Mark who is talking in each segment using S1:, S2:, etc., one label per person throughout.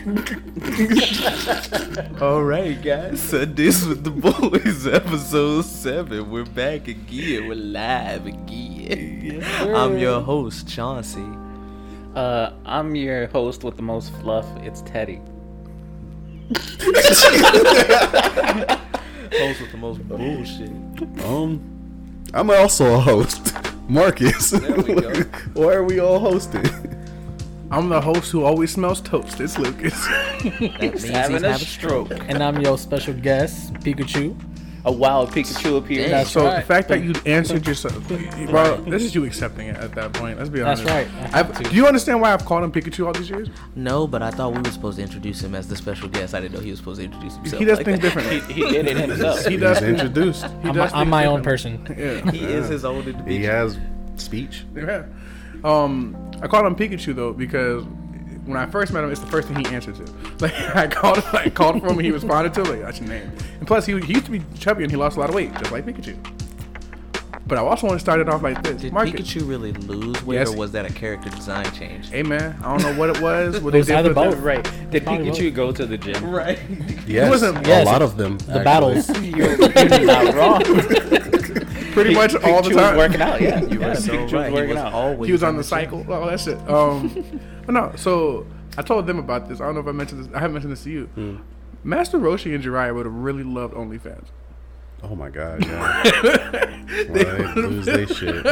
S1: All right, guys. So this was the boys, episode seven. We're back again. We're live again. I'm your host, Chauncey.
S2: Uh, I'm your host with the most fluff. It's Teddy.
S1: Host with the most bullshit.
S3: Um, I'm also a host, Marcus.
S1: There we go.
S3: Why are we all hosting?
S4: I'm the host who always smells toast. It's Lucas.
S1: That means he's
S2: having a
S1: having-
S2: stroke.
S5: And I'm your special guest, Pikachu.
S2: A wild Pikachu appears.
S5: That's
S4: so the
S5: right.
S4: fact that you answered yourself, bro, this is you accepting it at that point. Let's be
S5: That's
S4: honest.
S5: right.
S4: I've, do you understand why I've called him Pikachu all these years?
S1: No, but I thought we were supposed to introduce him as the special guest. I didn't know he was supposed to introduce himself.
S4: he does
S1: like
S4: things
S1: that.
S4: differently.
S2: He did it himself.
S4: He does
S3: He's
S4: things.
S3: introduced.
S4: He
S5: I'm,
S4: does
S5: I'm
S4: things
S5: my own
S4: differently.
S5: person.
S4: Yeah.
S1: He is his own individual.
S3: He has speech.
S4: Yeah. Um, I called him Pikachu though because when I first met him, it's the first thing he answered to. Like I called, I called for him, and he responded to it. Like that's your name. And plus, he, he used to be chubby and he lost a lot of weight, just like Pikachu. But I also want to start it off like this.
S1: Did
S4: Marcus.
S1: Pikachu really lose weight,
S4: Yes.
S1: or was that a character design change?
S4: Hey man, I don't know what it was. What
S5: It was
S4: they did
S5: either
S4: with it.
S5: both.
S2: Right. Did
S5: Probably
S2: Pikachu go to the gym?
S1: Right.
S3: Yes,
S4: wasn't-
S3: a
S5: Yes,
S3: lot of them.
S5: The battles.
S2: You're, you're not wrong.
S4: Pretty much all the
S2: Pikachu
S4: time.
S2: Was working out. Yeah.
S1: You
S2: yeah,
S1: were so
S2: Pikachu was
S1: right. He
S2: working
S1: was
S2: out.
S1: always
S4: He was on the
S1: side.
S4: cycle. Oh, that's it. Um, but no. So I told them about this. I don't know if I mentioned this. I haven't mentioned this to you.
S5: Hmm.
S4: Master Roshi and Jiraiya would have really loved OnlyFans.
S3: Oh my god. Yeah. Why they lose they shit?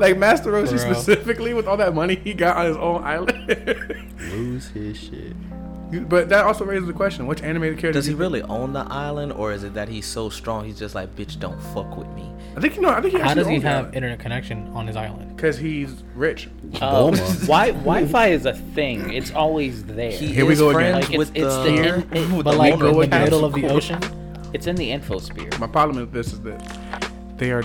S4: like Master Roshi
S5: real.
S4: specifically with all that money he got on his own island.
S3: Lose his shit.
S4: but that also raises the question: Which animated character
S1: Does he
S4: you-
S1: really own the island, or is it that he's so strong he's just like, bitch, don't fuck with me?
S4: I think you know. I think he
S5: How
S4: actually
S5: does he have internet connection on his island?
S4: Because he's rich.
S2: Uh,
S3: Bulma.
S2: Wi- Wi-Fi is a thing. It's always there.
S1: He
S4: Here we
S1: is
S4: go again.
S1: friends
S2: Like, it's-
S1: with
S2: it's
S1: the,
S2: the end- it-
S1: with
S5: But
S1: the
S5: like in
S1: woman.
S4: logo
S5: the
S4: account?
S5: middle of the
S4: Cool.
S5: ocean,
S2: it's in the infosphere.
S4: My problem with this is this: they are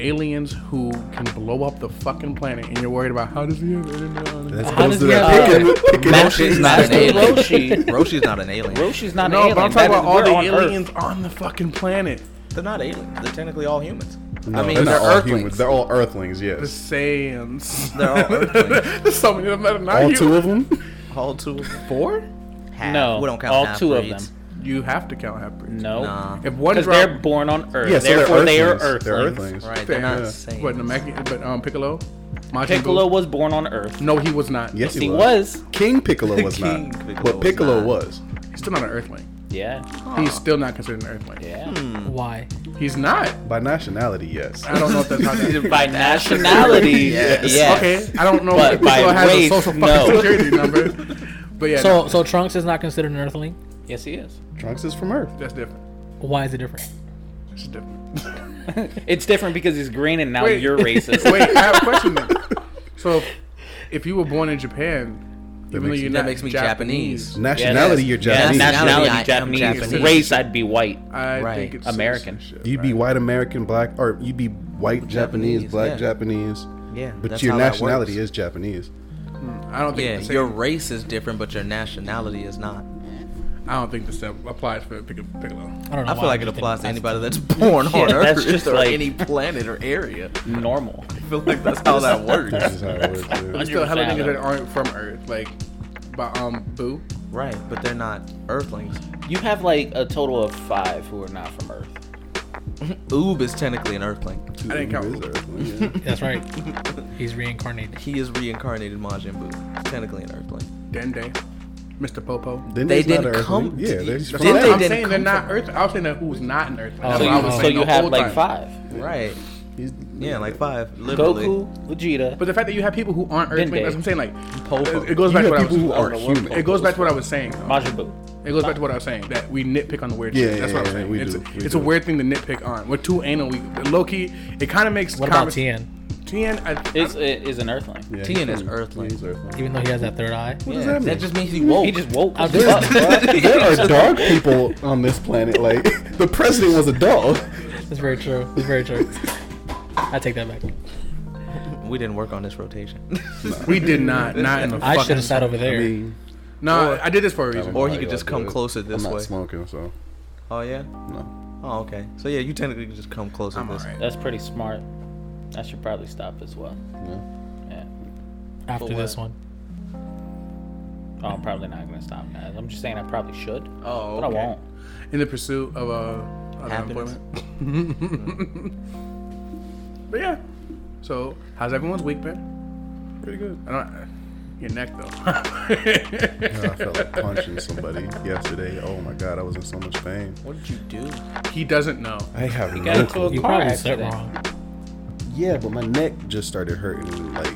S4: aliens who can blow up the fucking planet, and you're worried about how does he have internet? On his
S3: That's
S5: How
S3: goes
S5: does
S3: to
S5: he
S3: that
S5: have-
S3: Pikachu-
S1: Roshi's not an
S2: Master
S1: alien.
S2: Roshi.
S1: Roshi's not an alien.
S2: Roshi's not
S4: No,
S2: an alien.
S4: but I'm talking
S2: That
S4: about
S2: is-
S4: all
S2: we're
S4: the
S2: on Earth.
S4: aliens on the fucking planet.
S1: They're not aliens. They're technically all humans.
S3: No,
S1: I mean,
S3: they're,
S1: they're,
S3: not all humans.
S1: Earthlings.
S3: They're all Earthlings.
S4: The
S3: Yes.
S4: Saiyans.
S1: They're all Earthlings.
S4: There's so many of them that are not
S3: All
S4: you.
S3: two of them.
S1: all two. of them.
S4: Four?
S1: Half.
S2: No,
S1: we don't count
S2: all
S1: half
S2: two of
S1: breeds.
S2: them.
S4: You have to count half breeds.
S2: No.
S1: Nah.
S4: If one
S2: Because
S4: drop,
S2: they're born on Earth.
S3: Yeah, so
S2: Therefore,
S3: they're
S2: they are
S3: Earthlings.
S2: Earthlings.
S3: They're Earthlings.
S1: Right. They're
S4: Yeah.
S1: not saying.
S4: But, Namek- but um, Piccolo? Majin
S2: Piccolo
S4: Buu?
S2: was born on Earth.
S4: No, he was not.
S3: Yes,
S2: Yes, he was.
S3: King Piccolo was
S1: King
S3: not,
S1: Piccolo
S3: but
S1: was
S3: Piccolo
S1: not.
S3: was.
S4: He's still not an Earthling.
S2: Yeah.
S4: He's still not considered an Earthling.
S2: Yeah.
S5: why?
S4: He's not.
S3: By nationality, yes.
S4: I don't know if that's how that.
S2: By nationality,
S1: Yes.
S2: yes.
S4: Okay, I don't know
S2: But
S4: if Piccolo
S2: by
S4: has
S2: race,
S4: a social fucking
S2: no.
S4: security number. But yeah,
S5: So so Trunks is not considered an Earthling.
S2: Yes, he is.
S3: Trunks is from Earth.
S4: that's different.
S5: Why is it different?
S4: That's different.
S2: It's different because he's green and now
S4: Wait.
S2: you're racist.
S4: Wait, I have a question. Then. So, if, if you were born in Japan, even though
S3: makes-
S4: you're
S1: that
S4: not
S1: makes me Japanese.
S3: Nationality,
S2: Yes.
S3: you're
S2: Yeah,
S3: Japanese.
S1: Nationality,
S2: nationality,
S1: I am
S2: Japanese.
S1: Japanese.
S2: Race, I'd be white.
S4: I
S1: Right.
S4: think it's
S2: American.
S4: citizenship,
S3: You'd be
S4: right?
S3: white American, black, or you'd be white Japanese,
S1: Japanese,
S3: black
S1: yeah.
S3: Japanese.
S1: Yeah,
S3: But
S1: that's
S3: your
S1: how that
S3: nationality
S1: works.
S3: is Japanese.
S4: I don't think.
S1: Yeah,
S4: the same,
S1: your race is different, but your nationality is not.
S4: I don't think the same applies for Pic- Piccolo.
S5: I don't know.
S1: I feel like it applies to anybody that's born on
S2: Yeah, that's
S1: Earth
S2: just
S1: or
S2: like-
S1: any planet or area.
S2: Normal.
S1: I feel like that's how that
S3: This
S1: works.
S3: is how it works.
S4: There's
S3: dude.
S4: still hella
S2: Fathom.
S4: niggas that aren't from Earth, like, but um, Boo.
S1: right, but they're not Earthlings.
S2: You have like a total of five who are not from Earth.
S1: Oob is technically an Earthling.
S4: I didn't count.
S3: He is Earthling, yeah.
S5: That's right. He's reincarnated.
S1: He is reincarnated Majin Buu. He's technically an Earthling.
S4: Dende, Mr. Popo.
S3: Then
S1: They
S3: he's not
S1: didn't
S3: an Earthling.
S1: come to
S3: Yeah,
S1: the-
S3: they're
S1: Did
S4: That's what
S1: they
S4: I'm
S1: didn't
S4: saying they're
S1: come
S4: not Earth. I was saying that who's not an Earth.
S5: Oh,
S4: That's
S2: So
S4: what I
S2: you,
S4: was
S2: so
S4: saying
S2: you
S4: the
S2: have
S4: whole
S2: like
S4: time.
S2: five.
S1: Right.
S3: He's,
S1: Yeah, like five. Literally.
S2: Goku, Vegeta.
S4: But the fact that you have people who aren't Earth,
S2: Dende.
S4: that's what I'm saying. Like,
S1: Popo.
S4: it it goes
S3: You
S4: back to
S3: have
S4: what I
S3: people who
S4: was.
S3: are
S2: the world
S3: human.
S4: It goes back to what I was saying. though.
S2: Majin Buu.
S4: It goes back to what I was saying that we nitpick on the weird
S3: Yeah,
S4: shit. That's
S3: yeah,
S4: what I'm
S3: yeah,
S4: saying.
S3: we
S4: it's
S3: do, we
S4: it's
S3: do.
S4: a weird thing to nitpick on. We're too anal. We low key. It kind of makes
S5: What about
S4: convers-
S5: Tien?
S4: Tien, I,
S2: Is, is an Earthling.
S3: Yeah,
S1: Tien
S3: he's
S1: is Earthling.
S3: He's Earthling.
S5: Even though he has that third eye.
S2: Yeah,
S3: What does that mean?
S1: That just means he woke.
S2: He just woke.
S5: I
S2: as
S5: did.
S2: fuck, bruh.
S3: there are dark people on this planet. Like the president was a dog.
S5: That's very true. That's very true. I take that back.
S1: we didn't work on this rotation.
S4: we did not. Not in the
S5: I should
S4: fucking.
S5: have sat over there.
S3: I mean,
S4: No, I did this for a reason.
S1: Or he
S3: Why
S1: could
S3: y'all
S1: just
S3: do
S1: come
S3: it?
S1: closer this
S3: I'm not
S1: way.
S3: smoking, so
S1: Oh yeah.
S3: no.
S1: Oh okay. So yeah, you technically can just come closer
S4: I'm
S1: this.
S4: alright.
S2: That's pretty smart. I should probably stop as well.
S3: no.
S2: Yeah.
S5: After
S1: For
S5: this
S1: what?
S5: one.
S2: Oh, I'm probably not gonna stop, guys. I'm just saying I probably should,
S4: Oh,
S2: but I won't.
S4: In the pursuit of uh, other
S1: Happiness.
S4: employment. but yeah. So, how's everyone's week been?
S3: Pretty good.
S4: I don't. Your neck though.
S3: Yeah, I felt like punching somebody yesterday. Oh my god, I was in so much pain.
S1: What did you do?
S4: he doesn't know.
S3: I have
S2: Got
S3: no
S2: into
S3: clue.
S2: a
S5: You
S2: car
S5: probably said
S2: accident.
S5: wrong.
S3: Yeah, but my neck just started hurting like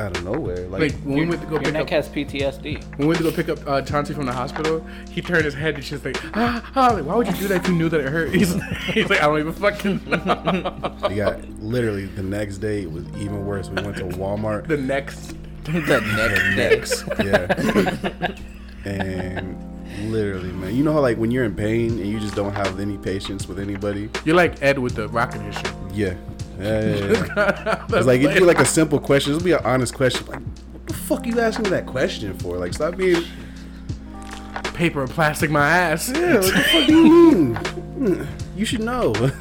S3: out of nowhere. Like,
S4: Like when we went to go
S2: Your
S4: pick
S2: neck
S4: up,
S2: has PTSD.
S4: when we went to go pick up uh, Chauncey from the hospital, he turned his head and she's like, ah, ah, like, why would you do that if you knew that it hurt? He's, he's like, I don't even fucking know.
S3: you got literally the next day it was even worse. We went to Walmart.
S4: the next
S1: The neck, necks.
S3: Yeah. and literally, man, you know how like when you're in pain and you just don't have any patience with anybody.
S4: You're like Ed with the rock and his shit.
S3: Yeah. Yeah, yeah, yeah. it's like it'd be like a simple question. It'd be an honest question. Like, what the fuck you asking me that question for? Like, stop being.
S4: Paper and plastic my ass.
S3: Yeah, what the fuck do you mean? Hmm, You should know. I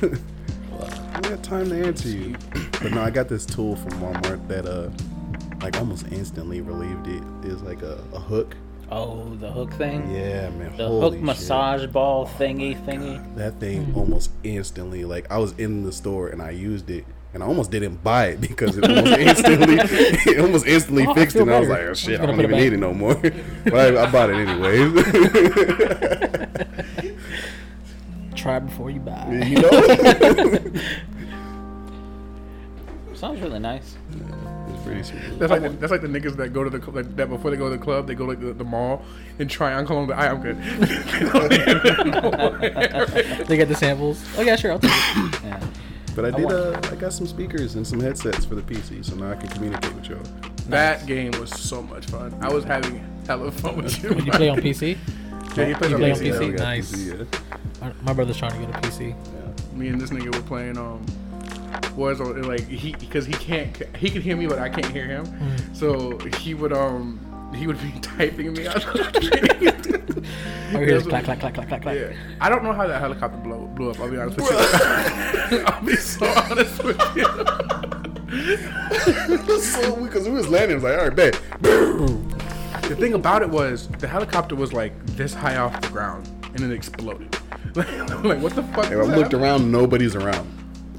S3: don't got time to answer you. But no, I got this tool from Walmart that uh, like almost instantly relieved it. It's like a, a hook.
S2: Oh, the hook thing.
S3: Yeah, man.
S2: The
S3: holy
S2: hook
S3: shit. Oh
S2: massage ball thingy thingy.
S3: That
S5: Hmm.
S3: thing almost instantly. Like I was in the store and I used it. And I almost didn't buy it because it almost instantly, it almost instantly
S5: Oh, I
S3: fixed it.
S5: feel
S3: And I was like,
S5: better.
S3: oh, shit, I
S5: I'm just
S3: don't even
S5: gonna put
S3: need
S5: it
S3: it no more. but I, I bought it anyways.
S5: Try before you buy.
S3: you know,
S2: Sounds really nice.
S3: it's pretty sweet.
S4: That's like the, that's like the niggas that go to the cl- like, that before they go to the club, they go to the, the mall and try on cologne. But I, I'm good.
S5: They get the samples. Oh yeah, sure. I'll take it.
S2: Yeah.
S3: But I did.
S5: want-
S3: Uh, I got some speakers and some headsets for the PC, so now I can communicate with y'all.
S4: that game was so much fun. I was having hella fun with you.
S5: When you play on PC,
S4: Yeah, you played
S5: you
S4: on
S5: play on
S4: PC.
S5: PC?
S3: Yeah, we got
S5: Nice. My- my brother's trying to get a PC.
S4: Me and this nigga were playing um Warzone and like he because he can't he could hear me but I can't hear him.
S5: Mm.
S4: So he would um he would be typing me out.
S5: Oh, here's clack clack clack clack clack clack.
S4: Yeah. I don't know how that helicopter blew, blew up. I'll be honest with you. I'll be so honest with you.
S3: so because we was landing, it was like, all right, bet. Boom.
S4: The thing about it was the helicopter was like this high off the ground and then it exploded. Like, what the fuck?
S3: And I
S4: was
S3: looked
S4: that?
S3: around, nobody's around.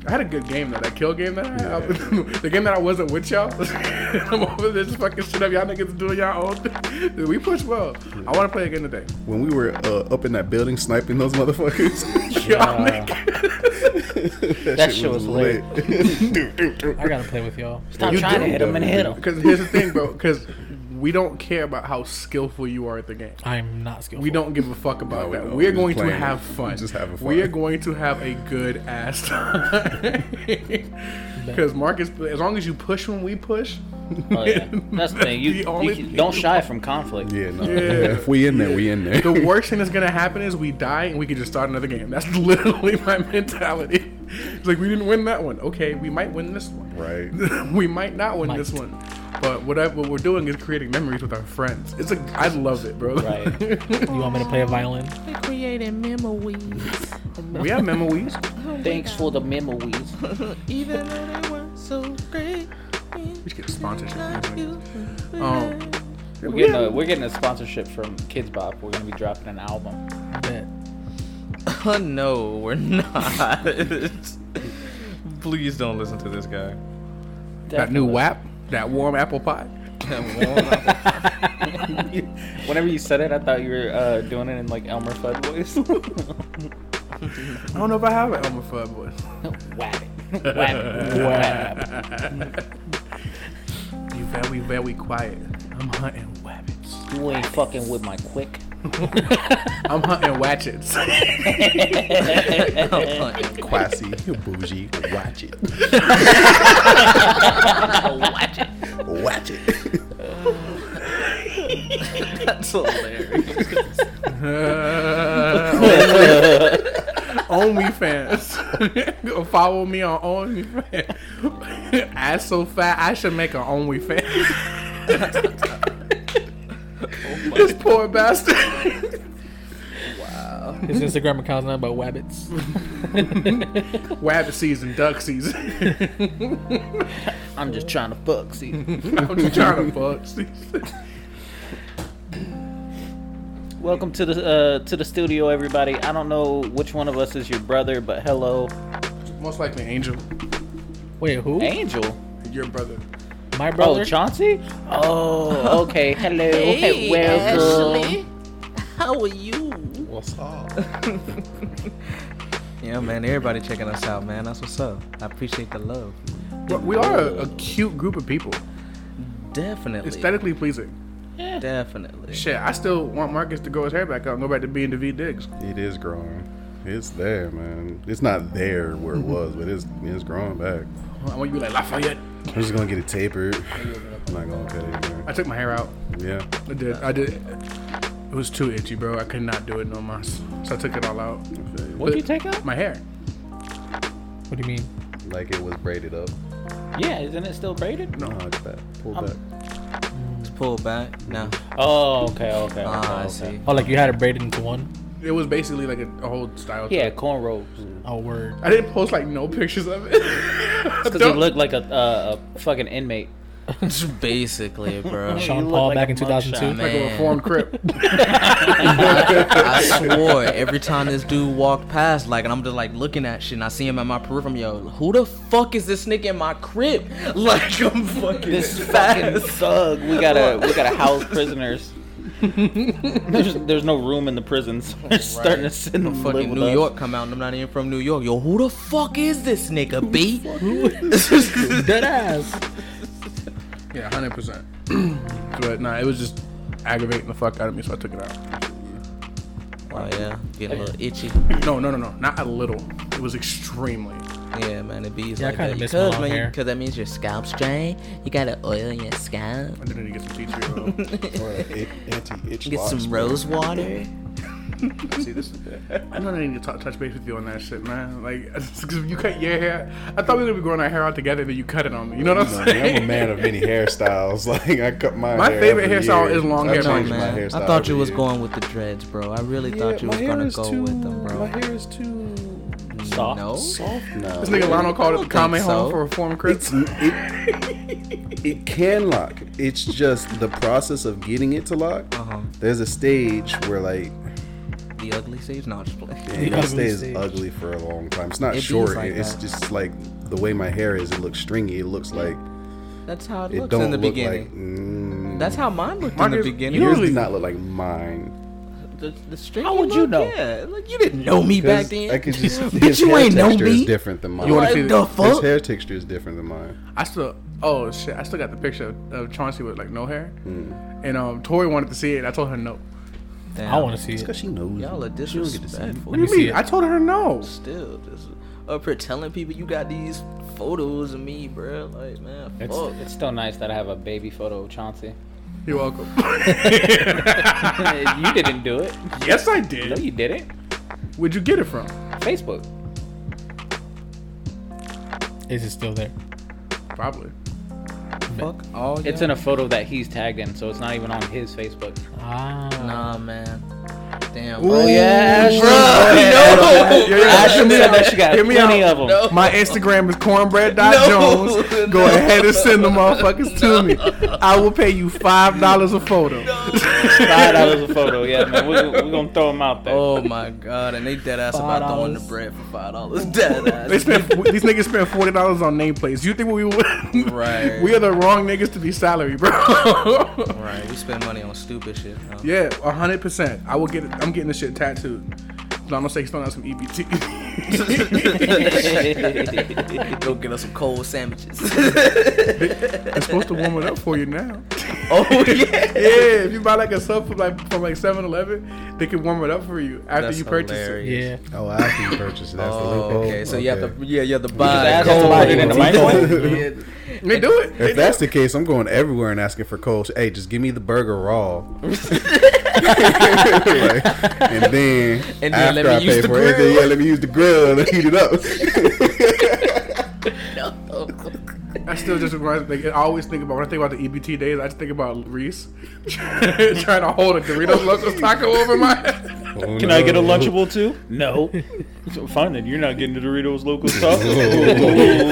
S4: I had a good game though. That kill game that I had. I
S3: Yeah.
S4: was- the game that I wasn't with y'all. I'm over this fucking shit up. Y'all niggas doing y'all own thing. Dude, we push well. I want to play again today.
S3: When we were uh, up in that building sniping those motherfuckers,
S4: Y'all
S2: Yeah.
S3: that,
S2: shit was
S3: Dude, dude, dude.
S5: I gotta play with y'all.
S2: Stop trying to
S3: do,
S2: hit him and
S3: though.
S2: hit him.
S4: Because here's the thing, bro. Because we don't care about how skillful you are at the game.
S5: I'm not skillful.
S4: We don't give a fuck about
S3: No, we
S4: that.
S3: don't.
S4: We're
S3: We're
S4: going
S3: just
S4: to
S3: playing.
S4: have fun.
S3: Just having fun.
S4: We are going to have a good ass time. Because Marcus, as long as you push when we push,
S2: Oh yeah, that's the thing. You,
S4: The
S2: you
S4: only
S2: can-
S4: thing-
S2: don't shy from conflict.
S3: Yeah, no.
S4: Yeah.
S3: If we in there, we in there.
S4: the worst thing that's gonna happen is we die and we can just start another game. That's literally my mentality. It's like we didn't win that one. Okay, we might win this one.
S3: right.
S4: we might not win this
S5: Might.
S4: one. But what, I, what we're doing is creating memories with our friends. It's a I love it, bro.
S2: Right.
S5: You want me to play a violin?
S6: creating memories.
S4: we have memories.
S3: Oh
S2: Thanks for the memories.
S6: Even though they weren't so great, we
S4: We should get sponsorship.
S6: love you.
S4: Um,
S2: We're getting a we're getting a sponsorship from Kids Bop. We're gonna be dropping an album.
S5: Bet.
S1: Uh, no, we're not. Please don't listen to this guy.
S4: that new WAP, that warm apple pie.
S2: Whenever you said it, I thought you were uh, doing it in like Elmer Fudd voice.
S4: I don't know if I have an Elmer Fudd voice.
S2: Whack it. Whack it. Whack it.
S4: You very very quiet. I'm hunting wabbits.
S2: You ain't fucking with my quick.
S4: I'm hunting watchets.
S3: Classy, bougie, watch it. watch it. Watch it.
S1: That's hilarious.
S4: OnlyFans. Go Follow me on OnlyFans. I so fat I should make an OnlyFans. this poor bastard.
S5: His Instagram account's not about wabbits.
S4: Rabbit season, duck season.
S2: I'm just trying to fuck. See,
S4: I'm just trying to fuck season.
S2: Welcome to the uh, to the studio, everybody. I don't know which one of us is your brother, but hello,
S4: Most likely Angel,
S5: Wait, who?
S2: Angel.
S4: your brother.
S5: My brother?
S2: Oh, Chauncey. Oh, okay. Hello. Hey, welcome.
S6: How are you?
S3: What's up?
S1: Yeah, man. Everybody checking us out, man. That's what's up. I appreciate the love.
S4: Well, we are a, a cute group of people,
S1: Definitely.
S4: aesthetically pleasing.
S1: Definitely.
S4: Shit, I still want Marcus to grow his hair back out and go back to being the V Diggs.
S3: It is growing. It's there, man. It's not there where it
S4: Mm-hmm.
S3: was, but it's it's growing back.
S4: I want you to be like Lafayette.
S3: I'm just gonna get it tapered. I'm not gonna cut it. Man.
S4: I took my hair out.
S3: Yeah.
S4: I did. I did. It was too itchy, bro. I could not do it no more. So I took it all out.
S3: okay.
S2: What'd you take out?
S4: My hair.
S5: What do you mean?
S3: Like it was braided up.
S2: Yeah, isn't it still braided?
S3: No, it's back. Pull
S4: Um,
S2: I'm-
S3: back.
S1: Just pull back. No.
S2: Oh, okay, okay. okay,
S1: Ah, I
S2: okay.
S1: see.
S5: Oh, like you had it braided into one?
S4: It was basically like a, a whole style.
S2: Yeah,
S4: thing.
S2: cornrows.
S5: Oh, word.
S4: I didn't post like no pictures of it.
S2: Because
S4: Don't-
S2: he looked like a uh, a fucking inmate.
S1: Basically, bro.
S5: Sean
S2: look
S5: Paul
S2: like
S5: back
S2: a
S5: in 2002.
S1: mugshot,
S4: like a
S1: Man.
S4: reformed crip.
S1: I swore every time this dude walked past, like, and I'm just like looking at shit, and I see him at my peripheral. I'm, Yo, who the fuck is this nigga in my crib? Like, I'm fucking
S2: This fucking
S1: fast.
S2: thug. We gotta we gotta house prisoners. there's there's no room in the prisons. They're starting to send them live
S1: Fucking
S2: with
S1: New
S2: us.
S1: York come out, and I'm not even from New York. Yo, who the fuck is this nigga, B?
S5: Dead ass.
S4: yeah, hundred percent. But nah, it was just aggravating the fuck out of me, so I took it out.
S1: Oh, yeah. Get a little itchy.
S4: No, no, no, no, not a little. It was extremely.
S1: Yeah, man, it be
S5: Yeah, I
S1: like
S5: kinda
S1: that.
S5: miss my
S1: Because,
S5: long
S1: man,
S5: hair.
S1: because that means your scalp's dry. You gotta oil your scalp.
S4: I didn't need to get some tea tree oil.
S3: Or a anti itch
S1: Get some rose water.
S3: See this?
S4: I know I need to talk, touch base with you on that shit, man. Like, 'cause you cut your hair. I thought we were gonna be growing our hair out together, then you cut it on me. You know what I'm saying?
S3: I'm a man of many hairstyles. Like I cut my.
S4: My
S3: hair
S4: favorite
S3: every
S4: hairstyle
S3: year.
S4: is long
S3: I
S4: hair,
S1: No,
S3: change my
S1: man. I
S3: hairstyle
S1: thought you
S3: every
S1: was
S3: year.
S1: going with the dreads, bro. I really thought you
S3: Yeah,
S1: was
S3: my hair
S1: gonna
S3: is
S1: go
S3: too-
S1: with them, bro.
S3: My hair is too
S2: Soft.
S1: No.
S3: soft now.
S4: This nigga Lano called it the
S1: I don't
S4: Kame
S1: think
S4: Home
S1: so.
S4: for Reform
S3: It's
S4: Crips.
S3: it, it can lock. It's just the process of getting it to lock.
S1: Uh-huh.
S3: There's a stage where like
S1: The ugly stage? No, just play.
S3: man,
S5: ugly
S3: that stays
S5: stage.
S3: ugly for a long time. It's not
S1: It be
S3: short.
S1: like
S3: it's
S1: that.
S3: just like the way my hair is. It looks stringy. It looks like
S1: That's how it,
S3: it
S1: looks
S3: don't
S1: in the
S3: look
S1: beginning.
S3: like. Mm,
S1: That's how mine looked
S4: Mine
S1: in the
S4: is-
S1: beginning.
S4: you
S3: yours
S4: really-
S3: did not look like mine.
S1: the, the straight
S2: How would you
S1: look,
S2: know?
S1: Yeah, like you didn't know me back
S3: 'Cause
S1: then.
S3: I could just.
S1: Bitch,
S3: his
S1: you
S3: hair
S1: ain't know
S3: texture
S1: me.
S3: Is different than mine.
S4: wanna
S1: What
S4: see
S1: the
S4: this?
S3: his
S1: fuck?
S3: hair texture is different than mine.
S4: I still, oh shit, I still got the picture of, of Chauncey with like no hair.
S1: Hmm.
S4: And um, Tori wanted to see it. and I told her no.
S1: Damn.
S5: I want to see
S3: It's
S5: it.
S3: because she knows.
S1: Y'all are
S3: you. She don't get to see you.
S1: disrespectful.
S4: What do you
S5: see
S4: mean?
S5: it.
S4: I told her no.
S1: Still, just up here telling people you got these photos of me, bro. Like, man,
S2: It's,
S1: fuck.
S2: it's still nice that I have a baby photo of Chauncey.
S4: You're welcome.
S2: you didn't do it.
S4: yes, I
S2: No,
S4: did.
S2: you didn't.
S4: Where'd you get it from?
S2: Facebook.
S5: Is it still there?
S4: Probably.
S1: fuck all
S2: It's
S1: y'all.
S2: in a photo that he's tagged in, so it's not even on his Facebook.
S5: Ah.
S1: Nah, man. Damn.
S4: Ooh.
S1: bro.
S2: Oh, Ashley,
S1: Bro,
S4: Yeah,
S1: no.
S4: yeah.
S2: Ashley said that she got
S4: Hear me
S2: plenty
S4: out.
S2: of them.
S1: No.
S4: My Instagram is cornbread.jones.
S1: No,
S4: Jones.
S1: no.
S4: Go ahead and send the motherfuckers to me. I will pay you five dollars a photo.
S2: Five dollars a photo. Yeah, man. We're, we're gonna throw them out there.
S1: Oh my god, and they dead ass about throwing the
S5: $5.
S1: bread for five dollars. Dead
S4: They
S1: ass.
S4: spent these niggas spent forty dollars on nameplates. You think we would?
S1: Right.
S4: We are the wrong niggas to be salary, bro.
S1: right, we spend money on stupid shit. Huh?
S4: Yeah, hundred percent. I will get. It, I'm getting this shit tattooed. Donald Shakes throwing out some E EBT.
S1: Go get us some cold sandwiches.
S4: it's supposed to warm it up for you now.
S1: oh
S4: yeah, if you buy like a sub from like from like 7-Eleven, they can warm it up for you after
S1: That's
S4: you purchase it.
S5: Yeah.
S3: Oh, after you purchase it, that's the
S1: Oh,
S3: loophole.
S1: okay, so you have to, yeah, you have to buy
S2: ask them to put it in the
S1: cold.
S2: microwave?
S4: They do it. They
S3: If that's the case, I'm going everywhere and asking for cold. sh- Hey, just give me the burger raw. Like, and then,
S1: And then
S3: after
S1: let me
S3: I
S1: use
S3: pay
S1: the
S3: for it, then,
S1: grill.
S3: yeah, let me use the grill and heat it up.
S4: do. I still just reminds like I always think about when I think about the EBT days. I just think about Reese trying to hold a Doritos Locos taco over my head.
S2: Can I get a Lunchable too? No. So Fine then. You're not getting the Doritos local stuff.
S4: I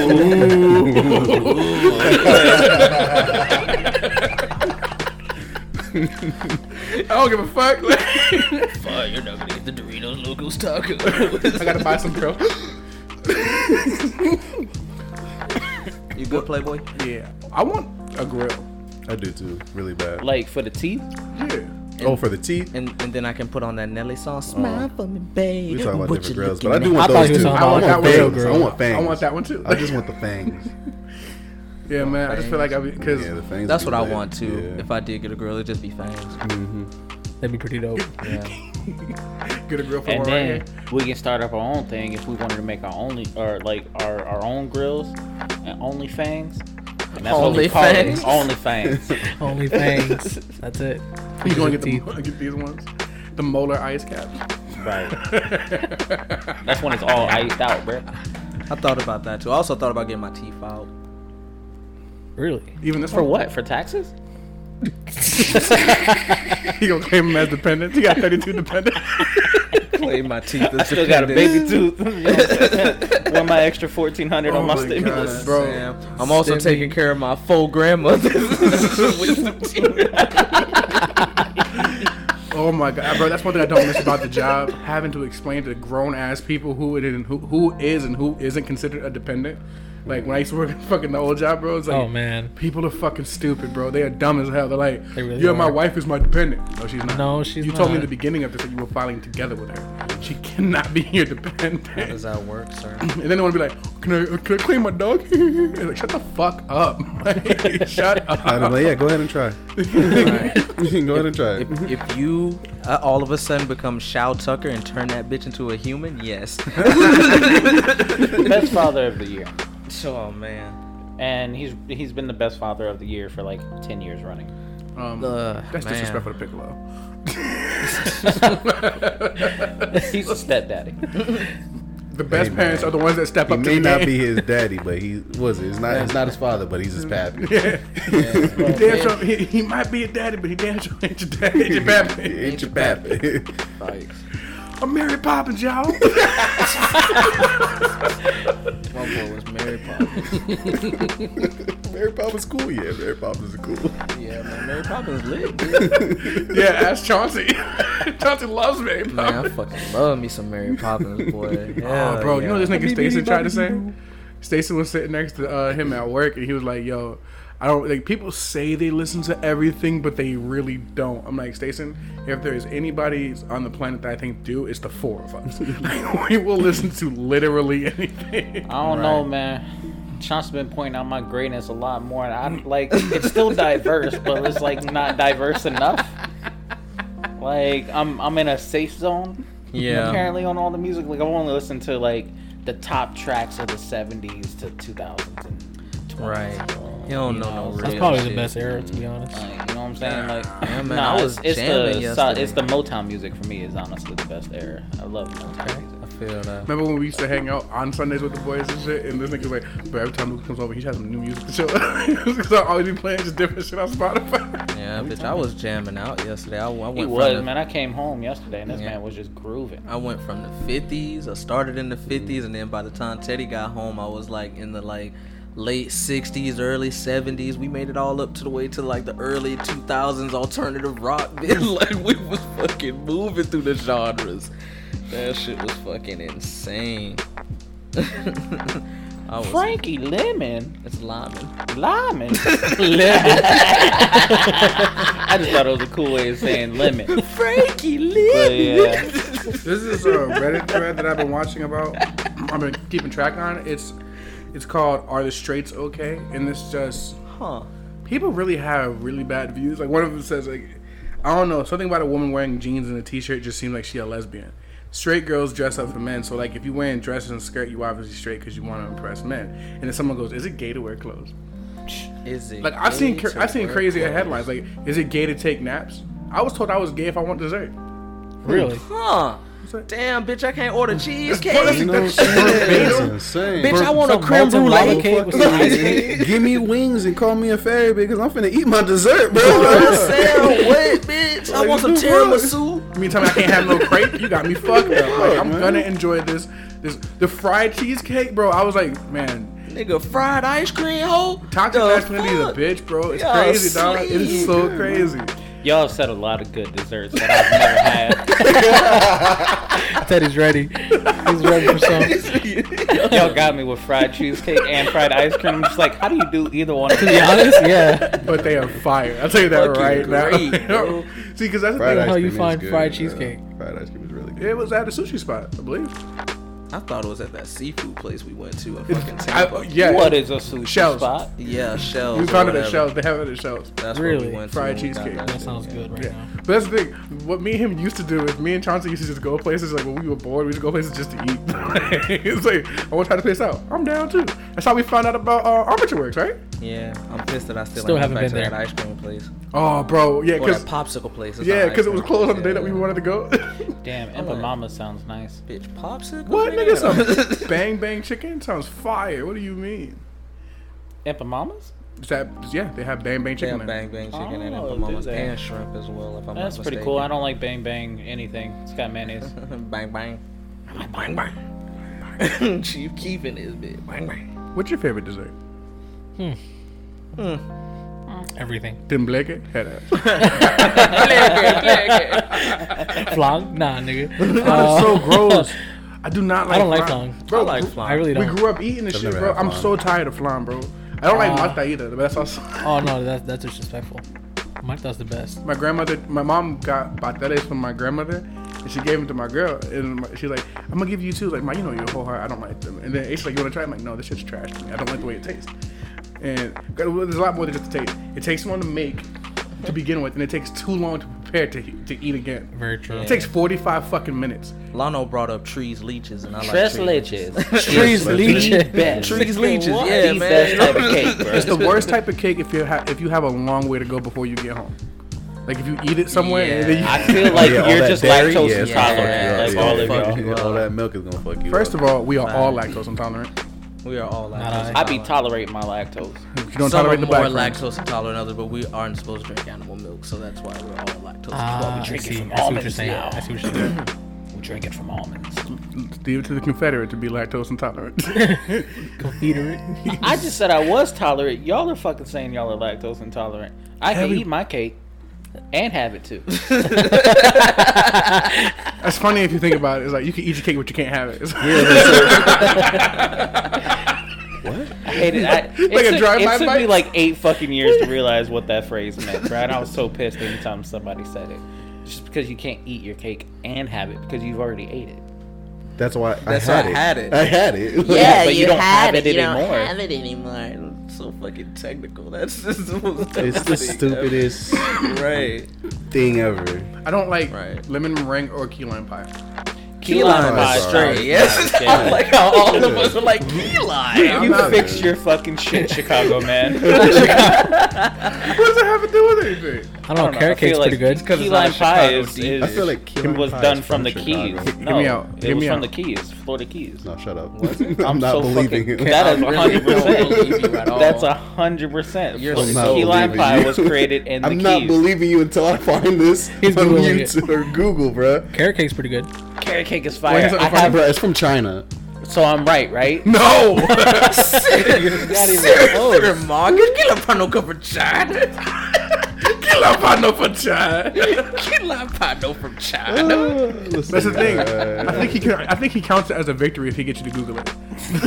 S4: don't give a fuck.
S2: Fuck, you're not gonna get the Doritos Locos Taco.
S4: I gotta buy some pro.
S1: You good, Playboy?
S4: Yeah, I want a grill.
S3: I do too, really bad.
S2: like for the teeth.
S4: Yeah.
S3: oh, for the teeth.
S1: And and then I can put on that Nelly sauce. Smile for me, babe.
S3: Oh. We talking about
S1: What
S3: different
S1: you
S3: grills, but
S1: looking
S3: I do
S1: at?
S3: want
S5: I thought
S3: those
S5: he was
S3: too.
S5: talking
S3: I want
S4: about
S3: fangs.
S4: that one.
S3: I want fangs.
S4: I want that one too.
S3: I just want the fangs.
S4: Yeah, man. I just feel like I because
S3: Yeah, the fangs.
S1: That's
S3: would
S1: what
S3: be
S1: I
S3: lit.
S1: want too.
S3: Yeah. Mm-hmm.
S1: If I did get a grill, it'd just be fangs.
S5: That'd be pretty dope.
S1: Yeah.
S4: get a grill for
S2: and
S4: one
S2: then
S4: right here.
S2: we can start up our own thing if we wanted to make our only or like our, our own grills and only fangs. And that's what
S1: Only
S2: we call
S1: fangs?
S2: it. Only fangs.
S5: Only fangs. That's it.
S4: You gonna get,
S5: teeth.
S4: the, get these ones? The molar ice caps.
S2: right. That's when it's all iced out, bro.
S1: I thought about that too. I also thought about getting my teeth out.
S5: Really?
S4: Even this
S2: For
S4: one.
S2: what? For taxes?
S4: He gonna claim them as dependents. He got 32 dependents.
S1: Play my teeth. I
S2: Still got a baby tooth. You know what I'm saying? Want my extra fourteen hundred
S4: Oh
S2: on my,
S4: my
S2: stimulus?
S4: God.
S1: bro. I'm also
S5: Stimmy.
S1: taking care of my full grandmother. With some teeth.
S4: Oh my god, bro. That's one thing I don't miss about the job. Having to explain to grown ass people who it is and who, who is and who isn't considered a dependent. Like when I used to work at fucking the old job, bro. It's like
S5: Oh man.
S4: People are fucking stupid, bro. They are dumb as hell. They're like,
S5: They really
S4: yeah, my
S5: are.
S4: wife is my dependent. No, she's not.
S5: No, she's
S4: You told me
S5: not.
S4: in the beginning of this that you were filing together with her. She cannot be your dependent.
S1: Does
S4: And
S1: that work, sir?
S4: then they want to be like, can I, can I clean my dog? And like, shut the fuck up. Like, shut
S3: I'd be
S4: up.
S3: like, yeah, go ahead and try. go ahead and try. it.
S1: If, if you uh, all of a sudden become Shao Tucker and turn that bitch into a human, yes.
S2: Best father of the year,
S1: oh man.
S2: and he's he's been the best father of the year for like ten years running.
S4: Um,
S1: Ugh,
S4: that's
S1: man.
S4: disrespectful to Piccolo.
S2: He's a stepdaddy.
S4: The best
S3: Hey,
S4: parents
S3: man.
S4: are the ones that step
S3: He
S4: up to
S3: may
S4: the
S3: not
S4: game.
S3: be his daddy, but he was it. It's not. It's not his father, but he's his pappy.
S4: He, damn sure- he, he might be a daddy, but he damn sure ain't your daddy. Ain't your pappy.
S3: It's your pappy.
S4: I'm Mary Poppins, y'all.
S1: My boy was Mary Poppins.
S3: Mary Poppins cool, yeah. Mary Poppins is cool.
S1: Yeah, man. Mary Poppins lit.
S4: yeah, ask Chauncey. Chauncey loves Mary Poppins.
S1: Man, I fucking love me some Mary Poppins, boy.
S4: Oh,
S1: Hell
S4: bro, you
S1: yeah.
S4: know what this nigga Stacy tried to say? Stacy was sitting next to uh, him at work, and he was like, "Yo, I don't like people say they listen to everything, but they really don't." I'm like, Stacy, if there is anybody on the planet that I think do, it's the four of us. Like, we will listen to literally anything.
S2: I don't know, man. Sean's been pointing out my greatness a lot more. and
S1: Mm.
S2: I'm like, it's still diverse, but it's like not diverse enough. Like, I'm I'm in a safe zone.
S1: Yeah.
S2: Apparently, on all the music, like I've only listened to like the top tracks of the '70s to 2000s. And 20s.
S1: Right. You don't know no real
S5: That's probably the
S1: shit.
S5: best era, to be honest.
S2: Like, you know what I'm saying? Like,
S1: man,
S2: nah,
S1: I
S2: it's-
S1: was
S2: it's,
S1: jamming
S2: the so-
S1: yesterday.
S2: it's the Motown music for me is honestly the best era. I love Motown music.
S1: I feel that.
S4: Remember when we used to hang out on Sundays with the boys and shit? And this nigga's like, but every time Luke comes over, he has some new music to show. Because I always be playing just different shit on Spotify.
S1: Yeah, bitch. I was jamming out yesterday. I, I went
S2: He
S1: from
S2: was
S1: the-
S2: man. I came home yesterday and this
S1: Yeah.
S2: man was just grooving.
S1: I went from the 50s. I started in the 50s, and then by the time Teddy got home, I was like in the like late 60s, early 70s. We made it all up to the way to like the early 2000s alternative rock. Then like we was fucking moving through the genres. That shit was fucking insane. I was.
S2: Frankie Lemon.
S1: It's Lyman.
S2: Lyman. lemon. I just thought it was a cool way of saying lemon.
S1: Frankie
S2: But uh,
S1: Lee.
S2: yeah,
S4: This is a Reddit thread that I've been watching about. I've been keeping track on. It's it's called "Are the Straits Okay?" And it's just
S1: Huh.
S4: people really have really bad views. Like one of them says, like I don't know, something about a woman wearing jeans and a t-shirt just seems like she a lesbian. Straight girls dress up for men, so like if you wearing dresses and skirt, you obviously straight because you want to impress men. And then someone goes, "Is it gay to wear clothes?"
S1: Is it?
S4: Like I've seen
S1: gay to
S4: I've seen
S1: wear
S4: crazier
S1: clothes?
S4: headlines. Like, "Is it gay to take naps?" I was told I was gay if I want dessert.
S5: Really?
S1: Huh. Damn, bitch, I can't order cheesecake.
S3: You know, shit, that's insane.
S1: Bitch, I want a
S5: Some
S1: creme
S5: molten lava
S1: brulee.
S5: cake with some ice.
S3: Fucking- Give me wings and call me a fairy because I'm finna eat my dessert, bro.
S1: Sarah, what, bitch? I want some tiramisu.
S4: You mean tell me I can't have no crepe? You got me fucked up. Like, I'm
S3: man.
S4: gonna enjoy this. This the fried cheesecake, bro. I was like, man,
S1: Nigga, fried ice cream, hoe.
S4: toxic
S1: The
S4: masculinity is a
S1: fuck?
S4: bitch, bro. It's
S1: Y'all
S4: crazy, dog. It is
S1: sleep.
S4: so crazy.
S2: Y'all said a lot of good desserts that I've never had.
S5: Teddy's ready. He's ready for some.
S2: Y'all got me with fried cheesecake and fried ice cream. I'm just like, how do you do either one?
S5: To be honest, yeah.
S4: But they are fire. I'll tell you that
S1: Fucking
S4: right
S1: great,
S4: now.
S1: bro.
S4: See, because that's the
S3: Fried
S4: thing.
S3: ice
S5: how you
S3: cream is
S5: find
S3: good,
S5: fried
S3: bro.
S5: cheesecake?
S3: Fried ice cream is really good.
S4: It was at a sushi spot, I believe.
S1: I thought it was at that seafood place we went to in fucking Tampa.
S4: I, uh, yeah.
S2: What is a sushi
S4: Shells.
S2: spot?
S1: yeah, shells.
S4: We
S1: or
S4: found it at
S1: whatever.
S4: Shells. They have it at Shells.
S1: That's where
S5: Really?
S1: we went
S4: Fried
S1: to when we got
S4: cheesecake.
S1: back
S5: That
S1: there,
S5: sounds
S1: yeah.
S5: good right
S4: Yeah.
S5: now.
S4: But that's the thing. What me and him used to do is me and Chauncey used to just go places like when we were bored, we just go places just to eat. it's like, I want to try this place out. I'm down too. That's how we found out about uh, Armature Works, right?
S1: Yeah, I'm pissed that I still,
S5: Still
S1: ain't
S5: haven't
S1: went back to
S5: been there.
S1: that ice cream place
S4: Oh, bro. Yeah,
S1: or that
S4: because
S1: popsicle place. It's
S4: yeah,
S1: not ice
S4: because it
S1: cream
S4: was closed on the
S1: place,
S4: day that we
S1: yeah.
S4: wanted to go.
S2: Damn, Impa Mama sounds nice.
S1: Bitch, popsicle.
S4: what, nigga? Some
S1: Bang.
S4: bang bang chicken sounds fire. What do you mean?
S2: Impa Mama's?
S4: Is that yeah? They have bang bang
S1: They
S4: chicken.
S1: have
S4: there.
S1: bang bang chicken and
S2: Oh,
S1: Emma
S2: do
S1: Mama's
S2: they?
S1: and shrimp as well. If I'm
S2: That's
S1: not
S2: pretty cool. I don't like bang bang anything. It's got mayonnaise.
S1: don't. bang bang. Bang bang. Chief keeping his bit. Bang bang.
S4: What's your favorite dessert?
S5: Everything.
S4: Dimbleke? Head ass.
S5: Flan? Nah, nigga.
S4: That's
S5: Uh,
S4: so gross. I do not like.
S5: I don't like
S4: flan.
S5: flan.
S4: Bro,
S1: I like flan.
S5: I really
S4: We
S5: don't.
S4: grew up eating this
S3: I've
S4: shit,
S3: never
S4: bro.
S3: had
S4: I'm
S3: flan. Ah.
S4: so tired of flan, bro. I don't like
S5: Uh,
S4: Martha either. But that's also
S5: Oh no, that's that's disrespectful. Marta's the best.
S4: my grandmother. My mom got pateles from my grandmother, and she gave them to my girl. And my, she's like, "I'm gonna give you two. Like, my, you know, your whole heart. I don't like them." And then it's like, "You wanna try?" it?" I'm like, "No, this shit's trash to me. I don't like the way it tastes." And well, there's a lot more than just the taste. It takes one to make to begin with, and it takes too long to prepare to to eat again.
S5: Very true.
S4: It takes 45 fucking minutes.
S1: Lano brought up trees, leeches, and I like
S2: Tres
S1: trees.
S2: leches.
S5: Trees, leeches.
S2: Best.
S1: Trees, leeches.
S2: What? the
S1: Yeah, man.
S2: best type of cake, bro.
S4: It's the worst type of cake if you have if you have a long way to go before you get home. Like if you eat it somewhere and then you,
S1: Yeah.
S2: I feel like
S3: Yeah, all
S2: you're
S3: that
S2: just
S3: dairy,
S2: lactose
S3: yeah, it's
S1: gonna
S2: intolerant, like
S1: fuck you
S2: all
S1: up.
S2: of
S1: Fuck
S2: y'all.
S1: you.
S3: Yeah, all that milk is gonna fuck you.
S4: First
S3: up.
S4: of all, we are all
S1: Fine.
S4: lactose intolerant.
S1: We are all lactose.
S2: I be tolerating my lactose.
S4: If you don't
S1: Some are
S4: tolerate the
S1: more
S4: black friends.
S1: lactose intolerant than others, but we aren't supposed to drink animal milk, so that's why we're all lactose.
S5: Ah,
S1: intolerant.
S5: I
S2: drink it
S5: see.
S2: from
S5: I see what you're
S2: almonds
S5: saying.
S2: now.
S5: I see what you're saying.
S2: We drink it from almonds.
S4: Leave it to the Confederate to be lactose intolerant.
S5: Confederate.
S2: I just said I was tolerant. Y'all are fucking saying y'all are lactose intolerant. I can
S4: Every-
S2: eat my cake and have it too.
S4: That's funny if you think about it. It's like you can eat your cake, but you can't have it. It's
S2: I hate it. I, it
S4: Like a
S2: took,
S4: drive-by
S2: it took me
S4: bite?
S2: like eight fucking years to realize what that phrase meant, bro. And I was so pissed anytime somebody said it. Just because you can't eat your cake and have it because you've already ate it.
S3: that's why I
S1: That's
S3: had
S1: why I
S3: it.
S1: had it.
S3: I had it.
S2: Yeah, but you don't have it anymore.
S1: it anymore. It's so fucking technical. That's just the most
S3: it's the stupidest
S1: Right.
S3: thing ever.
S4: I don't like
S1: Right.
S4: lemon meringue or key lime pie.
S2: Key
S1: lime
S3: is straight,
S2: is
S1: yes.
S2: not
S1: I
S2: good.
S1: like how all of us are like key lime.
S4: I'm
S2: You
S4: not-
S2: fix your fucking shit, Chicago man.
S4: What does that have to do with anything?
S5: I don't know.
S2: I
S5: Carrot
S2: feel
S5: cake's
S2: like
S5: pretty good.
S1: Because
S2: Key
S1: it's not
S2: lime
S1: a
S2: pie
S1: Chicago
S2: is,
S1: deep
S2: is
S3: I feel like key
S2: it
S3: lime
S2: was
S3: pie is
S2: done from the
S3: Chicago.
S2: Keys.
S4: Hear
S2: No,
S4: me out.
S2: it
S4: Hear
S2: was
S4: me
S2: from
S4: out.
S2: the Keys, Florida Keys.
S3: No, shut up.
S2: I'm
S3: I'm not
S2: so
S3: believing
S2: fucking-
S3: you.
S2: That is
S1: I really
S2: 100%.
S1: don't believe you at all.
S2: That's a hundred percent.
S1: Oh. You're
S2: Fucking
S1: so
S2: Key lime
S3: believing
S2: pie
S3: you.
S2: was created in the
S3: I'm
S2: Keys.
S3: not believing you until I find this
S5: He's
S3: on
S5: Googling it.
S3: YouTube or Google, bruh.
S5: Carrot cake's pretty good.
S2: Carrot cake is
S4: Wait,
S2: fire.
S4: is it
S2: I
S4: from-
S2: have,
S3: Bruh, it's from China.
S2: so I'm right, right?
S4: No.
S2: Not even close.
S1: Seriously, Morgan, get up on no cover China.
S4: key lime pie, no for China.
S1: Get lime pie no from China.
S3: Uh,
S4: That's the thing. I think he can. I think he counts it as a victory if he gets you to Google it.
S5: Some-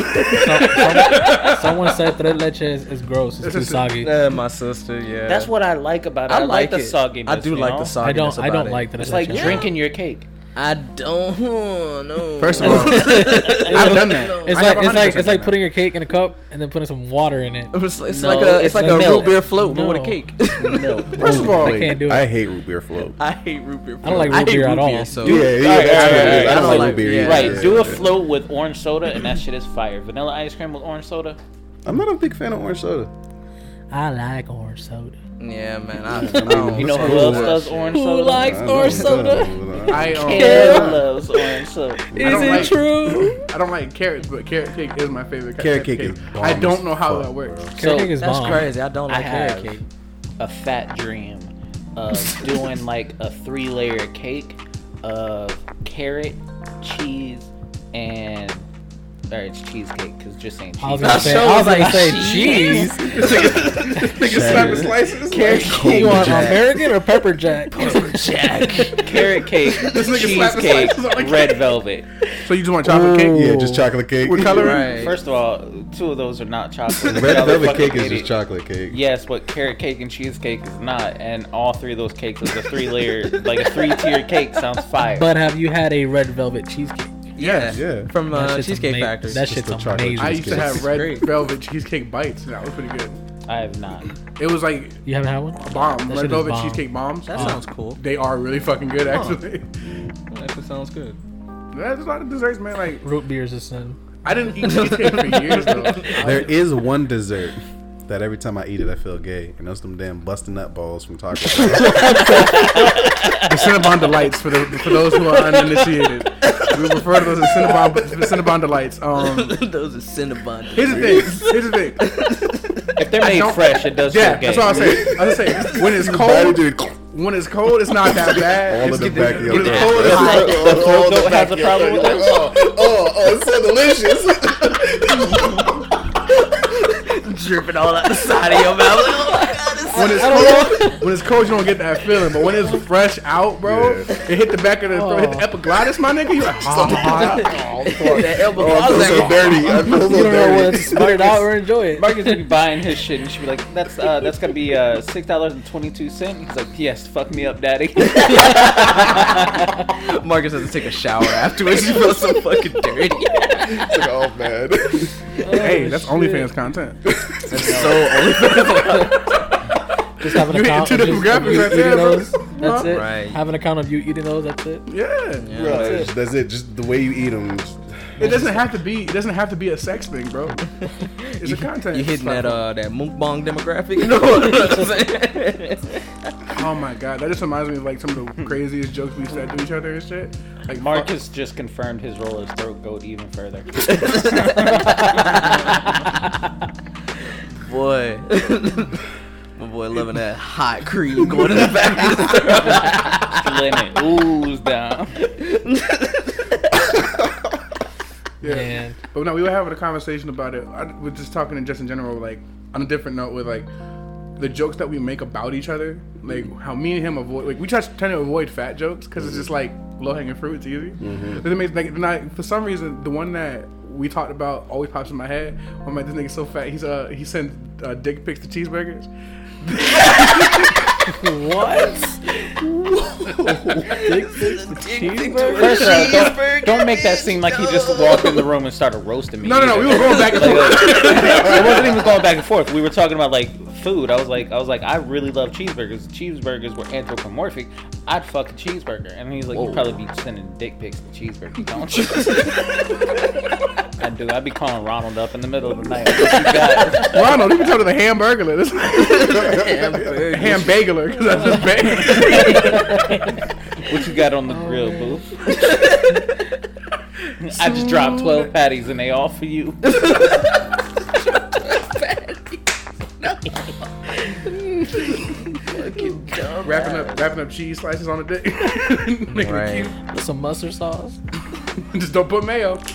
S5: some- someone said tres leches is, is gross. It's too
S4: just-
S5: soggy.
S1: Yeah, my sister. Yeah.
S2: That's what I like about it.
S1: I,
S2: I,
S1: like
S2: the
S1: it.
S2: sogginess.
S1: I do
S2: you
S1: like
S2: know?
S1: the sogginess.
S5: I don't. I
S1: about
S5: don't
S1: it.
S5: like tres
S2: It's like
S5: leches.
S2: drinking your cake.
S1: I don't know.
S4: First of all, I've done that.
S5: It's
S4: I
S5: like
S4: have
S5: it's
S4: 100%
S5: like it's like
S4: done
S5: putting your cake in a cup and then putting some water in it.
S1: it's, it's
S2: No,
S1: like a it's,
S2: it's
S1: like a
S2: milk.
S1: root beer float but with a
S5: No.
S1: cake.
S2: Milk.
S4: that. First of all,
S5: I can't do it.
S3: I hate root beer float.
S1: I hate root beer. Float.
S5: like root
S1: hate
S5: beer at all.
S1: so
S3: Yeah, yeah,
S2: right,
S3: that's what
S2: right,
S3: it is. I
S2: right,
S3: don't
S2: right.
S3: like root beer.
S1: Yeah.
S3: either.
S2: right,
S3: Yeah,
S2: do
S3: yeah.
S2: a float with orange soda, and that shit is fire. Vanilla ice cream with orange soda.
S3: I'm not a big fan of orange soda.
S5: I like orange soda.
S1: yeah, man. I, I don't
S2: You know who
S1: fuck
S2: else
S1: with that
S2: does
S1: shit.
S2: orange soda?
S3: I don't like soda.
S4: I, um,
S2: Kale loves orange soda.
S4: I don't like,
S5: true?
S4: I don't like carrots, but carrot cake is my favorite.
S3: Carrot
S4: type
S3: cake is
S4: of
S3: bomb
S4: I don't
S3: as
S4: know how
S3: fuck,
S4: that works.
S3: bro.
S5: Carrot
S2: So,
S5: cake is
S1: That's
S5: bomb.
S1: crazy. I don't
S2: I
S1: like carrot
S2: have
S1: cake.
S2: a fat dream of doing like a three layer cake of carrot, cheese, and Sorry, it's cheesecake because just saying
S5: I was
S2: cheese.
S5: gonna say, I was gonna say cheese.
S4: This nigga this nigga slapping slices. Like,
S5: You want
S3: Jack.
S5: American or pepper jack? Pepper
S2: Carrot cake,
S4: nigga slapped his
S2: cheesecake,
S4: slices on the
S2: red
S4: cake.
S2: velvet.
S4: so you just want chocolate cake?
S3: Yeah, just chocolate cake.
S4: What color?
S1: Right.
S2: First of all, two of those are not chocolate.
S3: Red
S2: Y'all are
S3: velvet
S2: fucking
S3: cake is just
S2: idiots.
S3: chocolate cake.
S2: Yes, but carrot cake and cheesecake is not, and all three of those cakes is a three layer, like a three tier cake. Sounds fire.
S5: But have you had a red velvet cheesecake?
S1: Yeah.
S3: Yeah.
S1: From
S5: That
S1: uh,
S5: shit's
S1: Cheesecake
S5: ama-
S1: Factory.
S5: That
S3: Just
S5: shit's
S3: the chocolate
S5: amazing.
S4: I used to have
S1: It's
S4: red
S1: great.
S4: velvet cheesecake bites. That was pretty good.
S2: I have not.
S4: It was like
S5: You haven't had one?
S4: a bomb.
S5: That shit
S4: red
S5: is
S4: velvet
S5: bomb.
S4: cheesecake bombs.
S1: That
S5: uh.
S1: sounds cool.
S4: They are really fucking good, actually.
S1: That actually sounds good.
S4: There's a lot of desserts, man. Like
S5: Root beers is sin.
S4: I didn't eat cheesecake for years though.
S3: There is one dessert that every time I eat it, I feel gay, and that's them damn busting nut balls from Taco Bell.
S4: The Cinnabon delights for the for those who are uninitiated. We refer to those as Cinnabon Cinnabon delights. Um,
S1: Those are Cinnabon.
S4: here's the thing. Here's the thing.
S2: If they're made
S4: don't-
S2: fresh, it does
S4: Yeah,
S2: feel
S4: that's
S2: good.
S4: what I'm saying. I was saying when it's
S3: Body
S4: cold,
S3: dude,
S4: when it's cold, it's not that bad.
S3: all
S4: It's
S3: in the
S4: get-
S3: back of your
S4: when it's
S3: throat.
S4: cold, it's hot.
S3: All in the
S2: Goat
S3: back
S2: has
S3: of
S2: a
S3: your
S2: problem
S3: throat.
S2: with
S3: You're like, Oh, oh, oh, it's so delicious.
S1: dripping all out the side of your mouth. Like, oh my god, it's
S4: When it's cold, when it's cold, you don't get that feeling. But when it's fresh out, bro,
S3: Yeah.
S4: it hit the back of the throat,
S1: Oh.
S4: hit the epiglottis, my nigga. You like, ah,
S1: that elbow.
S3: Oh, I
S1: I
S3: feel
S1: was
S3: so
S1: like,
S3: dirty. I feel so
S5: You don't know whether to
S3: dirty.
S5: spit it out or enjoy it.
S2: Marcus would be buying his shit, and she'd be like, "That's uh, that's gonna be uh, six dollars and twenty two cent." He's like, "Yes, fuck me up, daddy."
S1: Marcus has to take a shower afterwards. You feel so fucking dirty.
S3: It's like, oh man.
S4: hey, that's OnlyFans content.
S5: Just having
S4: You hitting
S5: a count
S4: two different
S5: of just of you
S4: graphics right
S5: eating
S4: there, bro.
S5: those. That's it.
S1: Right.
S5: Having a count of you eating those. That's it.
S4: Yeah.
S3: Right, That's it. Just the way you eat them.
S4: It doesn't have to be. It doesn't have to be a sex thing, bro. It's a content.
S1: You hitting that uh that mukbang demographic? You know what I'm saying?
S4: Oh my god, that just reminds me of like some of the craziest jokes we said to each other and shit. Like
S2: Marcus just confirmed his role as throat goat even further.
S1: boy. My boy loving that hot cream going in the back of his throat.
S2: Lemon ooze down.
S4: Yeah.
S5: Man.
S4: But no, we were having a conversation about it. I was just talking in just in general, like on a different note with like the jokes that we make about each other, like how me and him avoid, like we try trying to avoid fat jokes because it's just like low hanging fruit. It's easy. But it makes like and I- for some reason the one that we talked about always pops in my head. I'm like, this nigga's so fat. He's uh he sends uh, dick pics to cheeseburgers.
S2: First of all, don't, don't make that seem like he just walked in the room and started roasting me.
S4: No, no, no.
S2: either.
S4: We were going back and
S2: Like,
S4: forth.
S2: uh, it wasn't even going back and forth. We were talking about like food. I was like, I was like, I really love cheeseburgers. Cheeseburgers were anthropomorphic. I'd fuck a cheeseburger. And he's like, you probably be sending dick pics to cheeseburger, don't you? I do. I'd be calling Ronald up in the middle of the night. What you got?
S4: Ronald, you can tell to the hamburger. This hambagler, because I just banged.
S2: What you got on the grill, boo? I just dropped twelve patties and they all for you.
S4: wrapping up, wrapping up cheese slices on a dick. Making it
S1: Right.
S5: With some mustard sauce.
S4: cute. Just don't put mayo.
S3: Right.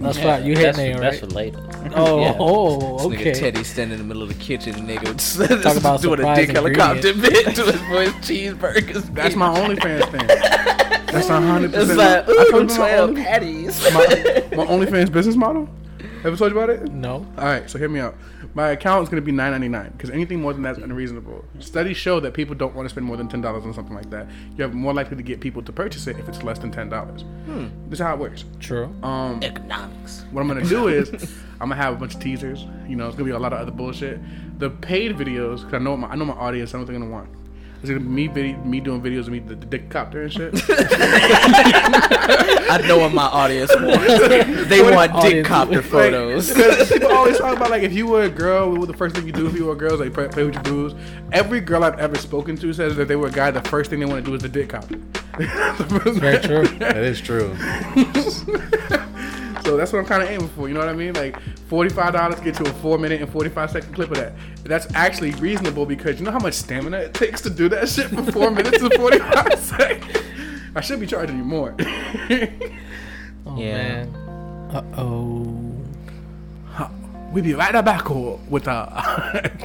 S5: That's right. You hate
S2: that's,
S5: me,
S2: that's
S5: right?
S2: for later.
S5: Oh,
S2: yeah.
S5: oh,
S1: This
S5: okay.
S1: Nigga Teddy standing in the middle of the kitchen, nigga, just,
S5: Talk about
S1: doing a
S5: surprise
S1: dick helicopter bit to his boy cheeseburgers.
S4: That's my OnlyFans thing. That's a hundred
S1: It's like,
S4: percent. I
S1: ooh,
S4: told you my,
S1: 12
S4: only,
S1: patties.
S4: my OnlyFans business model. Ever told you about it?
S5: No.
S4: All right, so hear me out. My account is going to be nine ninety nine because anything more than that's unreasonable. Studies show that people don't want to spend more than ten dollars on something like that. You have more likely to get people to purchase it if it's less than ten dollars.
S1: Hmm.
S4: This is how it works.
S5: True.
S4: Um,
S1: Economics.
S4: What I'm gonna do is I'm gonna have a bunch of teasers. You know, it's gonna be a lot of other bullshit. The paid videos, cause I know my I know my audience. I know what they're gonna want. It's gonna be me video, me doing videos of me the, the dick copter and shit.
S1: I know what my audience wants. They want dick
S5: audience-
S1: copter
S5: like-
S1: photos.
S4: Because people always talk about like if you were a girl, what would the first thing you do if you were a girl is like play, play with your boobs. Every girl I've ever spoken to says that if they were a guy, the first thing they want to do is the dick copter.
S5: Very true.
S3: That is true.
S4: So that's what I'm kind of aiming for. You know what I mean? Like forty-five dollars get you a four-minute and forty-five-second clip of that. That's actually reasonable because you know how much stamina it takes to do that shit for four minutes and forty-five seconds. I should be charging you more.
S5: Oh
S1: Yeah.
S5: man. Uh oh.
S4: We'll be right back o- with uh,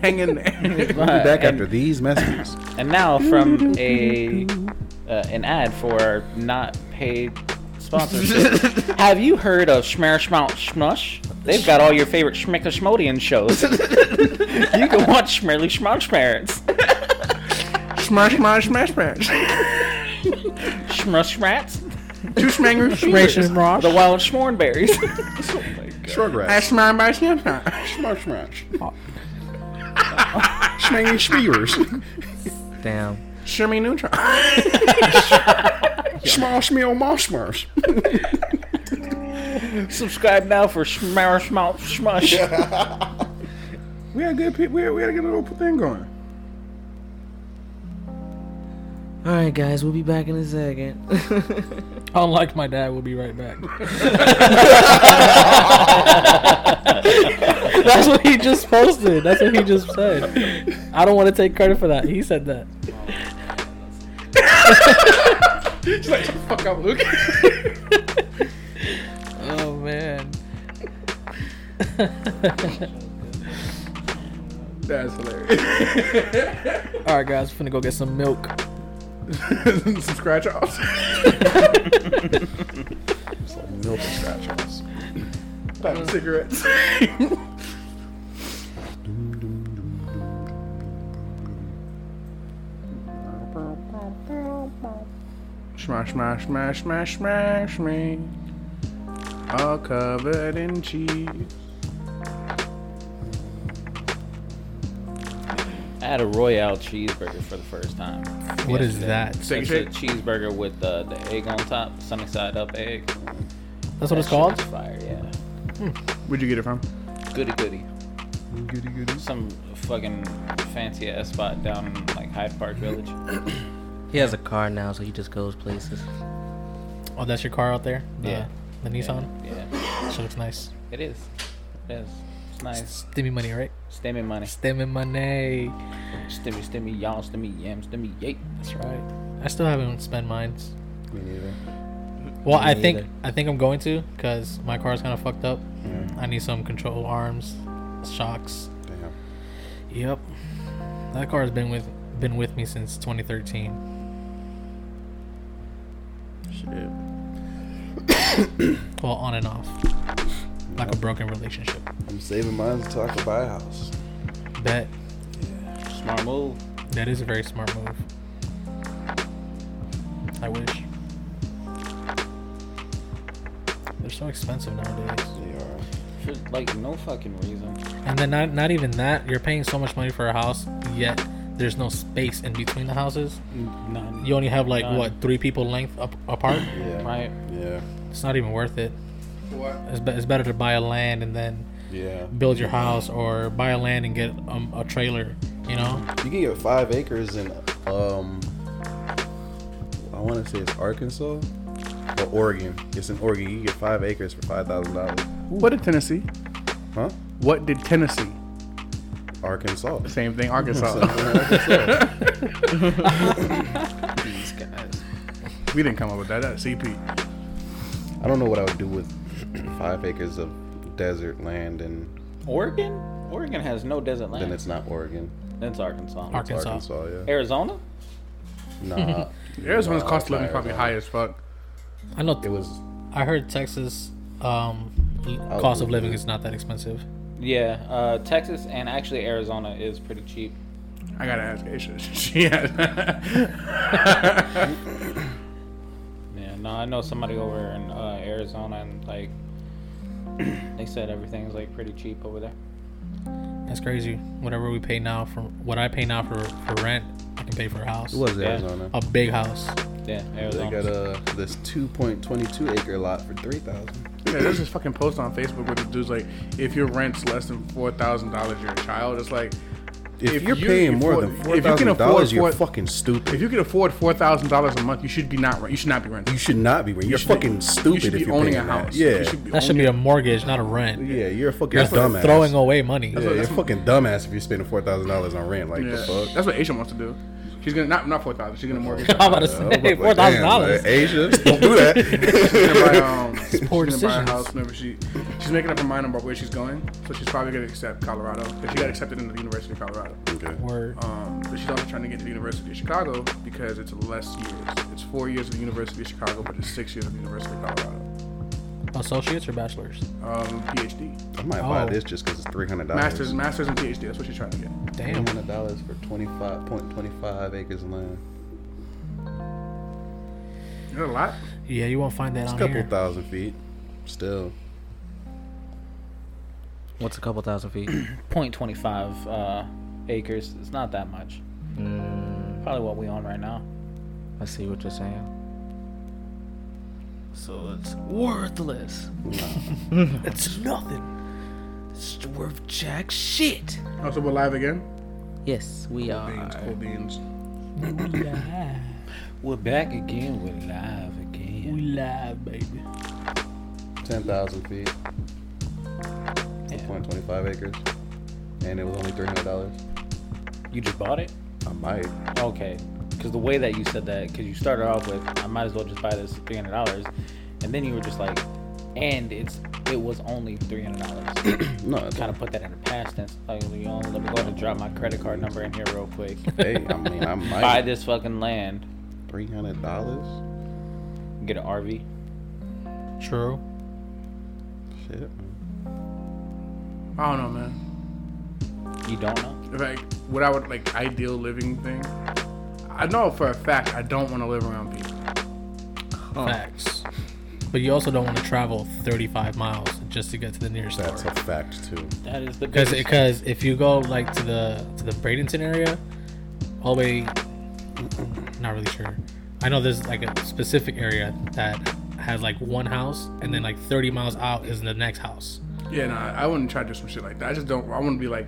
S4: hang in there.
S3: We'll be back
S2: and,
S3: after these messages.
S2: and now from a uh, an ad for our not paid sponsorship. Have you heard of Schmer Schmout Schmush? They've got all your favorite Schmicker Schmodian shows. you can watch Schmerly Schmout Schmerits.
S4: smash, smash, smash, smash.
S2: Schmush Rats.
S4: Two smangers.
S5: Ration Ross.
S2: The Wild Schmornberries.
S3: Shrugrats.
S4: Smash, smash, smash, smash.
S3: Smash, smash. Schmangy schmears.
S1: Damn.
S4: Shimmy neutron.
S3: Smash meal mosh marsh.
S2: Subscribe now for Schmer Schmout Schmush.
S4: We had good. Pe- we had, we had a good little thing going.
S1: All right, guys, we'll be back in a second.
S5: Unlike my dad, we'll be right back. That's what he just posted. That's what he just said. I don't want to take credit for that. He said that.
S4: Fuck up, Luke.
S5: Oh man.
S4: That's hilarious.
S5: All right, guys, we're finna go get some milk.
S4: Scratch offs.
S3: It's like milk and scratch offs.
S4: Having cigarettes. Smash, smash, smash, smash, smash me. All covered in cheese.
S2: I had a Royale cheeseburger for the first time.
S5: What is
S2: yesterday.
S5: that?
S4: Take a
S2: It's a
S4: shake.
S2: cheeseburger with uh, the egg on top, sunny side up egg.
S5: That's what
S2: That
S5: it's
S2: shit
S5: called.
S2: was Fire, yeah.
S4: Where'd you get it from?
S2: Goody goody.
S4: Goody goody.
S2: Some fucking fancy ass spot down in like Hyde Park Village.
S1: he has a car now, so he just goes places.
S5: Oh, that's your car out there. The-
S2: Yeah.
S5: The Nissan.
S2: Yeah,
S5: She looks nice.
S2: it is. It is. It's nice.
S5: Stimmy money, right?
S2: Stimmy money.
S5: Stimmy money.
S2: Stimmy, stimmy, y'all, stimmy, yam, stimmy, yay.
S5: That's right. I still haven't spent mine.
S3: Me neither.
S5: Well,
S1: Me
S5: I think
S1: neither.
S5: I think I'm going to because my car's kind of fucked up. I need some control arms, shocks.
S3: Damn.
S5: Yep, that car's been with been with me since 2013.
S3: Shit.
S5: Well, on and off, like a broken relationship.
S3: I'm saving mine until I can buy a house.
S5: That
S2: Smart move.
S5: that is a very smart move. I wish. They're so expensive nowadays.
S3: They are.
S2: For like no fucking reason.
S5: And then not not even that, you're paying so much money for a house, yet there's no space in between the houses.
S2: None.
S5: You only have like
S2: None.
S5: what three people length up, apart.
S3: Yeah.
S2: Right.
S3: Yeah.
S5: It's not even worth it.
S4: What?
S5: It's, be- it's better to buy a land and then
S3: Yeah.
S5: build your house, or buy a land and get um, a trailer. You know,
S3: You can get five acres in, um, I want to say it's Arkansas or Oregon. It's in Oregon. You can get five acres for five thousand dollars.
S4: What did Tennessee?
S3: Huh?
S4: What did Tennessee?
S3: Arkansas.
S4: Same thing, Arkansas.
S2: These guys.
S4: we didn't come up with that. That's CP.
S3: I don't know what I would do with five acres of desert land, and
S2: Oregon? Oregon has no desert land.
S3: then it's not Oregon.
S2: That's Arkansas.
S3: It's
S5: Arkansas.
S3: Arkansas. Yeah.
S2: Arizona?
S3: Nah.
S4: Arizona's
S3: Nah,
S4: cost of
S3: Arizona.
S4: living is probably high as fuck.
S5: I know.
S3: It was.
S5: I heard Texas um,
S3: Oh,
S5: cost of
S3: yeah.
S5: living is not that expensive.
S2: Yeah, uh, Texas and actually Arizona is pretty cheap.
S4: I gotta ask Aisha. She has.
S2: Yeah, no, I know somebody over in uh, Arizona and like they said everything's like pretty cheap over there.
S5: That's crazy. Whatever we pay now for what I pay now for, for rent, I can pay for a house.
S3: It was
S2: Yeah.
S3: Arizona.
S5: a big house.
S2: Yeah,
S3: They
S2: Arizona.
S3: got uh this 2.22 acre lot for three thousand.
S4: Yeah, there's this fucking post on Facebook where the dude's like, if your rent's less than four thousand dollars, you're a child. It's like,
S3: If,
S4: If
S3: you're
S4: you-
S3: paying
S4: if
S3: more
S4: what-
S3: than
S4: if
S3: four
S4: you can
S3: thousand
S4: afford
S3: dollars, you're
S4: what-
S3: fucking stupid.
S4: if you can afford four thousand dollars a month, you should be not rent. You should not be renting.
S3: You should not be. You're
S4: should be-
S3: fucking
S4: you
S3: stupid
S4: should be
S3: if you're
S4: owning
S3: paying
S4: a house.
S3: That. Yeah,
S4: You should be
S5: That should
S4: owning-
S5: be a mortgage, not a rent.
S3: yeah, you're a fucking
S4: That's what
S3: dumbass.
S5: Throwing away money.
S3: Yeah,
S4: what-
S3: you're
S4: that's
S3: fucking dumbass if you're spending four thousand dollars on rent. Like
S4: Yeah.
S3: the fuck.
S4: That's what Aisha wants to do. She's gonna not not four thousand. She's gonna mortgage.
S5: I'm about to
S3: I was
S5: say
S3: like,
S5: four thousand dollars.
S3: damn, man, Asia, don't do
S4: She's gonna buy,
S3: that.
S4: um, she's gonna
S5: poor
S4: buy a
S5: decisions.
S4: house whenever she she's making up her mind about where she's going. So she's probably gonna accept Colorado. If she got accepted into the University of Colorado.
S3: okay.
S5: Word.
S4: Um, but she's also trying to get to the University of Chicago because it's less years. It's four years at the University of Chicago, but it's six years at the University of Colorado.
S5: Associates or bachelors?
S4: Um, PhD,
S3: I might buy
S5: Oh.
S3: this just because it's three hundred dollars.
S4: masters, masters, and PhD. That's what she's trying to get.
S5: Damn.
S3: Three hundred dollars for twenty five point twenty five acres of land.
S4: Is that a lot?
S5: Yeah, you won't find that
S3: It's a
S5: on
S3: couple
S5: here.
S3: thousand feet. Still,
S1: What's a couple thousand feet?
S2: 0.25 uh, acres. It's not that much. Probably what we own right now.
S1: I see what you're saying. So it's worthless.
S5: It's nothing.
S1: It's worth jack shit.
S4: Also, Oh, we're live again.
S1: Yes, we are.
S4: Beans, cold beans.
S2: We're back again. We're live again.
S5: live, baby.
S3: ten thousand feet.
S2: Yeah.
S3: Point twenty five acres, and it was only three hundred dollars.
S2: You just bought it?
S3: I might.
S2: Okay. Because the way that you said that, because you started off with, I might as well just buy this three hundred dollars, and then you were just like, and it's it was only three hundred dollars.
S3: No, it's
S2: kind of put that in the past tense. Like, you know, let me go ahead and drop my credit card number in here real quick.
S3: hey, I mean, I might.
S2: buy this fucking land,
S3: Three hundred dollars.
S2: get an RV.
S5: True.
S3: Shit. man.
S4: I don't know, man.
S2: You don't know.
S4: If I, what I would like ideal living thing. I know for a fact I don't want to live around people.
S5: Facts. But you also don't want to travel 35 miles just to get to the nearest
S3: That's
S5: store.
S3: a fact too.
S2: That is the biggest.
S5: Because because if you go like to the to the Bradenton area, all the way, not really sure. I know there's like a specific area that has like one house, and then like 30 miles out is the next house.
S4: Yeah, no, I I wouldn't try to do some shit like that. I just don't. I want to be like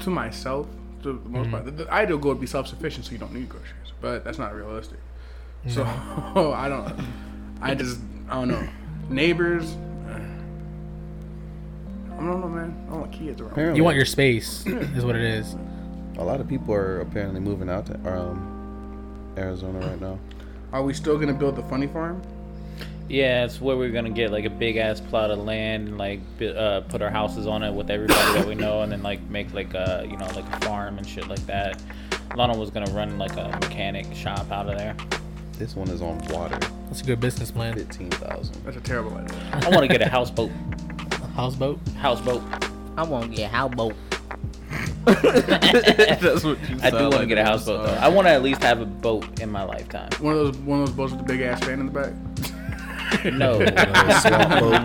S4: to myself. To the
S1: Mm-hmm.
S4: most part, the, the ideal goal would be self-sufficient, so you don't need groceries. But that's not realistic. So I don't. I just I don't know. Neighbors. eh. I don't know, man. I don't want kids around.
S3: Apparently,
S5: You want your space, is what it is.
S3: A lot of people are apparently moving out to um, Arizona right now.
S4: Are we still gonna build the funny farm?
S2: yeah, it's where we're gonna get like a big ass plot of land and like bi- uh, put our houses on it with everybody that we know, and then like make like a you know like a farm and shit like that. Lana was gonna run like a mechanic shop out of there.
S3: This one is on water.
S5: That's a good business plan.
S3: Fifteen thousand.
S4: That's a terrible idea.
S2: I want to get a houseboat.
S5: Houseboat.
S2: Houseboat.
S1: I won't get howboat. That's what you
S2: I do want to get a houseboat
S3: Uh,
S2: though. I want to at least have a boat in my lifetime.
S4: One of those one of those boats with the big ass fan in the back.
S2: No.
S3: swamp boat.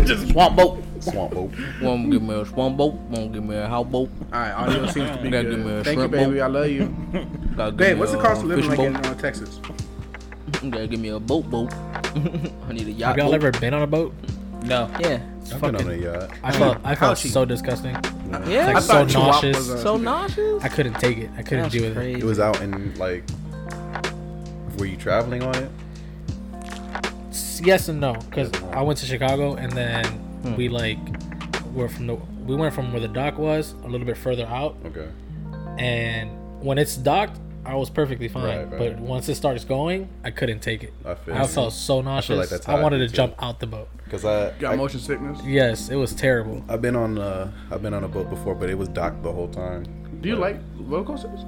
S2: Just swamp boat.
S3: swamp boat.
S1: Won't give me a swamp boat. Won't give me a howboat.
S4: All right, audio seems to be
S1: Gotta give me a
S4: good. Thank you,
S1: shrimp
S4: baby.
S1: boat.
S4: I love you.
S1: Gotta give
S4: Babe,
S1: me
S4: what's the
S1: a
S4: cost of living
S1: fishing
S4: like in
S1: boat.
S4: uh, Texas?
S1: Gotta give me a boat boat. I need a yacht.
S5: Have y'all
S1: boat.
S5: ever been on a boat?
S2: No.
S1: Yeah.
S5: It's
S3: I've been
S5: fucking-
S3: on a uh, yacht.
S5: I felt I felt
S1: Ouchie.
S5: so disgusting.
S1: Yeah.
S5: Like,
S4: Uh, I
S5: so
S4: thought Chihuahua
S5: nauseous.
S4: was a-
S1: so nauseous.
S5: I couldn't take it. I couldn't
S1: That's
S5: deal with
S1: crazy.
S3: It was out in like. Were you traveling on it?
S5: it. Yes and no, because I went to Chicago and then we like were from the we went from where the dock was a little bit further out,
S3: Okay.
S5: and when it's docked, I was perfectly fine.
S3: Right, right.
S5: But once it starts going, I couldn't take it.
S3: I feel
S5: I
S3: you.
S5: felt so nauseous. I,
S3: like that's how I
S5: wanted
S3: feel
S5: to
S3: too.
S5: jump out the boat.
S3: Cause I
S4: Got
S3: I,
S4: motion sickness.
S5: Yes, it was terrible.
S3: I've been on uh I've been on a boat before, but it was docked the whole time.
S4: Do you like roller coasters?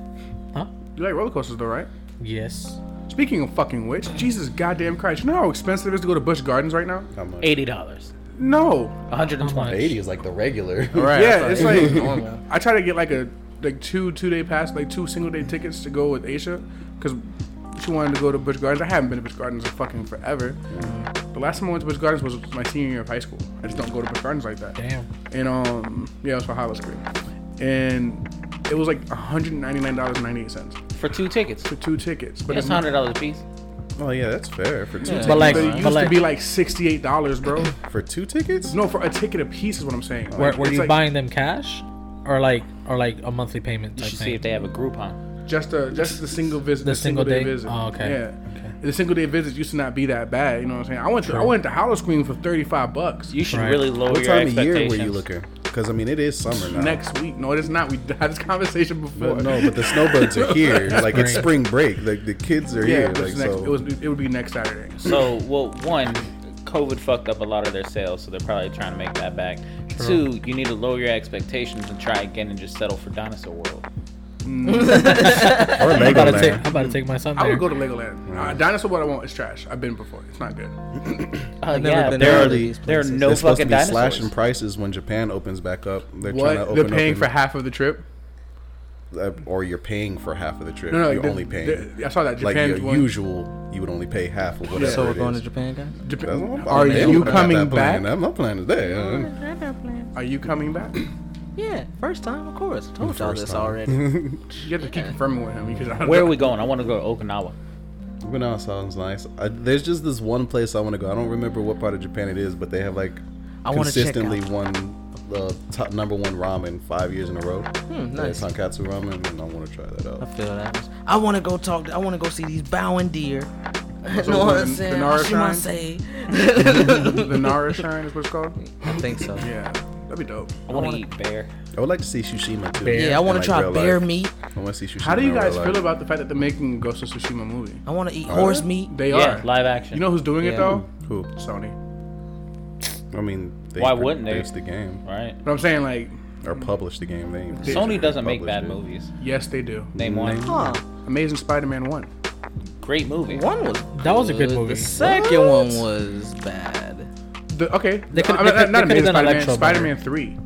S5: Huh?
S4: You like roller coasters though, right?
S5: Yes.
S4: Speaking of fucking which, Jesus goddamn Christ, you know how expensive it is to go to Busch Gardens right now?
S3: How much?
S2: Eighty dollars.
S4: No.
S2: One hundred and twenty.
S3: Eighty is like the regular.
S1: Right,
S4: yeah, it's
S1: like
S4: like I try to get like a like two two day pass, like two single day tickets to go with Aisha, because she wanted to go to Busch Gardens. I haven't been to Busch Gardens in fucking forever. The last time I went to Busch Gardens was my senior year of high school. I just don't go to Busch Gardens like that.
S5: Damn.
S4: And um, yeah, it was for Hollow Street, and it was like one hundred ninety nine dollars ninety eight cents
S2: for two tickets.
S4: for two tickets. But
S2: It's
S4: it's not.
S2: hundred dollars a piece.
S3: Oh yeah, that's fair for two.
S5: But like,
S4: But it
S5: but
S4: used to
S5: like,
S4: be like sixty eight dollars, bro.
S3: For two tickets?
S4: no, for a ticket a piece is what I'm saying.
S5: were,
S4: Like,
S5: were
S4: it's
S5: you
S4: like
S5: buying them cash, or like, or like a monthly payment
S2: You
S5: type
S2: should see
S5: thing?
S2: if they have a Groupon.
S4: Just a just the single visit.
S5: The
S4: The, single,
S5: single
S4: day,
S5: day?
S4: visit.
S5: Oh, okay.
S4: Yeah.
S5: Okay.
S4: The single day visit used to not be that bad. You know what I'm saying? I went to I went to Hollow Screen for thirty five bucks.
S2: You should
S5: Right.
S2: really lower
S3: What
S2: your
S3: time of
S2: expectations.
S3: year were you looking? Because I mean, it is summer now.
S4: Next week. No, it is not. We had this conversation before.
S3: But no, but the snowbirds are here. Like it's spring
S5: Spring.
S3: break. Like the kids are
S4: yeah,
S3: here.
S4: but
S3: Like
S4: it's next,
S3: so.
S4: it was it would be next Saturday.
S2: So, well, one, COVID fucked up a lot of their sales, so they're probably trying to make that back. Two, you need to lower your expectations and try again and just settle for Dinosaur World.
S3: or
S5: I'm about,
S3: Legoland.
S5: to take, I'm about to take my son
S4: I
S5: there.
S4: would go to Legoland. Uh, dinosaur what I want is trash. I've been before. It's not good.
S2: Uh,
S1: never
S2: yeah,
S1: been
S2: there
S1: to
S2: are
S1: one of these
S2: there are
S1: places.
S2: no
S3: They're supposed to
S2: fucking
S3: be
S2: dinosaurs.
S3: slashing prices when Japan opens back up. They're trying to
S4: What?
S3: open
S4: They're paying
S3: up
S4: for half of the trip?
S3: in- uh, or you're paying for half of the trip.
S4: No, no,
S3: you're
S4: the-
S3: only paying
S4: the- I saw that
S3: like
S4: Japan
S3: your
S4: one-
S3: usual. You would only pay half of whatever.
S1: So we're
S3: it
S1: going
S3: is.
S1: to Japan, guys.
S4: Japan-
S3: That's what I'm-
S4: Are
S3: I'm not
S4: you
S3: about that
S4: coming
S3: plan.
S4: back?
S3: I'm not planning today.
S4: Are you coming back? You
S1: Yeah, first time, of course. I told y'all
S3: First
S1: this
S3: time.
S1: already.
S4: have to keep confirming with him because I don't
S2: Where are
S4: know.
S2: we going? I want to go to Okinawa.
S3: But no, sounds nice. I, there's just this one place I want to go. I don't remember what part of Japan it is, but they have like
S1: I wanna check
S3: consistently
S1: out.
S3: one uh, top number one ramen five years in a row. Hmm,
S1: nice.
S3: Tonkatsu ramen, and I want to try that out.
S1: I feel that. I want to go talk. I want to go see these bowing deer.
S4: So
S1: know what
S4: the-
S1: I'm
S4: the
S1: saying?
S4: Nara
S1: I
S4: shrine?
S1: say.
S4: the Nara Shrine is what it's called.
S1: I think so. Yeah,
S4: Yeah, that'd be dope.
S2: I want to
S1: wanna-
S2: eat bear.
S3: I would like to see Tsushima too.
S4: Bear. Yeah,
S1: I
S3: In,
S1: want
S3: like,
S1: to try
S3: real
S1: bear
S3: life.
S1: meat.
S3: I want to see Tsushima.
S4: How do you
S3: in real
S4: guys
S3: life.
S4: feel about the fact that they're making a Ghost of Tsushima movie?
S5: Oh,
S1: I want to eat
S3: Are
S1: horse
S3: they?
S1: meat.
S4: They
S2: Yeah,
S4: are
S2: live action.
S4: You know who's doing it
S2: Yeah.
S4: though?
S3: Who?
S4: Sony.
S3: I mean, they
S2: Why wouldn't they?
S3: produced the game
S2: right?
S4: But I'm saying like,
S3: or published the game? They ain't
S2: Sony doesn't make
S3: published
S2: bad
S3: it.
S2: movies.
S4: yes, they do.
S2: Name one.
S1: Huh?
S4: Amazing Spider-Man one.
S2: Great movie.
S1: One was
S5: That was a good movie.
S1: The second
S5: What?
S1: one was bad.
S4: The, okay,
S5: They could-
S4: I mean, not
S5: they could- they could've
S4: Amazing
S5: done
S4: Spider-Man.
S5: Electro better.
S4: Spider-Man three.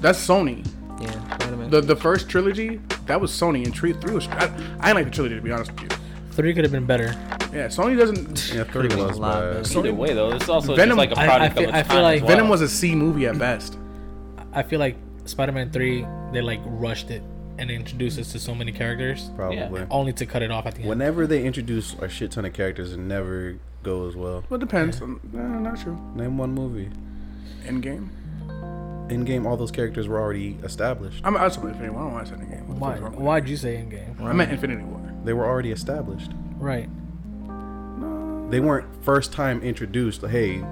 S4: That's Sony.
S1: Yeah, Spider-Man.
S4: The the first trilogy that was Sony, and three, three was I, I didn't like the trilogy to be honest with you.
S5: Three could have been better.
S4: Yeah, Sony doesn't.
S3: Yeah, three
S1: Could've been
S3: was
S1: a lot
S3: bad.
S1: better.
S2: Either way though, it's also
S4: Venom-
S2: just like a
S5: I- I
S2: product
S5: feel-
S2: of
S5: I
S2: its
S5: feel
S2: time
S5: like
S2: as well.
S4: Venom was a C movie at best.
S5: I feel like Spider-Man Three, they like rushed it and introduced us to so many characters,
S3: Probably.
S5: only to cut it off at the end.
S3: Whenever they introduce a shit ton of characters, it never goes well.
S4: Well, it depends. Um, no, not true.
S3: Name one movie.
S4: Endgame.
S3: In game, all those characters were already established.
S4: I'm outside of Infinity War. I don't watch Endgame. What the
S5: Why?
S4: fuck's wrong with
S5: Why'd you say Endgame?
S4: that? I meant Infinity War.
S3: They were already established.
S5: Right.
S3: They weren't first time introduced. Hey,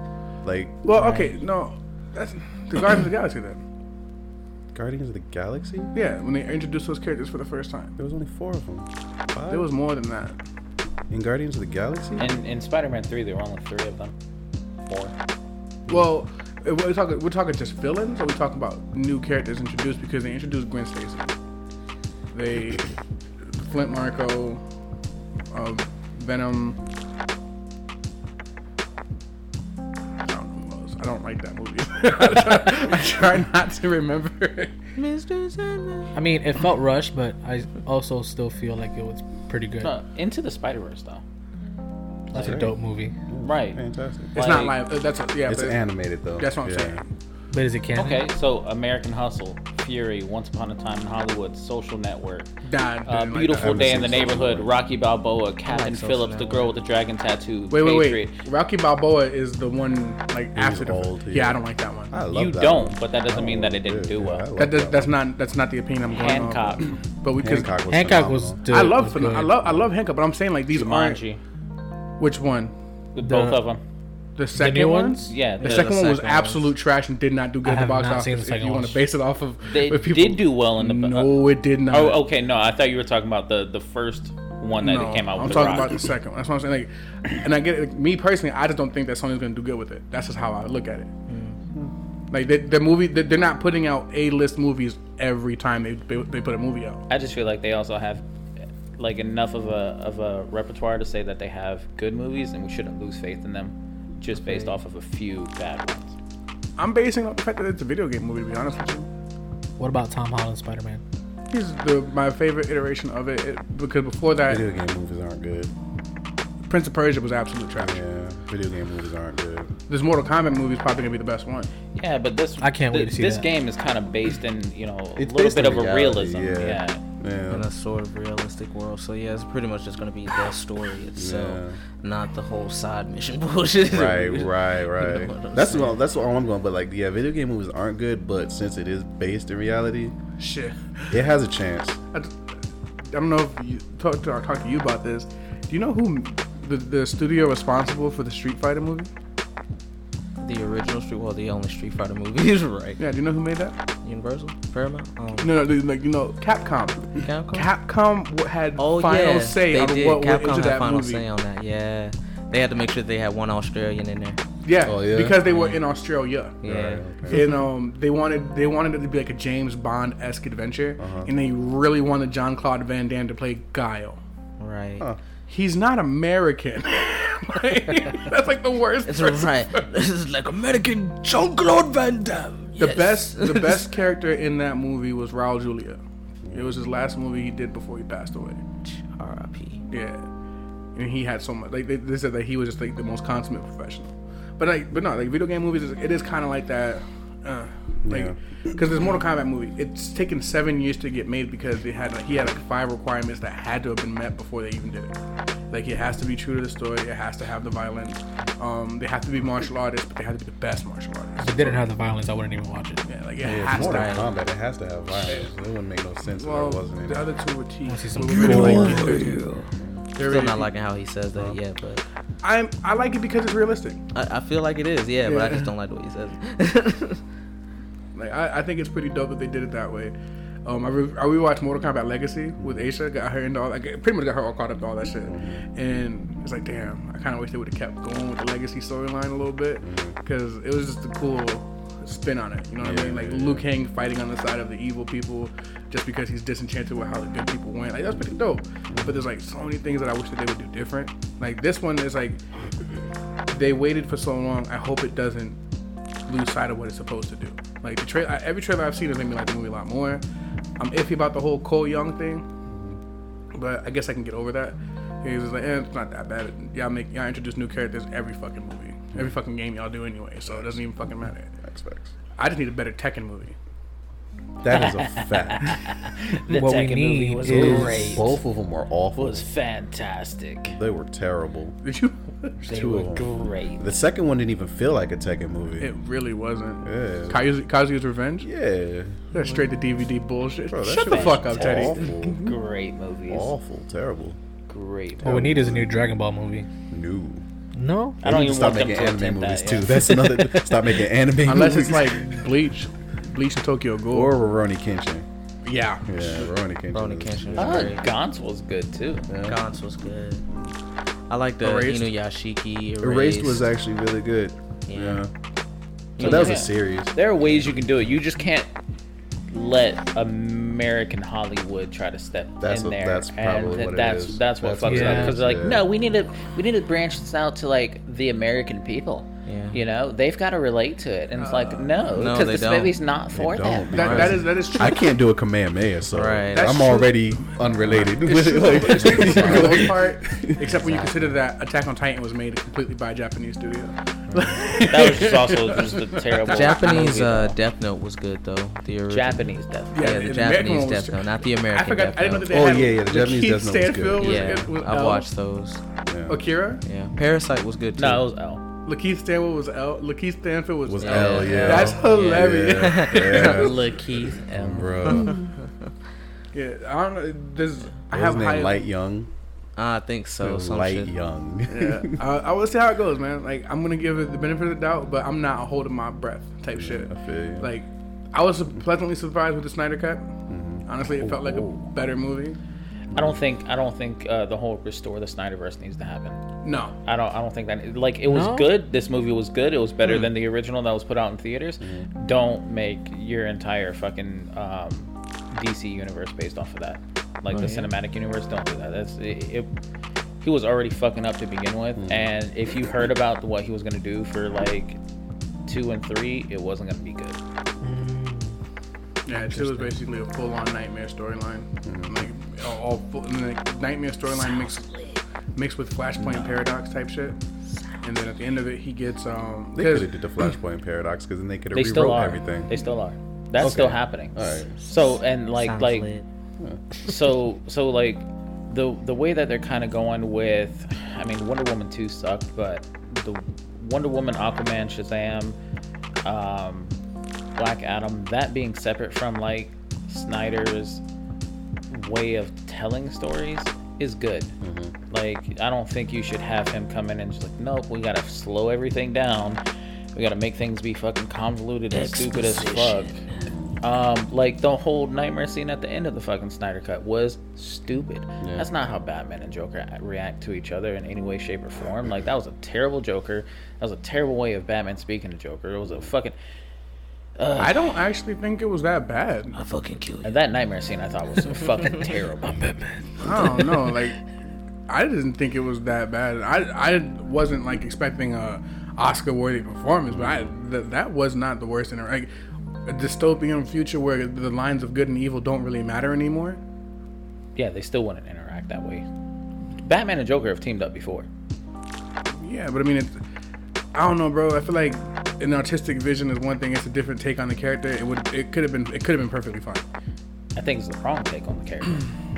S3: like
S4: Well, okay, no, that's the Guardians of the Galaxy then.
S3: Guardians of the Galaxy.
S4: Yeah, when they introduced those characters for the first time,
S3: There was only four of them. Five?
S4: there was more than that.
S3: in Guardians of the Galaxy.
S2: In, in Spider-Man 3, there were only three of them. Four.
S4: Well, uh, we're talking we're talking just villains, or we talking about new characters introduced because they introduced Gwen Stacy. They Flint Marco, uh, Venom. I don't know who else. I don't like that movie. I try not to remember.
S1: Mr. Sandman.
S5: I mean, it felt rushed, but I also still feel like it was pretty good.
S2: No, Into the Spider-Verse though.
S5: That's a dope movie.
S2: Right.
S3: Fantastic.
S4: It's not live. uh, That's a, yeah.
S3: It's
S4: but
S3: animated though.
S4: That's what I'm
S3: Yeah.
S4: saying.
S5: But is it canon?
S2: Okay, so American Hustle, Fury, Once Upon a Time in Hollywood, Social Network,
S4: Nah, I didn't
S2: uh,
S4: like that.
S2: Beautiful
S3: haven't
S2: Day in the
S3: seen Social
S2: Neighborhood,
S3: Network.
S2: Rocky Balboa, Captain
S1: Social
S2: Phillips, The
S1: Network.
S2: Girl with the Dragon Tattoo,
S4: Wait, wait,
S2: Patriot.
S4: wait. Rocky Balboa is the one like after the
S3: old,
S4: yeah.
S3: yeah.
S4: I don't like that one.
S3: I love
S2: You
S3: that
S2: don't,
S3: one. Oh,
S2: but that doesn't mean that it didn't do well.
S3: I love
S4: That does,
S3: one.
S4: that's not that's not the opinion I'm going
S2: Hancock,
S4: on. But we could.
S3: Hancock was
S5: Hancock was.
S3: phenomenal.
S5: Dope,
S4: I love
S5: was
S4: Phil- I
S5: good.
S4: love I love Hancock, but I'm saying like these aren't.
S2: Jumanji,
S4: Which one?
S2: with both of them.
S4: The
S5: the
S4: second
S5: new
S4: one.
S5: ones.
S2: Yeah,
S4: The second one was
S5: second
S4: absolute trash and did not do good
S5: I
S4: in the
S5: have
S4: box
S5: not
S4: office.
S5: seen the
S4: if
S5: second
S4: you want to
S5: one.
S4: base it off of,
S2: They
S4: if people,
S2: did do well in the.
S4: No, it did not.
S2: oh, okay. No, I thought you were talking about the the first one that
S4: No,
S2: came out.
S4: I'm
S2: with
S4: talking
S2: the Rock.
S4: about the second one. That's what I'm saying. Like, and I get it. Like, me personally, I just don't think that Sony's going to do good with it. That's just how I look at it. Like the, the movie, they- they're not putting out A list movies every time they, they they put a movie out.
S2: I just feel like they also have like enough of a of a repertoire to say that they have good movies, and we shouldn't lose faith in them just based off of a few bad ones.
S4: I'm basing on the fact that it's a video game movie. To be honest with you,
S5: What about Tom Holland Spider-Man?
S4: he's the my favorite iteration of it, it because before that,
S3: Video game movies aren't good.
S4: Prince of Persia was absolute trash.
S3: Yeah, video game movies aren't good.
S4: This Mortal Kombat movie is probably gonna be the best one.
S2: Yeah, but this
S5: I can't wait
S2: thi-
S5: to see
S2: this
S5: that.
S2: game is kind of based in you know a
S3: It's
S2: little
S3: based
S2: bit
S3: on
S2: of a
S3: reality,
S2: realism.
S3: yeah.
S2: Yeah.
S1: In
S3: Yeah.
S1: a sort of realistic world, so yeah, it's pretty much just gonna be the story itself,
S3: Yeah.
S1: not the whole side mission bullshit.
S3: Right, right, right.
S1: what I'm
S3: that's all. That's all I'm going. But like, yeah, video game movies aren't good. But since it is based in reality,
S4: Shit,
S3: it has a chance.
S4: I, just- I don't know if you talk to I talked to you about this. Do you know who the, the studio responsible for the Street Fighter movie?
S1: the original Street, well, the only Street Fighter movie is right.
S4: Yeah, do you know who made that?
S1: Universal, Paramount, um,
S4: No, no, dude, like you know, Capcom.
S1: Capcom.
S4: Capcom w- had
S1: oh
S4: final
S1: yeah,
S4: say
S1: they
S4: on
S1: did.
S4: what went
S1: Capcom
S4: into
S1: had
S4: that
S1: final
S4: movie.
S1: say on that. Yeah, they had to make sure they had one Australian in there.
S4: Yeah,
S3: Oh, yeah?
S4: because they were in Australia.
S1: Mm-hmm. Yeah.
S4: And um, they wanted they wanted it to be like a James Bond esque adventure,
S3: Uh-huh.
S4: and they really wanted John Claude Van Damme to play Guile.
S1: Right.
S4: He's not American. Like, that's like the worst.
S1: It's
S4: person.
S1: right. This is like American Jean Claude Van Damme.
S4: The
S1: Yes.
S4: best the best character in that movie was Raul Julia. It was his last movie he did before he passed away.
S1: R.I.P.
S4: Yeah, and he had so much. Like they, they said that he was just like the most consummate professional. But like, but no, like video game movies, is- it is kind of like that. Uh, like, because this Mortal Kombat movie, it's taken seven years to get made because they had like, he had like five requirements that had to have been met before they even did it. Like it has to be true to the story, it has to have the violence, um, they have to be martial artists, but they have to be the best martial
S5: If
S4: artists.
S5: it didn't have the violence, I wouldn't even watch it.
S4: Yeah, like it
S3: Yeah,
S4: has
S3: it's
S4: to.
S3: Mortal
S4: Have,
S3: Kombat. It has to have violence. It wouldn't make no sense
S4: well,
S3: if it wasn't. in
S4: the
S3: it.
S4: other two were T.
S5: see some
S1: Still not liking how he says that yet, but
S4: I'm I like it because it's realistic.
S1: I, I feel like it is. Yeah, but I
S4: Yeah.
S1: just don't like the way he says. it.
S4: Like I, I think it's pretty dope that they did it that way. Um, I, re- I rewatched Mortal Kombat Legacy with Aisha, got her into all, like, pretty much got her all caught up to all that shit, and it's like, damn, I kind of wish they would have kept going with the Legacy storyline a little bit, because it was just a cool spin on it. You know what I mean? Like Luke Hang fighting on the side of the evil people, just because he's disenchanted with how the good people went. Like that's pretty dope. But there's like so many things that I wish that they would do different. Like this one is like, they waited for so long. I hope it doesn't lose sight of what it's supposed to do. Like the trailer, every trailer I've seen has made me like the movie a lot more. I'm iffy about the whole Cole Young thing, but I guess I can get over that. He's just like, eh, it's not that bad. Y'all make y'all introduce new characters every fucking movie, every fucking game y'all do anyway, so it doesn't even fucking matter.
S3: Facts, facts.
S4: I just need a better Tekken movie.
S3: That is a fact.
S2: The
S5: What we
S2: Tekken movie
S5: need
S2: was
S5: is
S2: great.
S3: Both of them were awful.
S2: was fantastic.
S3: They were terrible.
S4: Did you?
S2: They
S3: two
S2: were
S3: of 'em.
S2: great.
S3: The second one didn't even feel like a Tekken movie.
S4: It really wasn't.
S3: Yeah.
S4: Kazuya's, Kazuya's Revenge.
S3: yeah.
S4: That's straight to DVD bullshit.
S3: Bro, that
S4: Shut the
S3: shit
S4: fuck
S3: was
S4: up, Teddy.
S3: Awful.
S2: Great movies.
S3: awful. Terrible.
S2: Great.
S5: What we need is a new Dragon Ball movie.
S3: No.
S5: Oh, No,
S2: I don't
S3: Need to
S2: even
S3: stop
S2: want them
S3: making
S2: to
S3: anime
S2: attempt
S3: movies
S2: that.
S3: too.
S2: yeah.
S3: That's another. stop making anime
S4: Unless
S3: movies.
S4: it's like Bleach, Bleach and Tokyo Ghoul.
S3: or Roroni Kenshin.
S4: yeah.
S3: Yeah, Roroni Kenshin.
S1: Brony
S3: is-
S1: Kenshin
S2: I
S1: was
S2: heard
S1: great.
S2: Gantz Uh, was good too.
S1: Gantz was good. I like the
S4: Erased?
S1: Inuyashiki. Erased,
S3: Erased was actually really good. Yeah.
S1: Yeah.
S3: So that was
S2: Yeah.
S3: a series.
S2: There are ways you can do it. You just can't let American Hollywood try to step
S3: That's
S2: in
S3: what-
S2: there.
S3: that's probably
S2: th-
S3: what it
S2: that's
S3: is.
S2: that's what
S3: That's
S2: fucks
S5: what
S2: it
S5: it
S2: up
S5: is,
S2: because like
S3: yeah.
S2: no, we need to we need to branch this out to like the American people.
S1: Yeah. Uh,
S2: You know, they've got to relate to it, and it's like no,
S1: no,
S2: because
S1: they
S2: this
S1: don't.
S2: movie's not for them.
S3: Don't.
S4: That, that is that is true.
S3: I can't do a Kamehameha, so
S1: Right.
S4: That's
S3: I'm
S4: true.
S3: already unrelated.
S4: It's true,
S3: Like-
S4: it's true for the most part, except when you consider that Attack on Titan was made completely by a Japanese studio.
S2: that was just also just a terrible
S1: Japanese
S2: movie.
S1: uh, Death Note was good though. The original.
S2: Japanese death.
S4: Yeah,
S1: yeah,
S4: the-
S1: the,
S4: the American
S1: Japanese
S4: one was
S1: Death
S4: tr-
S1: Note, not the
S4: I
S1: American.
S4: forgot.
S1: Death
S4: I didn't know
S1: Note.
S4: that they
S3: Oh,
S4: had.
S3: yeah, yeah, the Japanese
S4: Keith
S3: Death Note was good.
S4: Stanfield was
S1: Yeah,
S4: good. uh, Was
S1: I've
S4: L.
S1: watched those.
S3: Yeah.
S4: Akira.
S1: Yeah, Parasite was good too.
S2: No, it was L.
S4: Lakeith Stanfield was L. Lakeith Stanfield was,
S3: Was
S4: L.
S3: L, yeah.
S4: That's hilarious. Yeah.
S3: Yeah, yeah.
S1: Look, Keith. Um,
S3: Bro,
S4: I don't know. This I
S3: his
S4: have
S3: name
S4: high.
S3: Light Young.
S1: I think so. Oh, Some
S3: Light
S1: shit.
S3: Young.
S4: Yeah, I, I will see how it goes, man. Like I'm gonna give it the benefit of the doubt, but I'm not holding my breath type shit.
S3: I feel you.
S4: Like I was pleasantly surprised with the Snyder cut.
S3: Mm-hmm.
S4: Honestly, it felt like
S3: Oh,
S4: a better movie.
S2: I don't think I don't think uh, the whole restore the Snyderverse needs to happen.
S4: No,
S2: I don't. I don't think that. Like it was
S5: No?
S2: good. This movie was good. It was better
S3: Hmm.
S2: than the original that was put out in theaters. Don't make your entire fucking um, DC universe based off of that. Like
S3: Oh,
S2: the cinematic universe. Don't do that. That's it. it he was already fucking up to begin with,
S3: Hmm.
S2: and if you heard about what he was gonna do for like two and three, it wasn't gonna be good.
S4: Yeah, it was basically a full-on nightmare storyline. Like all- all full, and then, like, nightmare storyline mixed mixed with Flashpoint paradox type shit. And then at the end of it, he gets um.
S3: They
S4: 'cause-
S3: could have did the Flashpoint paradox because then they could have
S2: They
S3: rewrote
S2: still are.
S3: everything.
S2: They still are. That's
S3: Okay.
S2: still happening.
S3: All right.
S2: So and like
S1: Sounds
S2: like.
S1: lit.
S2: so so like the the way that they're kind of going with i mean wonder woman 2 sucked but the wonder woman aquaman shazam um black adam that being separate from like snyder's way of telling stories is good like i don't think you should have him come in and just like nope we gotta slow everything down we We gotta make things be fucking convoluted and stupid as fuck. Um, like the whole nightmare scene at the end of the fucking Snyder Cut was stupid. That's not how Batman and Joker a- react to each other in any way, shape, or form. Like that was a terrible Joker. That was a terrible way of Batman speaking to Joker. It was a fucking
S4: I don't actually think it was that bad.
S1: I fucking kill you.
S2: and that nightmare scene. I thought was fucking terrible.
S4: I don't know. Like, I didn't think it was that bad. I I wasn't like expecting a Oscar worthy performance, but I th- that was not the worst. In a, like a dystopian future where the lines of good and evil don't really matter anymore.
S2: Yeah, they still wouldn't interact that way. Batman and Joker have teamed up before.
S4: Yeah, but I mean, it's, I don't know, bro. I feel like an artistic vision is one thing. It's a different take on the character. It would it could have been it could have been perfectly fine.
S2: I think it's the wrong take on the character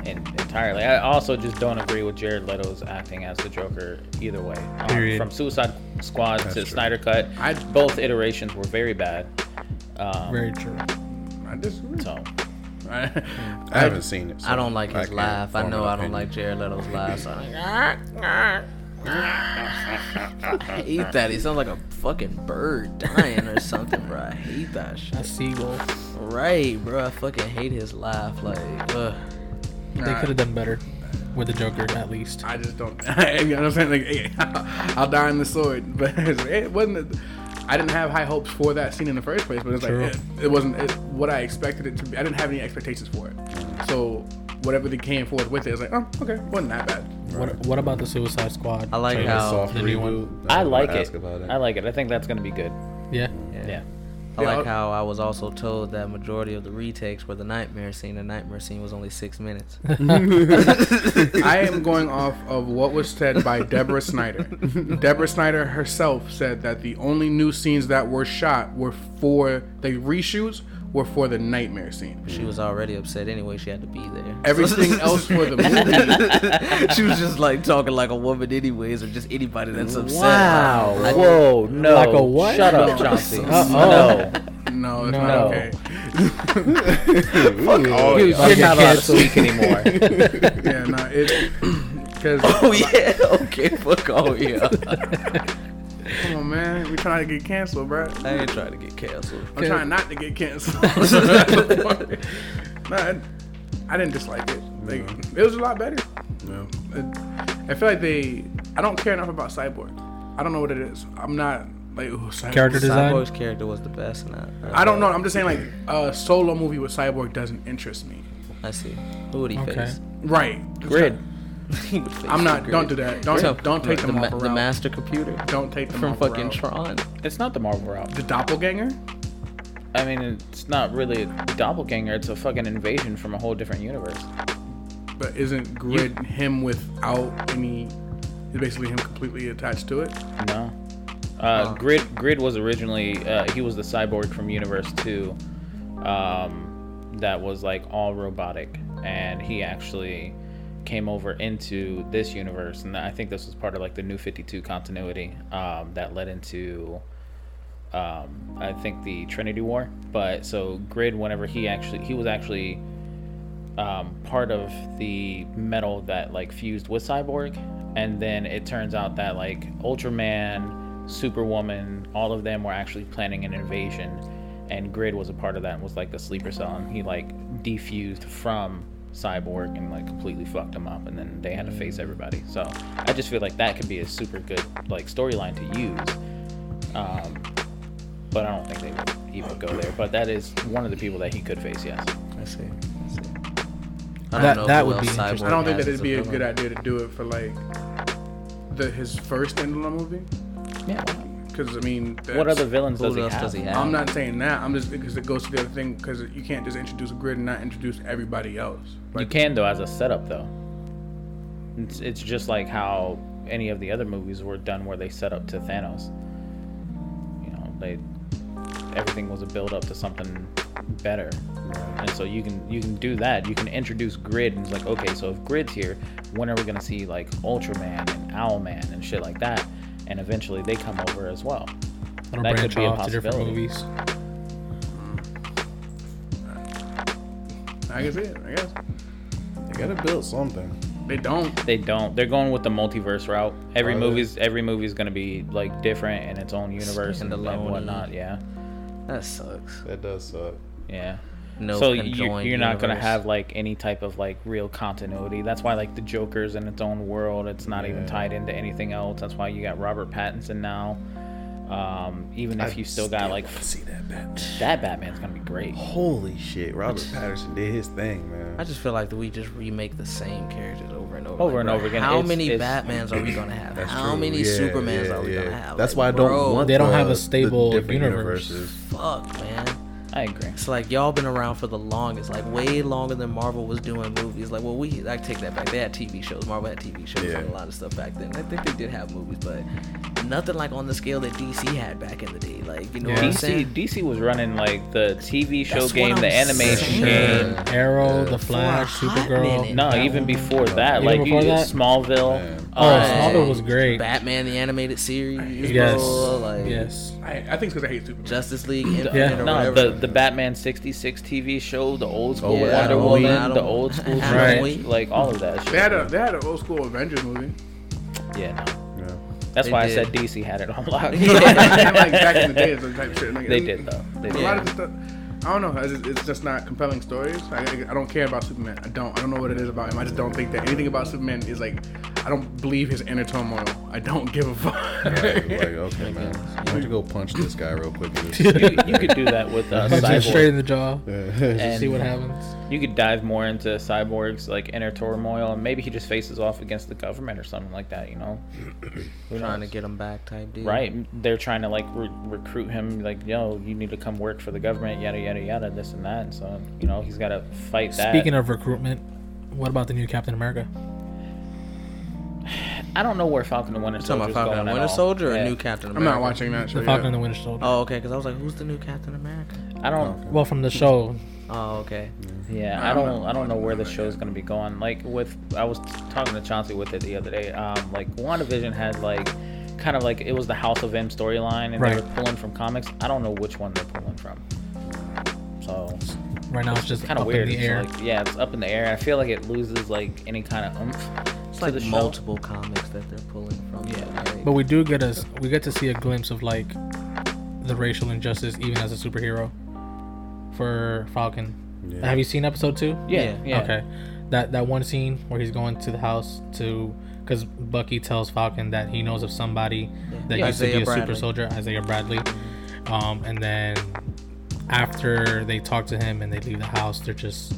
S2: in, entirely. I also just don't agree with Jared Leto's acting as the Joker either way. Um,
S5: Period.
S2: From Suicide Squad to
S3: true.
S2: Snyder Cut,
S4: I-
S2: both iterations were very bad. Um,
S5: Very true.
S4: I disagree.
S2: so
S4: I,
S3: I haven't seen it. so
S1: I don't like his
S3: can't
S1: laugh. I
S3: form
S1: know
S3: an
S1: I don't
S3: opinion.
S1: like Jared Leto's laugh. So I I hate that. He sounds like a fucking bird dying or something, bro. I hate that shit.
S5: A seagull.
S1: Right, bro. I fucking hate his laugh. Like, ugh.
S5: They could have done better with the Joker, at least.
S4: I just don't. you know what I'm saying? Like, hey, I'll die on the sword, but it wasn't. I didn't have high hopes for that scene in the first place, but it's
S5: True.
S4: like it, it wasn't it, what I expected it to be. I didn't have any expectations for it, so whatever they came forward with it, it's like, oh, okay, wasn't that bad.
S5: What, what about the Suicide Squad?
S1: I like
S5: trailer?
S3: The
S1: how-
S3: soft
S5: The new
S3: reboot.
S2: I
S3: don't
S2: like
S3: wanna
S2: it.
S3: ask about
S2: I like it. I think that's gonna be good.
S5: Yeah.
S2: Yeah.
S1: I
S4: Yeah,
S1: like
S4: I-
S1: how I was also told that majority of the retakes were the nightmare scene. The nightmare scene was only six minutes.
S4: I am going off of what was said by Deborah Snyder. Deborah Snyder herself said that the only new scenes that were shot were for the reshoots were for the nightmare scene.
S1: she was already upset anyway. She had to be there.
S4: Everything else for the movie
S1: she was just like talking like a woman, anyways, or just anybody that's upset.
S2: Whoa. No.
S5: Like a what?
S2: Shut up,
S5: No.
S2: Chauncey.
S5: Uh-oh.
S2: No.
S4: No, it's
S2: No.
S4: not okay.
S3: Fuck all
S2: You're
S5: getting
S2: not allowed to
S5: canceled.
S2: speak anymore.
S4: Yeah, no, it because
S1: Oh yeah. Okay. Fuck. Oh yeah.
S4: come on, man, we trying to get canceled, bro. I'm
S1: I ain't trying to get canceled.
S4: trying not to get canceled. no, I, I didn't dislike it. Like, it was a lot better.
S3: No.
S4: It, I feel like they. I don't care enough about Cyborg. I don't know what it is. I'm not like ooh, Cyborg.
S5: Character design.
S1: Cyborg's character was the best. And I,
S4: I don't know. I'm just saying like a solo movie with Cyborg doesn't interest me.
S1: I see. Who would he
S5: Okay.
S1: face?
S4: Right.
S2: Grid.
S1: He would face
S4: I'm not.
S1: Sigrid.
S4: Don't do that. Don't. Don't take
S1: the,
S4: them
S1: ma-
S4: off
S1: the
S4: around.
S1: master computer
S4: Don't take them
S1: from
S4: off
S1: fucking
S4: route.
S1: Tron.
S2: It's not the Marvel route.
S4: The doppelganger.
S2: I mean, it's not really a doppelganger. It's a fucking invasion from a whole different universe.
S4: But isn't Grid him without any? It's basically him completely attached to it.
S2: No. Uh, Grid Grid was originally uh, he was the cyborg from Universe Two, um, that was like all robotic, and he actually came over into this universe, and I think this was part of like the New Fifty Two continuity um, that led into. Um, I think the Trinity War, but so Grid, whenever he actually he was actually um, part of the metal that like fused with Cyborg, and then it turns out that like Ultraman, Superwoman, all of them were actually planning an invasion, and Grid was a part of that and was like the sleeper cell, and he like defused from Cyborg and like completely fucked him up, and then they had to face everybody. So I just feel like that could be a super good like storyline to use. Um, but I don't think they would even go there. But that is one of the people that he could face, yes.
S1: I see. I see. I
S5: That-
S1: know
S5: that
S1: who
S5: would
S1: else
S5: be
S1: Cyborg
S5: interesting.
S4: I don't think
S1: has
S4: that
S1: as
S4: it'd be a
S1: villain.
S4: good idea to do it for like the his first standalone movie.
S2: Yeah. why not?
S4: Because I mean,
S2: What
S4: that's-
S2: other villains
S1: Who
S2: does he,
S1: else
S2: have?
S1: does he have?
S4: I'm not saying that. I'm just because it goes to the other thing. Because you can't just introduce Grid and not introduce everybody else.
S2: You
S4: Like,
S2: can though as a setup though. It's, it's just like how any of the other movies were done where they set up to Thanos. You know, they everything was a build up to something better. And so you can you can do that. You can introduce Grid and it's like, okay, so if Grid's here, when are we gonna see like Ultraman and Owlman and shit like that? And eventually they come over as well.
S5: That'll
S2: That could
S5: branch
S2: be a
S5: off to different
S2: possibility.
S5: movies.
S4: I can see it. I guess.
S3: You gotta build something.
S4: They don't.
S2: They don't. They're going with the multiverse route. Every
S1: Oh, yeah.
S2: movie's every movie's gonna be like different in its own universe and, and
S1: Standalone.
S2: whatnot. Yeah,
S1: That sucks.
S3: That does suck.
S2: yeah.
S1: No,
S2: so you, you're
S1: conjoined
S2: not gonna
S1: universe.
S2: have like any type of like real continuity. That's why like the Joker's in its own world. It's not even
S3: Yeah.
S2: tied into anything else. That's why you got Robert Pattinson now. Um, even if you still got like
S3: see that Batman.
S2: that Batman's gonna be great.
S3: Holy shit, Robert Patterson did his thing, man.
S1: I just feel like we just remake the same characters over and over.
S2: Over
S1: Like,
S2: and
S1: bro,
S2: over again.
S1: How
S2: It's-
S1: many
S2: it's-
S1: Batmans are we gonna have?
S3: That's
S1: How
S3: true.
S1: many
S3: Yeah,
S1: Supermans
S3: yeah,
S1: are we
S3: yeah.
S1: gonna have?
S3: That's
S1: Like,
S3: why I don't
S1: bro,
S3: want.
S5: They don't have a
S3: the- the
S5: stable
S3: different
S5: universe.
S1: Fuck, man.
S2: I agree.
S1: It's like y'all been around for the longest, like way longer than Marvel was doing movies. Like, well, we I take that back. They had TV shows. Marvel had TV shows
S3: Yeah.
S1: and a lot of stuff back then. I think they did have movies, but nothing like on the scale that DC had back in the day. Like, you know what I'm
S2: DC
S1: saying?
S2: DC was running like the TV show
S1: That's what
S2: game,
S1: I'm
S2: the animation
S1: saying.
S2: game.
S3: Yeah.
S5: Uh, Arrow, The
S1: For a
S5: Flash,
S1: hot minute.
S5: Supergirl.
S2: No,
S1: That
S2: even
S1: one.
S2: before that,
S5: Even
S2: like
S5: before
S2: you,
S5: that?
S2: Smallville.
S3: Man.
S5: Oh,
S2: uh,
S5: Smallville was great.
S1: Batman the animated series.
S5: Yes.
S1: bro, like,
S5: Yes.
S4: I, I think it's because I hate Superman.
S1: Justice League Infinite
S5: Yeah.
S1: or
S2: No,
S1: whatever.
S2: the, the Batman '66 TV show, the old school
S1: Oh, Yeah,
S2: Wonder
S1: Adam
S2: Woman,
S1: Wing, Adam-
S2: the old school
S1: Adam
S2: Flash,
S1: Wing.
S2: like all of that. Shit.
S4: They had a they had an old school Avengers movie.
S2: yeah, no.
S3: Yeah.
S2: that's
S1: They
S2: why
S1: did.
S2: I said DC had it on lock.
S4: like back in the day, it's the type of shit. Like,
S2: they
S4: it-
S2: did though. They
S4: A
S2: did.
S4: lot of the stuff. I don't know. It's just, it's just not compelling stories. I, I don't care about Superman. I don't. I don't know what it is about him. I just don't think that anything about Superman is like. I don't believe his inner turmoil. I don't give a fuck.
S3: Like, like, okay, man. Why don't you go punch this guy real quick? and just-
S2: you, you could do that with uh,
S5: Punch him straight
S2: Cyborg.
S5: in the jaw.
S2: And
S5: See what happens.
S2: You could dive more into Cyborg's like inner turmoil, and maybe he just faces off against the government or something like that. You know, Who
S1: trying to
S2: knows?
S1: get them back type deal.
S2: Right. They're trying to like re- recruit him, like, yo, you need to come work for the government, yada, yada, yada, this and that. And so, you know, he's got to fight that. Oh,
S5: Speaking of recruitment, what about the new Captain America?
S2: I don't know where Falcon and Winter
S1: Talking
S2: Soldier
S1: about
S2: is
S1: Falcon
S2: going
S1: and
S2: at
S1: Winter
S2: all.
S1: Soldier or
S2: Yeah.
S1: new Captain
S4: I'm
S1: America?
S4: not watching that show.
S5: The Falcon and the Winter Soldier.
S1: Oh, okay. Because I was like, who's the new Captain America?
S2: I don't,
S5: Well, from the show,
S1: Oh, okay.
S2: yeah, I don't, I don't know where the show's going to be going. Like with, I was talking to Chauncey with it the other day. Um, like WandaVision had like, kind of like it was the House of M storyline, and they
S5: Right.
S2: were pulling from comics. I don't know which one they're pulling from. So
S5: right now it's just
S2: kind of
S5: up
S2: weird.
S5: in
S2: It's
S5: the air.
S2: like yeah, it's up in the air. I feel like it loses like any kind of oomph.
S1: It's
S2: to
S1: like
S2: the show.
S1: multiple comics that they're pulling from.
S2: Yeah.
S1: like-
S5: But we do get us we get to see a glimpse of like the racial injustice even as a superhero for Falcon.
S3: Yeah.
S5: Have you seen episode two?
S2: Yeah, yeah.
S5: Okay. That that one scene where he's going to the house to because Bucky tells Falcon that he knows of somebody that
S1: Yeah,
S5: used to
S1: Isaiah
S5: be a
S1: Bradley.
S5: super soldier, Isaiah Bradley. Um, and then after they talk to him and they leave the house, they're just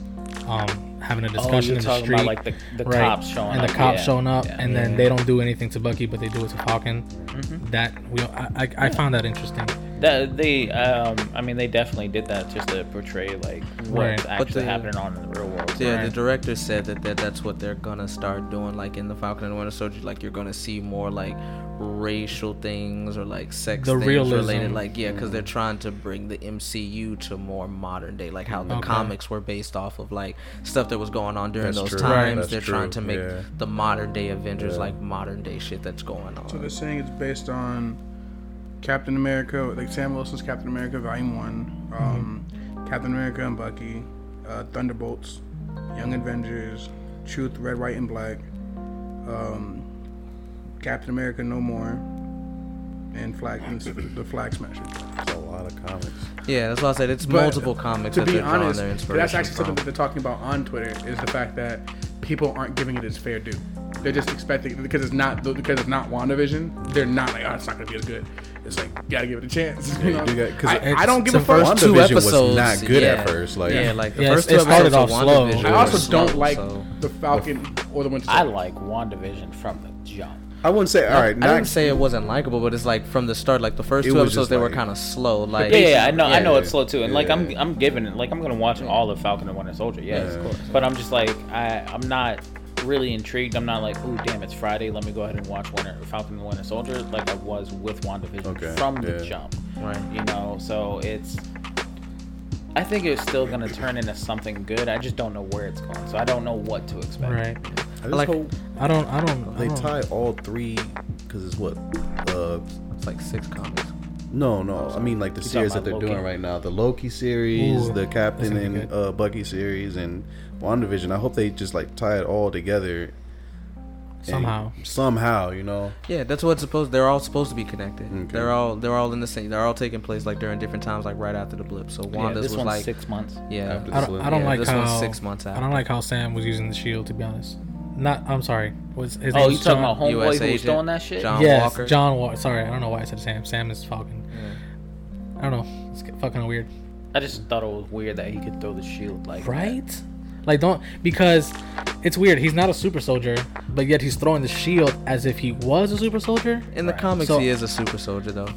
S5: um, having a
S2: Oh,
S5: discussion
S2: you're
S5: in the
S2: talking
S5: street.
S2: about like the, the
S5: Right.
S2: cops showing
S5: and
S2: up.
S5: the cops
S2: yeah.
S5: showing up,
S2: Yeah.
S5: and then they don't do anything to Bucky, but they do it to Falcon.
S2: Mm-hmm.
S5: That we, I, I, I found that interesting.
S2: That, they, um, I mean, they definitely did that just to portray like what's
S5: Right.
S2: actually
S1: the-
S2: happening on in the real world.
S1: Yeah, the director said that, that that's what they're gonna start doing, like in the Falcon and the Winter Soldier. Like you're gonna see more like racial things or like sex
S5: The
S1: things related.
S5: realism.
S1: Like yeah, because they're
S3: Mm-hmm.
S1: trying to bring the MCU to more modern day, like how the
S5: Okay.
S1: comics were based off of like stuff that was going on during
S3: That's
S1: those
S3: true. Right.
S1: times.
S3: That's
S1: They're trying to
S3: true,
S1: make
S3: yeah.
S1: the modern day Avengers like modern day shit that's going
S4: So
S1: on.
S4: they're saying it's based on Captain America, like Sam Wilson's Captain America Volume One, um, Captain America and Bucky, uh, Thunderbolts, Young Avengers, Truth, Red, White, and Black, um, Captain America No More, and Flag, and the Flag Smasher.
S3: It's a lot of comics.
S1: Yeah, that's why I said it's
S4: But,
S1: multiple comics
S4: To
S1: that
S4: be
S1: they're drawing
S4: honest,
S1: their
S4: that's
S1: inspiration
S4: actually
S1: from.
S4: something that they're talking about on Twitter is the fact that people aren't giving it its fair due. They're just expecting because it's not because it's not WandaVision. They're not like, oh, it's not gonna be as good. It's like you gotta give it a chance. you
S3: you
S4: know?
S3: do got- 'cause
S4: I,
S5: it's-
S4: I don't give a
S5: it's the
S4: fuck.
S3: first-
S1: two
S3: WandaVision was
S1: episodes
S3: not good at
S1: yeah.
S3: first, like-
S1: yeah, like the
S5: Yeah,
S1: first
S5: it
S1: two
S5: started
S1: episodes of
S5: off slow.
S1: WandaVision
S4: I
S1: were
S4: also
S1: slow,
S4: don't like
S1: so-
S4: the Falcon or the Winter
S2: I
S4: Soldier.
S2: like WandaVision from the jump.
S3: I wouldn't say. All right,
S1: I
S3: not
S1: didn't say it wasn't likable, but it's like from the start, like the first
S3: It
S1: two
S3: was
S1: episodes,
S3: just
S1: they were
S3: like-
S1: kind of slow. Like,
S2: Yeah, yeah, I know, I know
S3: Yeah.
S2: it's slow too, and like I'm,
S3: Yeah.
S2: I'm giving it, like I'm gonna watch all of Falcon and Winter Soldier, yes,
S3: Yeah.
S2: of course. But I'm just like, I, I'm not really intrigued. I'm not like, oh damn, it's Friday, let me go ahead and watch Winter Falcon and Winter Soldier, like I was with WandaVision
S3: Okay,
S2: from the
S3: yeah.
S2: jump.
S1: Right.
S2: You know, so it's, I think it's still gonna turn into something good. I just don't know where it's going, so I don't know what to expect.
S5: Right.
S3: I just
S1: like-
S3: hope
S5: I don't. I don't.
S3: they
S5: I don't
S3: tie all three because it's what. Uh,
S1: it's like six comics.
S3: no, no. I mean, like the series that
S2: about
S3: they're
S2: Loki?
S3: doing right now, the Loki series,
S5: Ooh,
S3: the Captain
S5: that's gonna be
S3: and uh, Bucky series, and WandaVision. I hope they just like tie it all together
S5: somehow.
S3: Somehow, you know.
S1: Yeah, that's what it's supposed. They're all supposed to be connected.
S3: Okay.
S1: They're all they're all in the same. They're all taking place like during different times, like right after the blip. So
S2: Yeah,
S1: Wanda's
S2: this
S1: was
S2: one's
S1: like,
S2: six months.
S1: yeah,
S3: After
S5: I don't, I don't
S1: Yeah,
S5: like
S1: this
S5: how
S1: one's six months
S5: I
S1: out.
S5: don't like how Sam was using the shield. To be honest, not. I'm sorry. Was his
S2: Oh, you
S5: name's
S2: talking
S5: John-
S2: about homeboy
S1: US
S2: who was
S1: agent,
S2: doing that shit?
S1: John
S5: yes,
S1: Walker?
S5: John Walker. Sorry, I don't know why I said Sam. Sam is Falcon. I don't know. It's fucking weird,
S2: I just thought it was weird that he could throw the shield like that.
S5: right? Like don't because it's weird. He's not a super soldier, but yet he's throwing the shield as if he was a super soldier.
S1: In the comics,
S5: So-
S1: he is a super soldier though.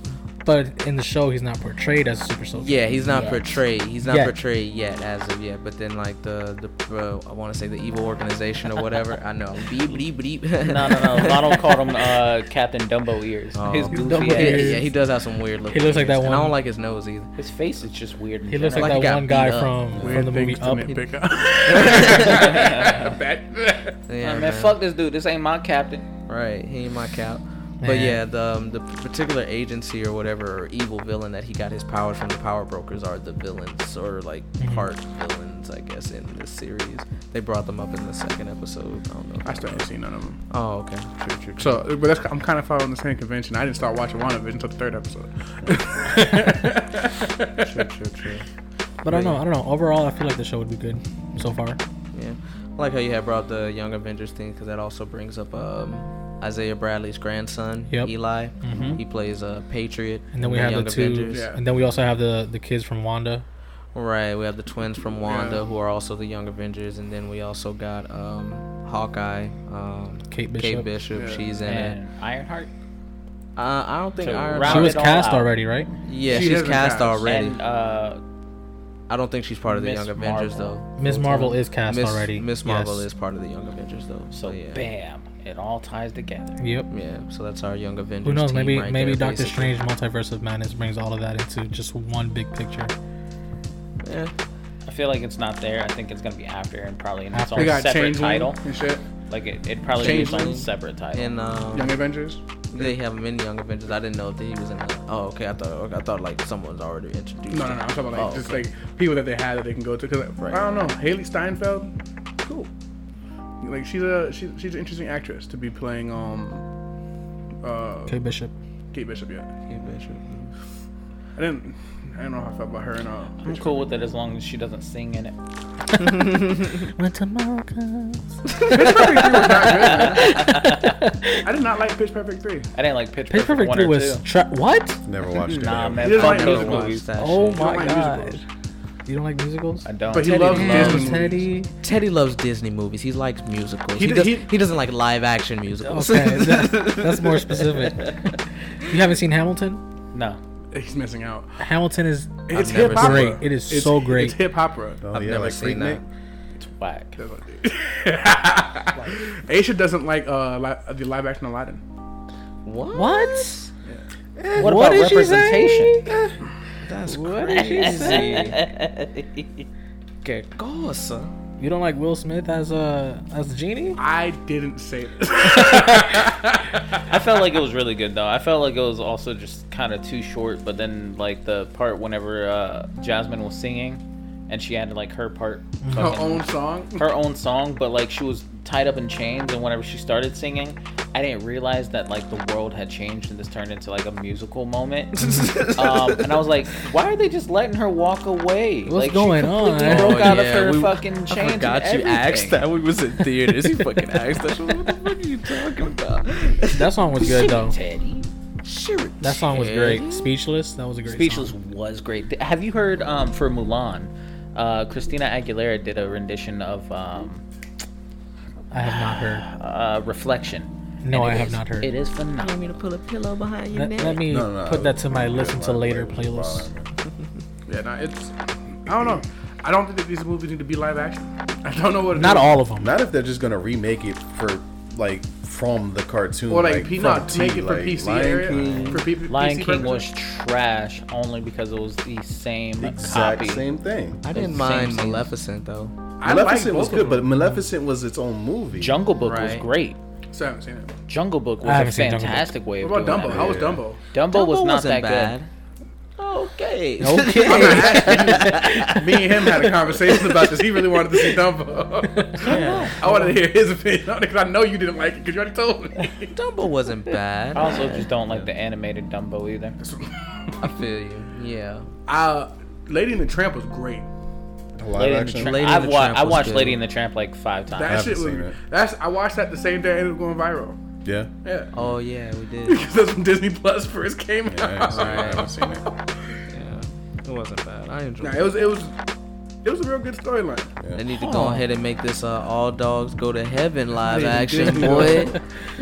S5: But in the show, he's not portrayed as a super soldier.
S1: Yeah, he's not
S2: Yet.
S1: portrayed. He's not
S5: Yet.
S1: portrayed yet as of yet. But then like the the uh, I want to say the evil organization or whatever. I know. Beep beep beep.
S2: No, no, no. Ronald called him uh, Captain Dumbo ears.
S1: Oh.
S2: His goofy
S5: Dumbo
S2: ass.
S1: Yeah,
S5: ears.
S1: yeah, he does have some weird looking.
S5: looks like that
S1: ears. And I
S5: one-
S1: don't like his nose either.
S2: His face is just weird. in
S5: He looks
S2: general.
S5: like
S1: Like he got
S5: that one guy
S1: beat up.
S5: from, from
S4: Weird
S5: the movie
S4: things to
S5: Up.
S4: nitpick pick
S1: Yeah,
S2: Yeah, man,
S1: man.
S2: fuck this dude. This ain't my captain.
S1: Right, he ain't my cap. But
S5: Man.
S1: yeah, the um, the particular agency or whatever or evil villain that he got his powers from the power brokers are the villains or like part villains, I guess, in this series. They brought them up in the second episode. I don't know.
S4: I still haven't seen none of them.
S1: Oh, okay.
S4: So, but that's, I'm kind of following the same convention. I didn't start watching WandaVision until the third episode.
S5: But I don't know. I don't know. Overall, I feel like the show would be good so far.
S1: Yeah, I like how you had brought the Young Avengers thing because that also brings up um, Isaiah Bradley's grandson,
S5: Yep. Mm-hmm.
S1: Eli. He plays a Patriot.
S5: And then we
S1: in
S5: have the two,
S4: Yeah.
S5: and then we also have the the kids from Wanda.
S1: Right, we have the twins from Wanda
S4: Yeah.
S1: who are also the Young Avengers, and then we also got um, Hawkeye, um,
S5: Kate Bishop.
S1: Bishop,
S4: Yeah.
S1: she's in it.
S2: And Ironheart.
S1: Uh, I don't think
S2: So
S1: Iron.
S2: round
S5: She
S2: Round
S5: was
S2: it all
S5: cast
S2: out.
S5: already, right?
S1: yeah,
S4: She
S1: she's
S4: is in
S1: cast
S4: that.
S1: already.
S2: And uh,
S1: I don't think she's part of the
S2: Miss
S1: Young Avengers
S2: Marvel.
S1: though.
S5: Ms. Marvel is cast
S1: Miss,
S5: already.
S1: Miss Marvel
S5: Yes.
S1: is part of the Young Avengers though.
S2: so
S1: Oh, yeah.
S2: bam, it all ties together.
S5: Yep.
S1: Yeah, so that's our Young Avengers.
S5: Who knows?
S1: team
S5: Maybe
S1: Mm. right
S5: maybe
S1: there,
S5: Doctor
S1: basically.
S5: Strange Multiverse of Madness brings all of that into just one big picture.
S1: Yeah.
S2: I feel like it's not there. I think it's gonna be after and probably in its
S5: After.
S4: they
S2: own
S4: got
S2: separate
S4: Changeling
S2: title.
S4: and shit.
S2: Like it, it probably be its own
S1: Changeling.
S2: separate title.
S1: And um,
S4: Young Avengers.
S1: they have him in Young Avengers. I didn't know that he was in. The, oh, okay. I thought okay, I thought like someone's already introduced.
S4: No, no,
S1: him.
S4: no. I'm talking about like
S1: Oh,
S4: just
S1: okay.
S4: like people that they had that they can go to. Cause like,
S1: Right.
S4: I don't know, Haley Steinfeld, cool. Like she's a she, she's an interesting actress to be playing um uh
S5: Okay, Bishop.
S4: Kate Bishop. Yeah,
S1: Yeah, Bishop.
S4: I didn't I don't know how I felt about her in uh.
S2: I'm cool with it as long as she doesn't sing in it.
S5: When tomorrow comes.
S4: I did not like Pitch Perfect three.
S2: I didn't like Pitch
S5: Pitch
S2: Perfect,
S5: Perfect
S2: one
S5: 3
S2: or
S5: was
S2: two.
S5: tra- what?
S3: Never watched it.
S2: Nah,
S3: ever.
S2: man,
S4: He doesn't
S2: fuck
S4: like
S2: those
S4: musicals.
S2: movies.
S5: Oh
S4: don't
S5: my
S4: like
S5: god.
S4: musicals.
S5: You don't like musicals?
S2: I don't.
S4: But he loves
S5: Damn,
S4: Disney movies.
S5: Teddy.
S1: Teddy loves Disney movies. He likes musicals.
S4: He
S1: He,
S4: d-
S1: does,
S4: he-
S1: he, doesn't like live action musicals.
S5: Okay, that- that's more specific. You haven't seen Hamilton?
S2: no.
S4: He's missing out.
S5: Hamilton is
S4: It's
S1: never
S4: hip hop.
S5: great. It is
S4: It's-
S5: so great.
S4: It's hip hop.
S3: Oh,
S1: I've
S3: yeah,
S1: never
S3: like
S1: seen
S3: Freaknik?
S2: It's whack.
S4: Aisha doesn't like uh li- the live action Aladdin.
S1: what?
S5: what?
S2: What,
S5: What
S2: about
S5: did she say?
S2: representation?
S1: That's crazy. Good God, son.
S5: You don't like Will Smith as a as a genie?
S4: I didn't say this.
S2: I felt like it was really good though. I felt like it was also just kind of too short. But then like the part whenever uh, Jasmine was singing, and she added like her part,
S4: Her
S2: fucking-
S4: own song.
S2: her own song, but like she was tied up in chains. And whenever she started singing, I didn't realize that like the world had changed and this turned into like a musical moment. um, and I was like, why are they just letting her walk away?
S5: What's
S2: like,
S5: going
S2: she completely
S5: on?
S2: Broke
S1: Oh,
S2: out
S1: yeah,
S2: of her
S1: we-
S2: fucking chains.
S1: I
S2: and
S1: forgot you asked
S2: everything.
S1: that. We was in theaters. You fucking asked that. She was, What the fuck are you talking about?
S5: That song was good though.
S2: Teddy.
S5: That song was great. Speechless. That was a great
S2: Speechless
S5: song.
S2: was great. Th- Have you heard um, for Mulan? Uh, Christina Aguilera did a rendition of um,
S5: I have not heard.
S2: uh, Reflection.
S5: No,
S2: And
S5: I
S2: it
S5: have
S2: is-
S5: not heard.
S2: It is
S6: You
S2: phenomenal.
S6: want me to pull a pillow behind your
S5: Let,
S6: neck?
S5: let me
S3: No, no,
S5: put that to my
S3: it was
S5: listen
S3: good.
S5: to
S3: My
S5: later
S3: playlist was
S5: playlist.
S3: fine.
S4: Yeah, nah, it's. I don't know. I don't think that these movies need to be live action. I don't know what. it
S5: Not
S4: is.
S5: all of them.
S3: Not if they're just gonna remake it for like from the cartoon.
S4: Or like,
S3: from
S4: peanuts.
S3: T,
S4: Make it for
S3: like,
S4: PC
S3: Lion
S4: area.
S3: King.
S4: For P- PC
S2: Lion King
S4: purposes.
S2: was trash only because it was the same
S3: Exact
S2: copy.
S3: same thing.
S1: I didn't
S2: Same
S1: mind
S2: scene.
S1: Maleficent though.
S4: I
S3: Maleficent was
S4: like both
S3: good,
S4: of
S3: but
S4: them.
S3: Maleficent was its own movie.
S2: Jungle Book was
S1: Right.
S2: great.
S4: So I haven't seen it.
S2: Jungle Book was
S5: haven't
S2: a
S5: seen Jungle Book.
S2: fantastic way of
S4: What about
S2: doing
S4: Dumbo?
S2: it.
S4: How was
S3: Yeah.
S4: Dumbo?
S2: Dumbo, was not that
S1: wasn't bad.
S2: good. Okay,
S1: Wait.
S4: I'm not asking you. Me and him had a conversation about this. He really wanted to see Dumbo. I wanted to hear his opinion on it because I know you didn't like it because you already told me.
S1: Dumbo wasn't bad.
S2: I also just don't like the animated Dumbo either.
S1: I feel you. Yeah.
S4: uh, Lady and the Tramp was great.
S3: The live
S2: Lady in the
S3: action.
S2: Tramp.
S1: Lady and
S2: I've
S1: the
S2: wa-
S1: Tramp
S2: I
S1: was
S2: watched
S1: good.
S2: Lady and the Tramp like five times.
S4: That shit was.
S3: seen it.
S4: That's I watched that the same day it was going viral.
S3: yeah.
S4: Yeah.
S1: Oh yeah, we did.
S4: Because that's when Disney Plus first came
S3: Yeah, I haven't
S4: out.
S3: seen it. I haven't seen it.
S1: Yeah. It wasn't bad. I enjoyed.
S4: Nah,
S1: it.
S4: it was it was it was a real good storyline.
S1: They need to go ahead and make this uh, All Dogs Go to Heaven live action,
S4: Disney.
S1: boy.
S3: I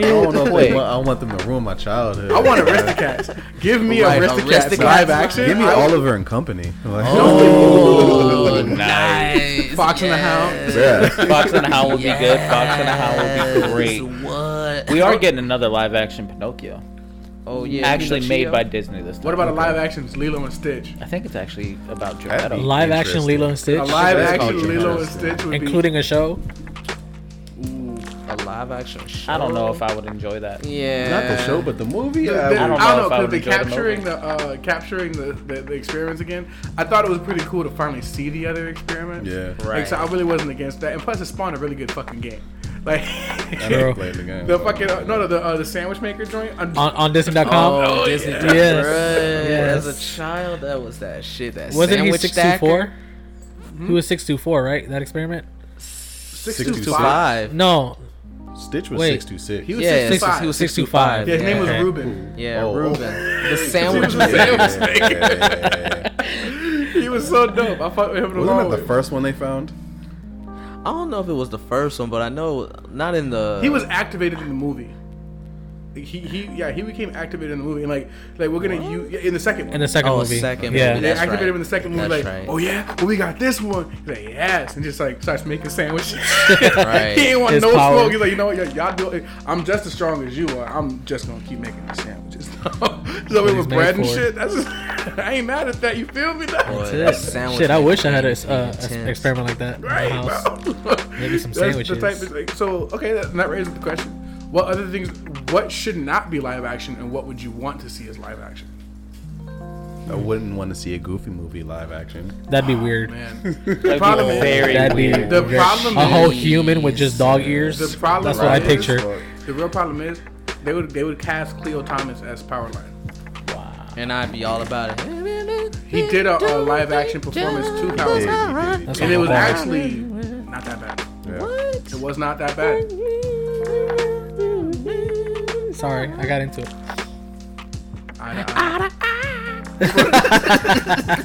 S3: don't know if
S2: quick.
S3: they want, I don't want them to ruin my childhood.
S4: I want Aristocats. Give me
S1: Right,
S4: Aristocats,
S1: Aristocats.
S4: live action.
S3: Give me
S4: I-
S3: Oliver and Company. Like,
S1: Oh,
S2: nice.
S4: Fox and the Hound.
S3: yeah.
S2: Fox and the Hound would be good. Fox and the Hound would be
S1: Yes,
S2: great.
S1: What?
S2: We are getting another live action Pinocchio.
S1: oh yeah,
S2: actually made
S1: Pinocchio.
S2: by Disney this time.
S4: What about a live action Lilo and Stitch?
S2: I think it's actually about
S3: That'd
S2: Geppetto.
S3: be-
S5: Live action
S3: Interesting.
S5: Lilo and Stitch,
S4: A live action
S3: culture.
S4: Lilo and Stitch would
S5: including a show.
S1: a live action show.
S2: I don't know if I would enjoy that.
S1: Yeah.
S3: Not the show, but the movie.
S4: be.
S3: I
S4: I
S3: would-
S4: don't
S2: don't
S4: know
S2: know if I
S4: because
S2: would
S4: they
S2: enjoy the
S4: capturing
S2: movie.
S4: the uh, capturing the, the, the experience again. I thought it was pretty cool to finally see the other experiment.
S3: Yeah.
S4: Like, so I really wasn't against that, and plus it spawned a really good fucking game. Like
S3: I never
S5: True.
S3: played the game.
S4: the fucking uh, no, no the uh, the sandwich maker joint. I'm-
S5: on, on Disney.com.
S1: Oh, Disney.
S5: yes.
S1: Channel.
S5: Yes.
S1: Bruh,
S5: Yes.
S1: As a child, that was that shit. That
S5: Wasn't he
S1: sandwich
S5: six two four? He was six two four, right? That experiment?
S1: Five.
S5: No,
S3: Stitch was
S5: Wait.
S3: six two six.
S4: He was
S1: Yeah,
S4: six,
S1: six- he was six two five.
S4: Yeah, his name was
S5: Okay.
S4: Ruben.
S1: Yeah,
S3: Oh.
S1: Ruben. The sandwich.
S4: was
S1: man.
S4: sandwich maker. He was so dope. I fucked with him the long
S3: Wasn't that
S4: way.
S3: the first one they found?
S1: I don't know if it was the first one, but I know not in the.
S4: He was activated in the movie. He, he yeah he became activated in the movie and like like we're gonna use in the second one.
S5: in the second
S1: Oh,
S5: movie.
S1: second
S5: yeah.
S1: movie.
S4: they
S1: That's
S4: activated
S1: right.
S4: him in the second movie,
S1: That's
S4: like,
S1: right.
S4: oh yeah, well we got this one. He's like, yes, and just like starts making sandwiches.
S1: Right.
S4: he ain't want
S5: His
S4: no
S5: power.
S4: smoke. He's like, you know what, y- y'all do it. I'm just as strong as you are. I'm just gonna keep making the sandwiches. so it
S5: he's
S4: was
S5: made
S4: bread and
S5: for.
S4: shit. That's just, I ain't mad at that. You feel me?
S1: Boy,
S4: That's
S1: that
S5: Shit.
S1: sandwich
S5: Shit, I
S1: maker
S5: wish I had a,
S1: is
S5: uh,
S1: intense.
S5: a experiment like that in my
S4: Right,
S5: house.
S4: bro.
S5: Maybe some
S4: That's
S5: sandwiches.
S4: The type of thing. So okay, that, that raises the question: What other things? What should not be live action, and what would you want to see as live action?
S3: I wouldn't want to see a Goofy movie live action.
S5: That'd be weird.
S4: Man,
S2: That'd
S4: problem
S2: be
S4: is-
S2: very
S5: That'd be
S2: weird.
S4: the
S5: weird.
S4: problem
S5: a whole
S4: is-
S5: human with just dog ears.
S4: The problem
S5: That's what I
S4: is-
S5: picture.
S4: the real problem is they would they would cast Cleo Thomas as Powerline.
S1: and I'd be all about it.
S4: He did a, a live action performance to
S3: Yeah,
S4: Powerline,
S3: yeah, yeah.
S5: That's
S4: and it
S5: what
S4: was
S5: I'm about.
S4: actually not that bad.
S3: Yeah.
S4: It was not that bad.
S5: Sorry, I got into it.
S4: Eye to eye.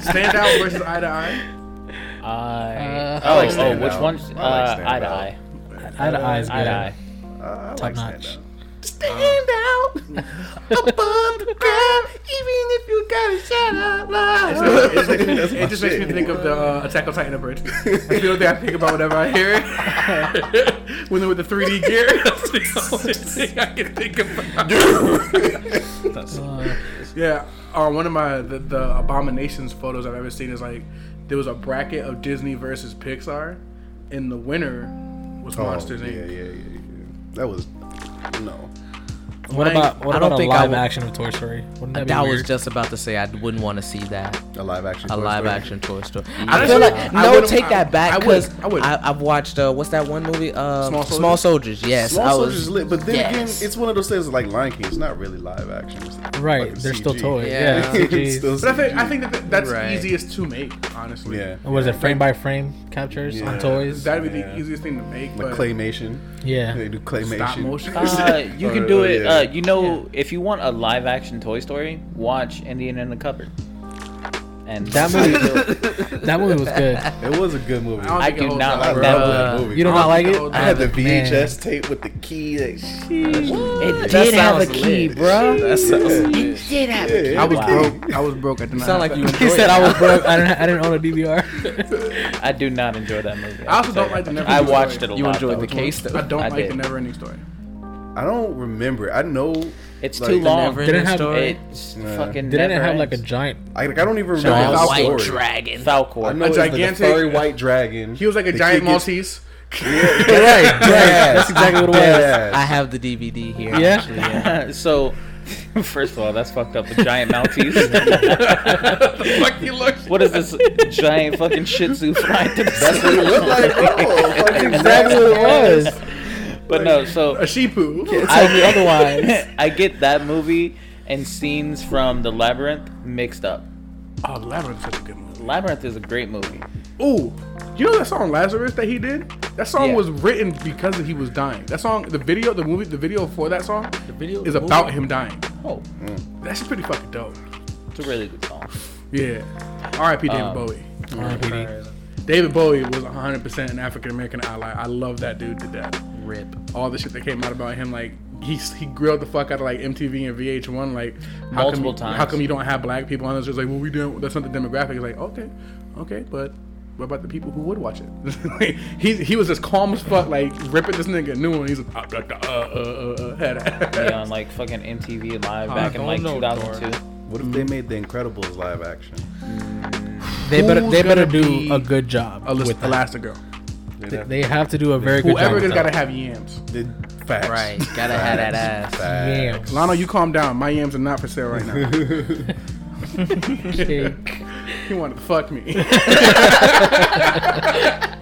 S4: Stand out versus eye to eye.
S1: Uh,
S2: I,
S5: I
S2: oh,
S5: like
S2: oh,
S3: Stand
S2: which
S3: Out.
S2: one's
S3: I
S2: uh,
S3: like Stand
S2: eye to
S3: Out.
S2: eye?
S5: Eye to eye is
S2: Eye
S5: good.
S2: to eye.
S3: I- I like Stand
S5: Top notch.
S3: Out.
S1: Stand out above the ground, even if you gotta shut up.
S4: It just makes me-
S3: That's my
S4: it just makes me
S3: shit.
S4: think of the uh, Attack on Titan abridged. That's the only thing I think about whenever I hear it. when they're with the 3D gear, that's the only thing I can think about.
S5: Uh,
S4: yeah, uh, one of my the, the abominations photos I've ever seen is like there was a bracket of Disney versus Pixar, and the winner was
S3: Oh,
S4: Monsters
S3: yeah, yeah,
S4: Inc.
S3: yeah, yeah. That was no.
S5: what about what
S1: I don't
S5: about a
S1: think I
S5: live
S1: would-
S5: action of Toy Story? Wouldn't that be
S1: That
S5: weird?
S1: was just about to say I wouldn't want to see that.
S3: A live action.
S1: A
S3: Toy
S1: live
S3: Story.
S1: action Toy Story. I
S4: Honestly,
S1: feel
S4: I
S1: like no,
S4: wouldn't-
S1: take that
S4: I-
S1: back
S4: I wouldn't.
S1: because
S4: I wouldn't.
S1: I've watched uh, what's that one movie? Um,
S4: Small
S1: Small,
S4: Soldiers?
S1: Soldiers? Yes,
S3: Small
S1: I was-
S3: Soldiers is lit, but then
S1: yes.
S3: again, it's one of those things like Lion King. It's not really live action. It's like
S5: right.
S3: fucking
S5: They're still
S3: CG.
S5: toys.
S1: Yeah.
S5: Yeah.
S3: It's
S5: CGs.
S3: still
S4: But I think
S3: CG.
S4: I think that th- that's
S1: Right.
S4: easiest to make, honestly.
S3: yeah,
S5: What is it? Frame by frame captures
S3: Yeah.
S5: on toys.
S4: that'd be
S3: Yeah.
S4: the easiest thing to make.
S3: like
S4: but
S3: claymation. They
S5: yeah.
S3: do claymation.
S4: stop motion.
S2: Uh, you can
S3: Or-
S2: do
S4: Oh,
S3: or,
S2: it.
S3: yeah.
S2: Uh, you know, if you want a live action Toy Story, watch Indian in the Cupboard. And
S5: That movie. that movie was good.
S3: It was a good movie.
S4: don't
S3: I,
S2: I
S4: think it
S2: do
S4: holds
S2: not
S4: up.
S2: like
S3: love
S2: that movie.
S3: that movie.
S5: You do
S4: I
S5: not like it?
S4: don't
S3: I had the
S5: Man.
S3: VHS tape with the key. Like,
S2: It
S1: That
S2: did have a
S1: sounds
S2: key,
S1: lit.
S2: bro.
S1: That sounds lit.
S3: did happen.
S4: I was
S2: Wow.
S4: broke. I was broke. I did not
S1: Sound
S4: have
S1: like you
S4: that.
S5: He
S1: enjoyed
S5: said
S1: it.
S5: I was broke. I didn't. I didn't own a DVR.
S2: I do not enjoy that movie.
S4: I also don't like the Never
S2: I
S4: Ending
S2: watched it
S4: Story.
S2: a
S1: You
S2: lot.
S1: enjoyed
S2: though.
S1: the case though.
S4: I don't
S2: I
S4: like
S2: did.
S4: the never ending story.
S3: I don't remember. I know.
S2: It's
S3: Like,
S2: too
S3: the
S2: long.
S1: Never-ending
S5: Didn't have-
S1: story.
S2: It's
S3: Nah.
S2: fucking.
S5: Didn't it
S2: never
S5: have like a
S2: ends.
S5: giant?
S3: I, like, I don't even remember
S4: Giant
S3: the
S4: white
S3: story.
S1: dragon.
S3: I
S2: Falcor?
S3: know it's like
S4: gigantic-
S3: the furry white dragon.
S4: He was like a
S3: The
S4: giant
S3: kid gets-
S4: Maltese.
S5: Right. That's exactly what it was.
S3: Badass.
S1: I have the DVD here.
S5: Yeah?
S1: actually, yeah.
S2: so First of all, that's fucked up. The giant Maltese.
S4: Fuck you, look.
S2: what is this giant fucking Shih Tzu flying to the
S3: That's what it looked like, bro. That's
S5: exactly what it was.
S2: But no, so
S4: A sheepoo.
S5: Tell me otherwise.
S2: I get that movie and scenes from The Labyrinth mixed up.
S4: Oh, Labyrinth is a good movie.
S2: Labyrinth is a great movie.
S4: Ooh, you know that song Lazarus that he did? That song
S2: Yeah.
S4: was written because he was dying. That song, the video, the movie, the video for that song
S1: The video
S4: is
S1: the
S4: about
S1: movie?
S4: him dying.
S2: Oh,
S4: That's pretty fucking dope.
S2: it's a really good song.
S4: Yeah. R.I.P. David
S2: Um,
S4: Bowie.
S5: R.I.P.D.
S4: David Bowie was 100% an African American ally. I love that dude to death.
S1: Rip.
S4: All the shit that came out about him, like he he grilled the fuck out of like MTV and VH1, like how
S2: Multiple
S4: come, you-
S2: times.
S4: How come you don't have black people on this? It's like, well, we don't. That's not the demographic. It's like, okay, okay, but what about the people who would watch it? like, he he was as calm as fuck, like ripping this nigga a new one. He's like, uh, uh, uh, uh, uh,
S2: Yeah,
S4: uh,
S2: on like fucking MTV Live back in
S1: don't
S2: like
S1: know,
S2: 2002.
S3: What if they made The Incredibles live action?
S5: They better
S4: Who's
S5: they better
S4: gonna
S5: do
S4: be
S5: a good job
S4: Elas-
S5: with that.
S4: Elastigirl.
S5: They- They have to do a very good job.
S4: Whoever
S5: with
S4: just gotta
S5: that.
S4: have yams.
S3: Did facts.
S1: Right. Gotta have that ass.
S5: Damn.
S3: Facts.
S4: Lano, you calm down. My yams are not for sale right now.
S5: Shake.
S4: He wanted to fuck me.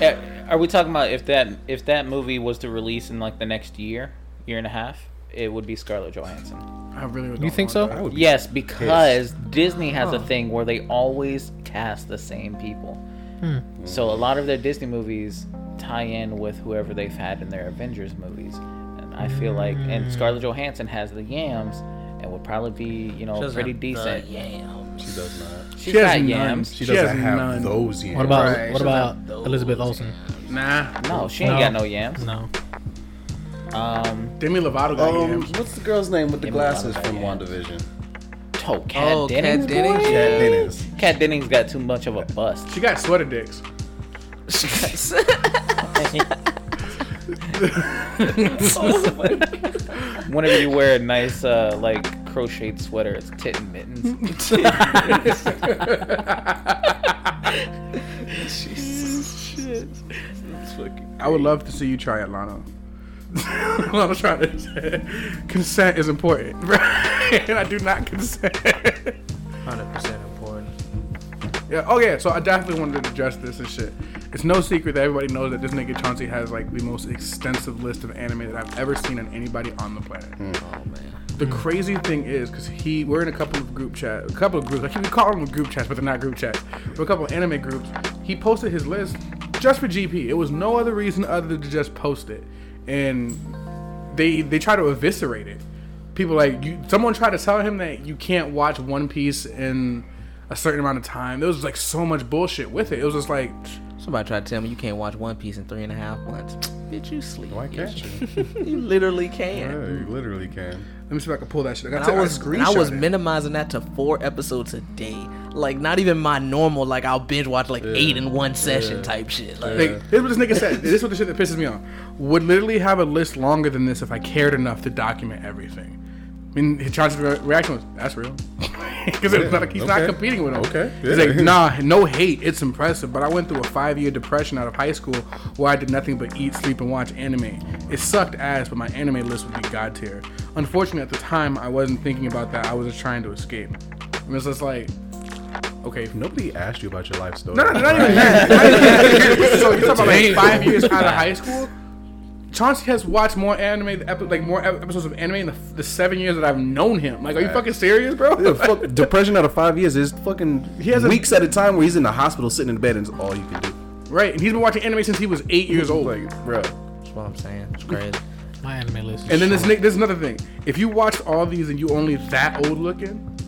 S2: Yeah, Are we talking about if that if that movie was to release in like the next year, year and a half, it would be Scarlett Johansson.
S4: I really don't
S5: You think
S4: want
S5: so?
S4: that.
S3: I would be
S2: Yes, because Disney has a thing where they always cast the same people.
S1: Hmm.
S2: So a lot of their Disney movies tie in with whoever they've had in their Avengers movies, and I feel like
S1: Hmm.
S2: and Scarlett Johansson has the yams and would probably be you know
S1: Doesn't
S2: pretty
S1: have
S2: decent.
S1: the yams.
S3: She does not.
S2: She's
S4: She has
S2: got
S4: none.
S2: yams.
S3: She
S4: She
S3: doesn't
S4: has
S3: have
S4: none.
S3: those yet.
S5: What about
S1: Right,
S5: what
S1: she'll
S5: about
S1: have those.
S5: Elizabeth Olsen?
S4: Nah.
S2: No, she ain't got no yams.
S5: No.
S2: Um,
S4: Demi Lovato got
S3: Um,
S4: yams.
S3: what's the girl's name with the
S2: Give me a lot of
S3: glasses
S2: that
S3: from
S2: yams.
S3: WandaVision?
S2: oh, Kat
S1: Oh,
S2: Dennings.
S1: Cat Dennings.
S2: boy.
S1: Yeah.
S3: Dennis.
S2: Kat Dennings got too much of a bust.
S4: She got sweater dicks.
S2: Whenever you wear a nice, uh, like crocheted sweater, it's tit and mittens.
S4: I would love to see you try it, Lano. I'm trying to say. Consent is important. and I do not consent.
S1: 100% important.
S4: yeah. Oh, yeah. So I definitely wanted to address this and shit. It's no secret that everybody knows that this nigga Chauncey has like the most extensive list of anime that I've ever seen on anybody on the planet.
S1: Oh, man.
S4: The crazy thing is, because he, we're in a couple of group chat, a couple of groups. I keep calling them group chats, but they're not group chats. We're a couple of anime groups. He posted his list just for GP. It was no other reason other than to just post it, and they they try to eviscerate it. People like you, someone tried to tell him that you can't watch One Piece in a certain amount of time. There was like so much bullshit with it. It was just like,
S1: Somebody tried to tell me you can't watch One Piece in three and a half months. Bitch, you sleep.
S3: Why can't you?
S1: You literally
S3: Yeah,
S1: can.
S3: you literally can.
S4: let me see if I can pull that shit.
S1: And I was and I was
S4: screenshot it.
S1: minimizing that to four episodes a day. Like not even my normal. Like I'll binge watch like eight in one session type shit. Like
S4: Like, here's what this nigga said. This is what the shit that pisses me off. Would literally have a list longer than this if I cared enough to document everything. I mean, his Charles' re- reaction was, "That's real," because it's not like he's not
S3: okay.
S4: competing with him.
S3: Okay,
S4: he's
S3: yeah.
S4: like, "Nah, no hate. It's impressive." But I went through a five-year depression out of high school where I did nothing but eat, sleep, and watch anime. It sucked ass, but my anime list would be god tier. Unfortunately, at the time, I wasn't thinking about that. I was just trying to escape. I mean, it's just like, okay,
S3: Nobody asked you about your life story.
S4: no, no, not even that. Not even that. so you're talking about like five years out of high school. Chauncey has watched more anime, epi- like more ep- episodes of anime in the, the seven years that I've known him. Like, are you fucking serious, bro?
S3: Yeah, fuck, depression out of five years is fucking he
S4: has
S3: has
S4: a-
S3: weeks at a time where he's in the hospital sitting in bed and it's all you can do.
S4: Right, and he's been watching anime since he was eight years old.
S3: Like, bro.
S1: that's what I'm saying. It's crazy.
S5: My anime list. is
S4: and then this
S5: short.
S4: ni- this is another thing. If you watched all these and you only that old looking,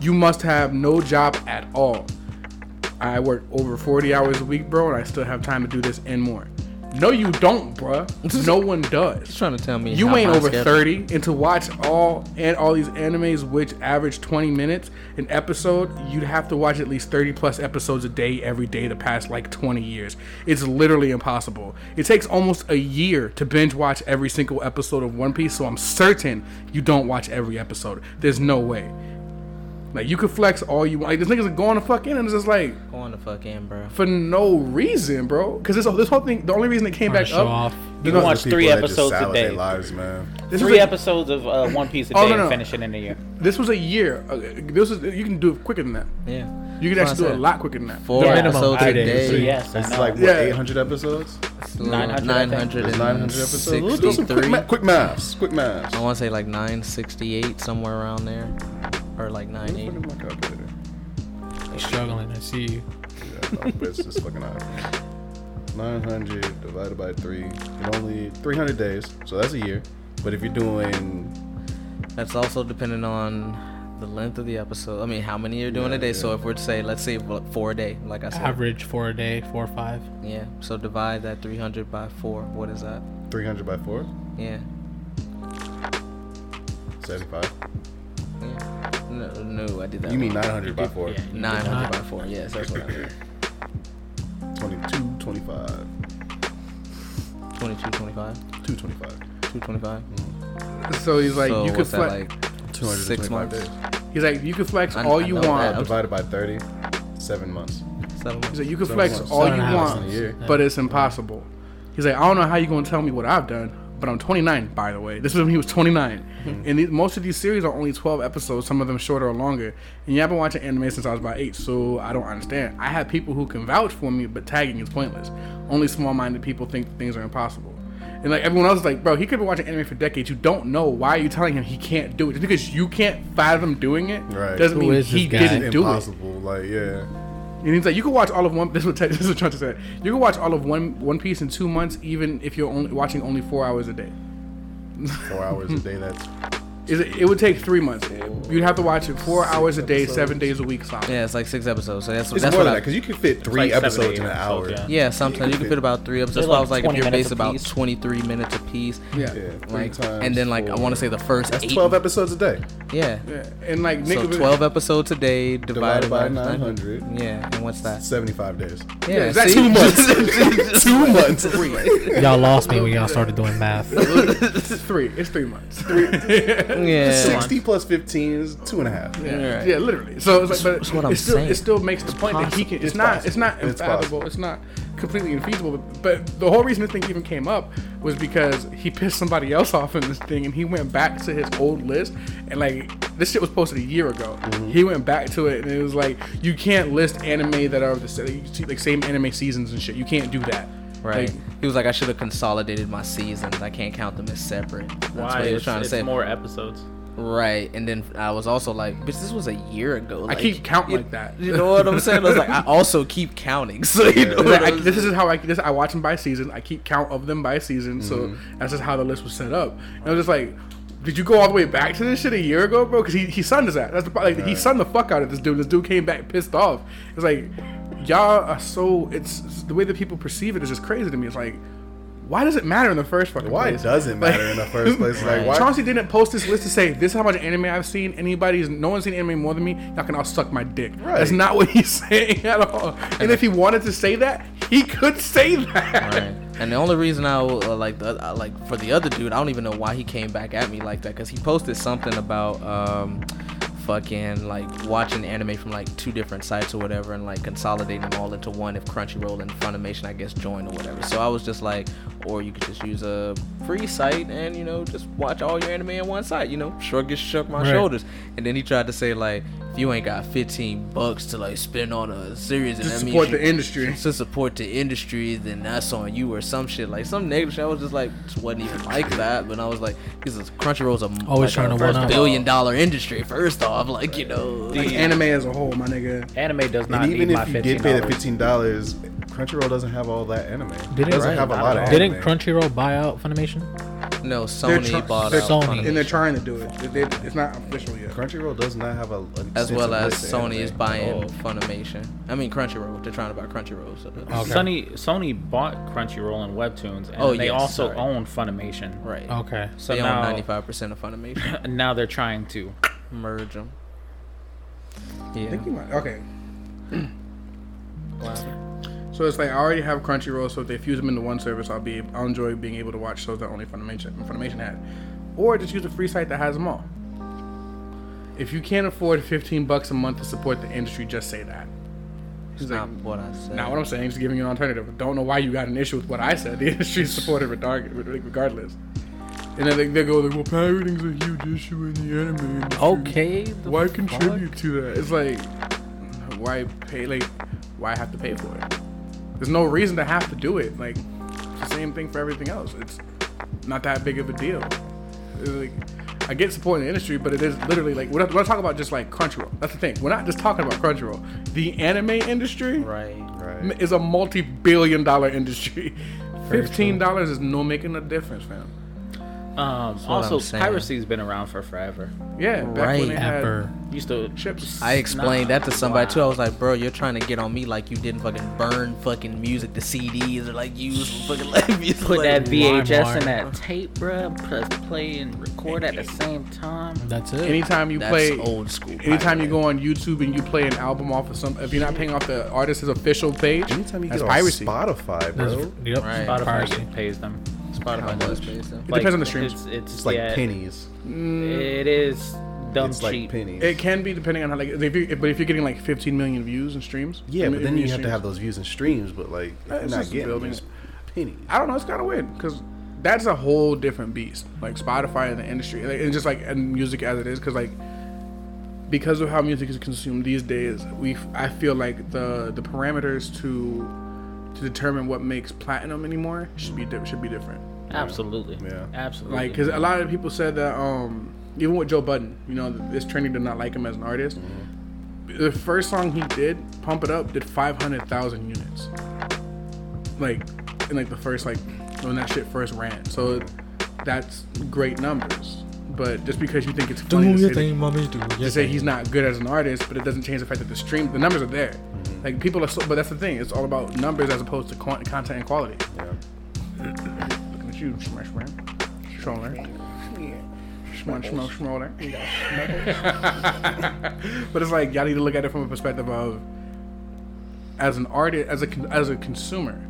S4: you must have no job at all. I work over 40 hours a week, bro, and I still have time to do this and more. No, you don't, bruh. No one does.
S1: He's trying to tell me
S4: You
S1: how
S4: ain't
S1: my
S4: over
S1: schedule-
S4: thirty, and to watch all and all these animes, which average twenty minutes an episode, you'd have to watch at least thirty plus episodes a day every day the past like twenty years. It's literally impossible. It takes almost a year to binge watch every single episode of One Piece, so I'm certain you don't watch every episode. There's no way. Like you could flex all you want. Like this niggas are going to fuck in, and it's just like
S1: Going to fuck in, bro.
S4: for no reason, bro. Because this this whole thing, the only reason it came
S5: Trying
S4: back
S5: to show
S4: up.
S5: off.
S2: You
S3: Those
S2: can
S3: are
S2: watch
S3: the people
S2: three
S3: that just
S2: episodes a
S3: sour
S2: day.
S3: their lives, man.
S4: This was
S2: Three
S4: a-
S2: episodes of uh, One Piece a
S4: Oh,
S2: day
S4: no, no.
S2: and finish it in a year.
S4: This was a year. Uh, This was you can do it quicker than that.
S1: Yeah.
S4: You can
S1: That's
S4: actually
S1: what I
S4: do a
S1: said.
S4: lot quicker than that.
S1: Four
S5: The minimum
S1: episodes a
S5: five days.
S1: day.
S2: Yes, I
S3: It's
S2: know.
S3: like what
S4: Yeah.
S3: 800 episodes.
S1: It's
S2: 900, I think.
S1: 900
S3: There's
S1: and
S3: 900 episodes. Let's do some quick,
S1: 63.
S3: ma- quick maths. Quick maths.
S1: I want to say like 968 somewhere around there, or like
S3: Let
S1: 980.
S3: me put it in my calculator.
S5: You're struggling. I see you.
S3: Yeah, no, it's just fucking out. 900 divided by 3. It only 300 days, so that's a year. But if you're doing
S1: That's also dependent on the length of the episode. I mean, how many you're doing a day. So if we're to say, let's say what, four a day, like I said,
S5: Average four a day, four or five.
S1: yeah. So divide that 300 by four. What is that?
S3: 300 by 4,
S1: Yeah.
S3: 75.
S1: yeah. No, no, I did that.
S3: You mean
S1: wrong.
S3: 900 by 4?
S5: Yeah.
S1: 900 by four? Yes, that's what I did.
S3: 22, 25.
S1: 22, 25,
S3: 225.
S1: 225.
S4: So he's like,
S1: so
S4: you could
S1: what's that
S4: flex.
S1: like?
S3: 225
S1: months.
S3: days.
S4: He's like, you could flex
S1: I-
S4: all
S1: I
S4: you
S1: know that.
S4: want.
S1: I'm-
S3: Divided by 30, 7 months.
S1: Seven
S4: He's
S1: months.
S4: like, you could
S3: Seven
S4: flex
S3: months.
S4: all
S5: Seven
S4: you
S5: and a half
S4: want,
S3: months in a year.
S4: but it's impossible. He's like, I don't know how you're gonna tell me what I've done, but I'm 29, by the way. This is when he was 29. And these, most of these series are only 12 episodes, some of them shorter or longer. And yeah, I've been watching anime since I was about eight, so I don't understand. I have people who can vouch for me, but tagging is pointless. Only small-minded people think things are impossible. And like everyone else is like, bro, he could be watching anime for decades. You don't know why are you telling him he can't do it. Just because you can't fathom doing it
S3: Right.
S4: doesn't
S5: Who
S4: mean
S5: is this
S4: he
S5: guy?
S4: didn't do it.
S3: Impossible. Like, yeah.
S4: And he's like, you can watch all of one. This is what Ted- this is what Trunch said. You can watch all of one One Piece in two months, even if you're only watching only four hours a day.
S3: 4 hours
S1: Hmm.
S3: a day, that's
S4: Is it, it would take three months. You'd have to watch it four hours a day, seven days a week. Solid.
S1: Yeah, it's like six episodes. So that's
S3: it's
S1: that's
S3: more
S1: what
S3: than
S1: I.
S3: that because you can fit three
S2: like seven,
S3: episodes
S2: eight
S3: in an hour.
S2: episodes, yeah.
S1: Yeah, sometimes you can fit about three episodes. That's
S2: They're
S1: why I
S2: like
S1: was like, if
S2: 20
S1: you're
S2: minutes
S1: based about
S2: apiece.
S1: 23 minutes a piece,
S4: Yeah.
S3: Yeah, three
S1: like,
S3: times
S1: and then like I
S3: four.
S1: want to say the first
S3: That's
S1: eight-
S3: 12 episodes a day.
S1: Yeah.
S4: Yeah. And like
S1: So
S4: nigga,
S1: 12 episodes a day divided,
S3: Divided by
S1: by
S3: 900.
S1: Yeah, and what's that?
S3: 75 days.
S1: Yeah,
S4: exactly.
S1: see?
S4: Two
S3: months. Two months.
S5: Y'all lost me when y'all started doing math.
S4: it's three. It's three months.
S1: Yeah.
S3: 60 plus 15 is two and a half.
S4: Yeah,
S1: Right.
S4: yeah, literally. So, it's like, but
S1: That's what I'm
S4: it still
S1: saying.
S4: it still makes the point that he can. It's, not it's not
S3: It's
S4: infallible.
S3: possible.
S4: It's, not completely infeasible. But, but the whole reason this thing even came up was because he pissed somebody else off in this thing, and he went back to his old list, and like this shit was posted a year ago.
S1: Mm-hmm.
S4: He went back to it, and it was like you can't list anime that are the sa- you see, like same anime seasons and shit. You can't do that.
S1: Right.
S4: Like,
S1: He was like, I should have consolidated my seasons. I can't count them as separate. That's what he was trying to say.
S2: more episodes.
S1: Right. And then I was also like, bitch, this was a year ago. Like,
S4: I keep counting
S1: you-
S4: like that.
S1: You know what I'm saying? I was like, I also keep counting. So you know
S4: Like,
S1: what
S4: I,
S1: I'm
S4: this is how I this I watch them by season. I keep count of them by season. So
S3: Mm-hmm.
S4: that's just how the list was set up. And I was just like, did you go all the way back to this shit a year ago, bro? Because he, he sunned his ass. That's the pro- like he sunned the fuck out of this dude. This dude came back pissed off. It's like y'all are so it's, it's the way that people perceive it is just crazy to me. It's like. Why does it matter in the first fucking
S3: Why
S4: place?
S3: does it matter in the first place? Like, why-
S4: Chauncey didn't post this list to say this is how much anime I've seen. Anybody's no one's seen anime more than me. Y'all can all suck my dick.
S3: Right.
S4: That's not what he's saying at all. And if he wanted to say that, he could say that.
S1: Right. And the only reason I will, uh, like the, uh, like for the other dude, I don't even know why he came back at me like that because he posted something about um, fucking like watching anime from like two different sites or whatever and like consolidating them all into one if Crunchyroll and Funimation I guess join or whatever. So I was just like, or you could just use a free site and you know just watch all your anime in one site. You know, shrug his shook my
S5: Right.
S1: shoulders. And then he tried to say like, if you ain't got 15 bucks to like spend on a series, and
S4: To
S1: that means
S4: support
S1: you-
S4: the industry.
S1: to support the industry, then that's on you or some shit. Like some negative shit. I was just like, just wasn't even like that. But I was like, this is Crunchyroll's a
S5: Always
S1: like
S5: trying
S1: a
S5: to one up.
S1: billion dollar industry. First off, like you know,
S2: The
S1: like,
S4: Anime as a whole, my nigga.
S2: anime does not
S3: And even
S2: need my
S3: if you did pay the
S2: $15.
S3: fifteen dollars, Crunchyroll doesn't have all that anime. It
S5: Didn't-
S3: doesn't
S5: right,
S3: have a
S2: not
S3: lot
S2: at
S3: of
S2: all.
S5: Didn't
S3: anime.
S5: Crunchyroll buy out Funimation?
S1: no Sony
S4: try-
S1: bought
S4: they're
S1: out
S5: Sony.
S1: Funimation,
S4: And they're trying to do it. They- they- it's not official yet.
S3: Crunchyroll does not have a, a
S1: as well as
S3: sense of
S1: Sony is
S3: anime.
S1: buying Funimation. I mean Crunchyroll. They're trying to buy Crunchyroll. So that's-
S5: Okay.
S2: Sony Sony bought Crunchyroll and Webtoons, and
S1: Oh,
S2: they
S1: yes,
S2: also
S1: sorry.
S2: own Funimation.
S1: right.
S5: Okay.
S2: So
S1: They own
S2: now,
S1: ninety five percent of Funimation.
S2: now they're trying to.
S1: Merge them.
S4: I
S1: Yeah.
S4: think you might. Okay. So it's like I already have Crunchyroll, so if they fuse them into one service, I'll be I'll enjoy being able to watch shows that only Funimation Funimation had, or just use a free site that has them all. If you can't afford 15 bucks a month to support the industry, just say that.
S1: It's not what I said.
S4: Not what I'm saying. Just giving you an alternative. Don't know why you got an issue with what I said. The industry's supported regard- regardless. And then they, they go, like, well, pirating's a huge issue in the anime industry.
S1: Okay. the
S4: Why
S1: fuck?
S4: contribute to that? It's like, why pay? Like, why have to pay for it? There's no reason to have to do it. Like, it's the same thing for everything else. It's not that big of a deal. It's like, I get supporting the industry, but it is literally like we're not, we're not talking about just like Crunchyroll. That's the thing. We're not just talking about Crunchyroll. The anime industry
S1: Right.
S4: m-
S3: Right.
S4: is a multi-billion dollar industry. Fifteen dollars is no making a difference, fam.
S2: Um,
S1: what I'm
S2: also,
S1: saying.
S2: piracy's been around for forever.
S4: Yeah, back when
S1: Right.
S4: they had
S5: Ever.
S2: Used to
S4: ships.
S1: I explained that to somebody
S2: Wow.
S1: too. I was like, bro, you're trying to get on me like you didn't fucking burn fucking music to CDs or like use fucking live music.
S2: put that
S1: like,
S2: VHS
S5: LimeWire.
S2: and that tape, bruh, plus play and record at the same time.
S5: That's it.
S4: Anytime you
S1: that's
S4: play
S1: old school.
S4: Anytime you go on YouTube and you play an album off of some, if you're not paying off the artist's official page,
S3: Anytime you
S4: that's
S3: get on
S4: piracy.
S3: Spotify,
S5: That's-
S3: bro,
S5: yep.
S1: Right.
S2: Spotify
S5: Piracy.
S2: pays them.
S1: Spotify does pay stuff.
S4: It depends on the streams.
S2: It's, it's,
S3: it's like
S2: yeah,
S3: pennies.
S2: It is dumb
S3: It's like
S2: cheap.
S3: pennies.
S4: It can be depending on how, like, if you, if, but if you're getting like 15 million views and streams,
S3: yeah,
S4: I
S3: but
S4: mean,
S3: then you
S4: views
S3: have to
S4: streams.
S3: have those views and streams. But like, if you're
S4: It's
S3: not
S4: just
S3: getting them,
S4: building
S3: it's pennies.
S4: I don't know. It's kind of weird because that's a whole different beast. Like Spotify and the industry, like, and just like and music as it is, because like because of how music is consumed these days, we f- I feel like the the parameters to to determine what makes platinum anymore should be di- should be different.
S2: Absolutely.
S3: Yeah.
S2: Absolutely.
S4: Like, because a lot of people said that, um, even with Joe Budden, you know, this trendy did not like him as an artist. The first song he did, Pump It Up, did 500,000 units. Like, in like the first, like, when that shit first ran. So that's great numbers. But just because you think it's funny to say, that-
S5: mommy. Do your
S4: to say he's not good as an artist, but it doesn't change the fact that the stream, the numbers are there.
S5: Mm-hmm.
S4: Like, people are so, but that's the thing, it's all about numbers as opposed to con- content and quality.
S3: Yeah.
S4: Look at you, Smash Ram. Stroller. Schmo, schmo, schmoller. but it's like y'all need to look at it from a perspective of, as an artist, as a con- as a consumer,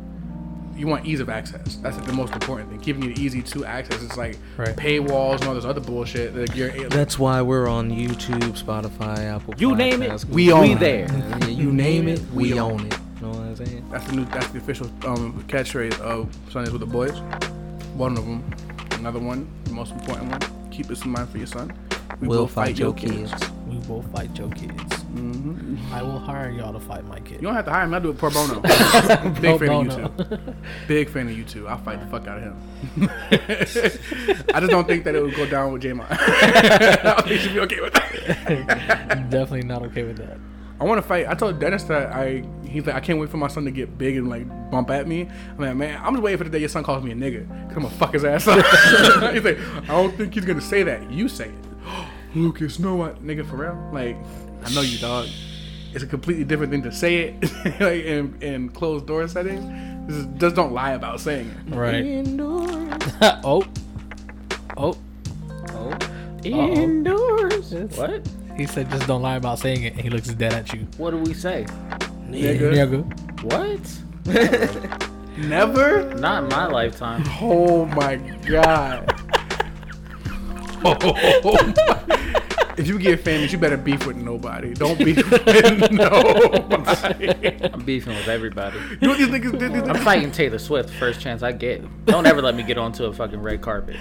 S4: you want ease of access. That's like the most important thing. Keeping it easy to access. It's like
S5: Right.
S4: paywalls and all this other bullshit. Like you're
S1: That's why we're on YouTube, Spotify, Apple.
S2: You name it,
S1: Podcasts,
S2: we
S1: Google
S2: own
S1: Podcasts.
S2: it.
S1: Yeah, you name it, we own it. You know what I'm saying?
S4: That's the new. That's the official um, catchphrase of Sundays with the Boys. One of them. Another one. The most important one. Keep this in mind for your son. We
S1: We'll fight your kids.
S5: We will fight your kids.
S2: Mm-hmm.
S5: I will hire y'all to fight my kid.
S4: You don't have to hire him. I do it pro bono. Big fan
S5: Pro
S4: of you two. Big fan of you two. I'll fight the fuck out of him. I just don't think that it would go down with J-Mon. I don't think she'd be okay with that.
S5: I'm definitely not okay with that.
S4: I want to fight. I told Dennis that I. He's like, I can't wait for my son to get big and like bump at me. I'm like, man, I'm just waiting for the day your son calls me a nigga. Cause I'm gonna fuck his ass up. he's like, I don't think he's gonna say that. You say it. Lucas, no, what, nigga, for real? Like, I know you, dog. It's a completely different thing to say it, like in, in closed door settings. This is, just don't lie about saying it.
S5: Right. oh. Oh.
S2: Indoors. What?
S5: He said, just don't lie about saying it, and he looks dead at you.
S2: What do we say?
S4: Nigga.
S5: Nigga.
S2: What?
S4: Never.
S2: Not in my lifetime.
S4: Oh my god. If you get famous, you better beef with nobody. Don't beef with nobody.
S2: I'm beefing with everybody.
S4: You know what these niggas did? These
S2: I'm
S4: niggas,
S2: fighting Taylor Swift first chance I get. Don't ever let me get onto a fucking red carpet.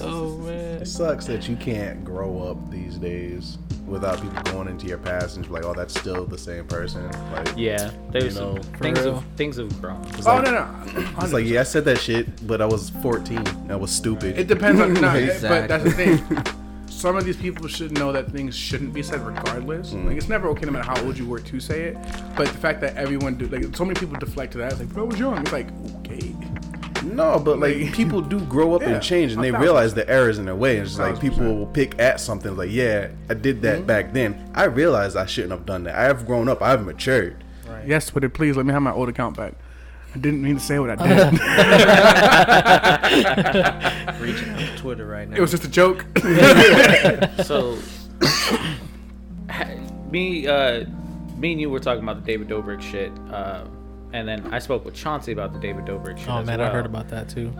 S5: Oh man.
S3: It sucks that you can't grow up these days without people going into your past and be like, oh, that's still the same person. Like,
S2: Yeah, there's
S3: You know,
S2: some things
S5: real.
S2: have things have grown.
S3: It's
S4: oh
S3: like,
S4: no no.
S3: It's like, yeah, I said that shit, but I was 14. I was stupid.
S4: It depends on no,
S3: Like,
S4: but that's the thing. Some of these people should know that things shouldn't be said regardless.
S3: Mm.
S4: Like it's never okay no matter how old you were to say it. But the fact that everyone do like so many people deflect to that, it's like, bro, I was young. It's like, okay.
S3: No, but like
S4: Like-
S3: people do grow up
S4: Yeah,
S3: and change, and
S4: a
S3: they
S4: thousand
S3: realize the errors in their way. It's just like
S4: Thousand
S3: people
S4: percent.
S3: will pick at something like, "Yeah, I did that back then. I realized I shouldn't have done that. I have grown up. I have matured."
S4: Yes, Twitter, please let me have my old account back. I didn't mean to say what I did.
S1: Reaching out to Twitter right now.
S4: it was just a joke.
S2: So, me, uh, me and you were talking about the David Dobrik shit, uh, and then I spoke with Chauncey about the David Dobrik shit.
S5: Oh
S2: as
S5: man, I
S2: well.
S5: heard about that too.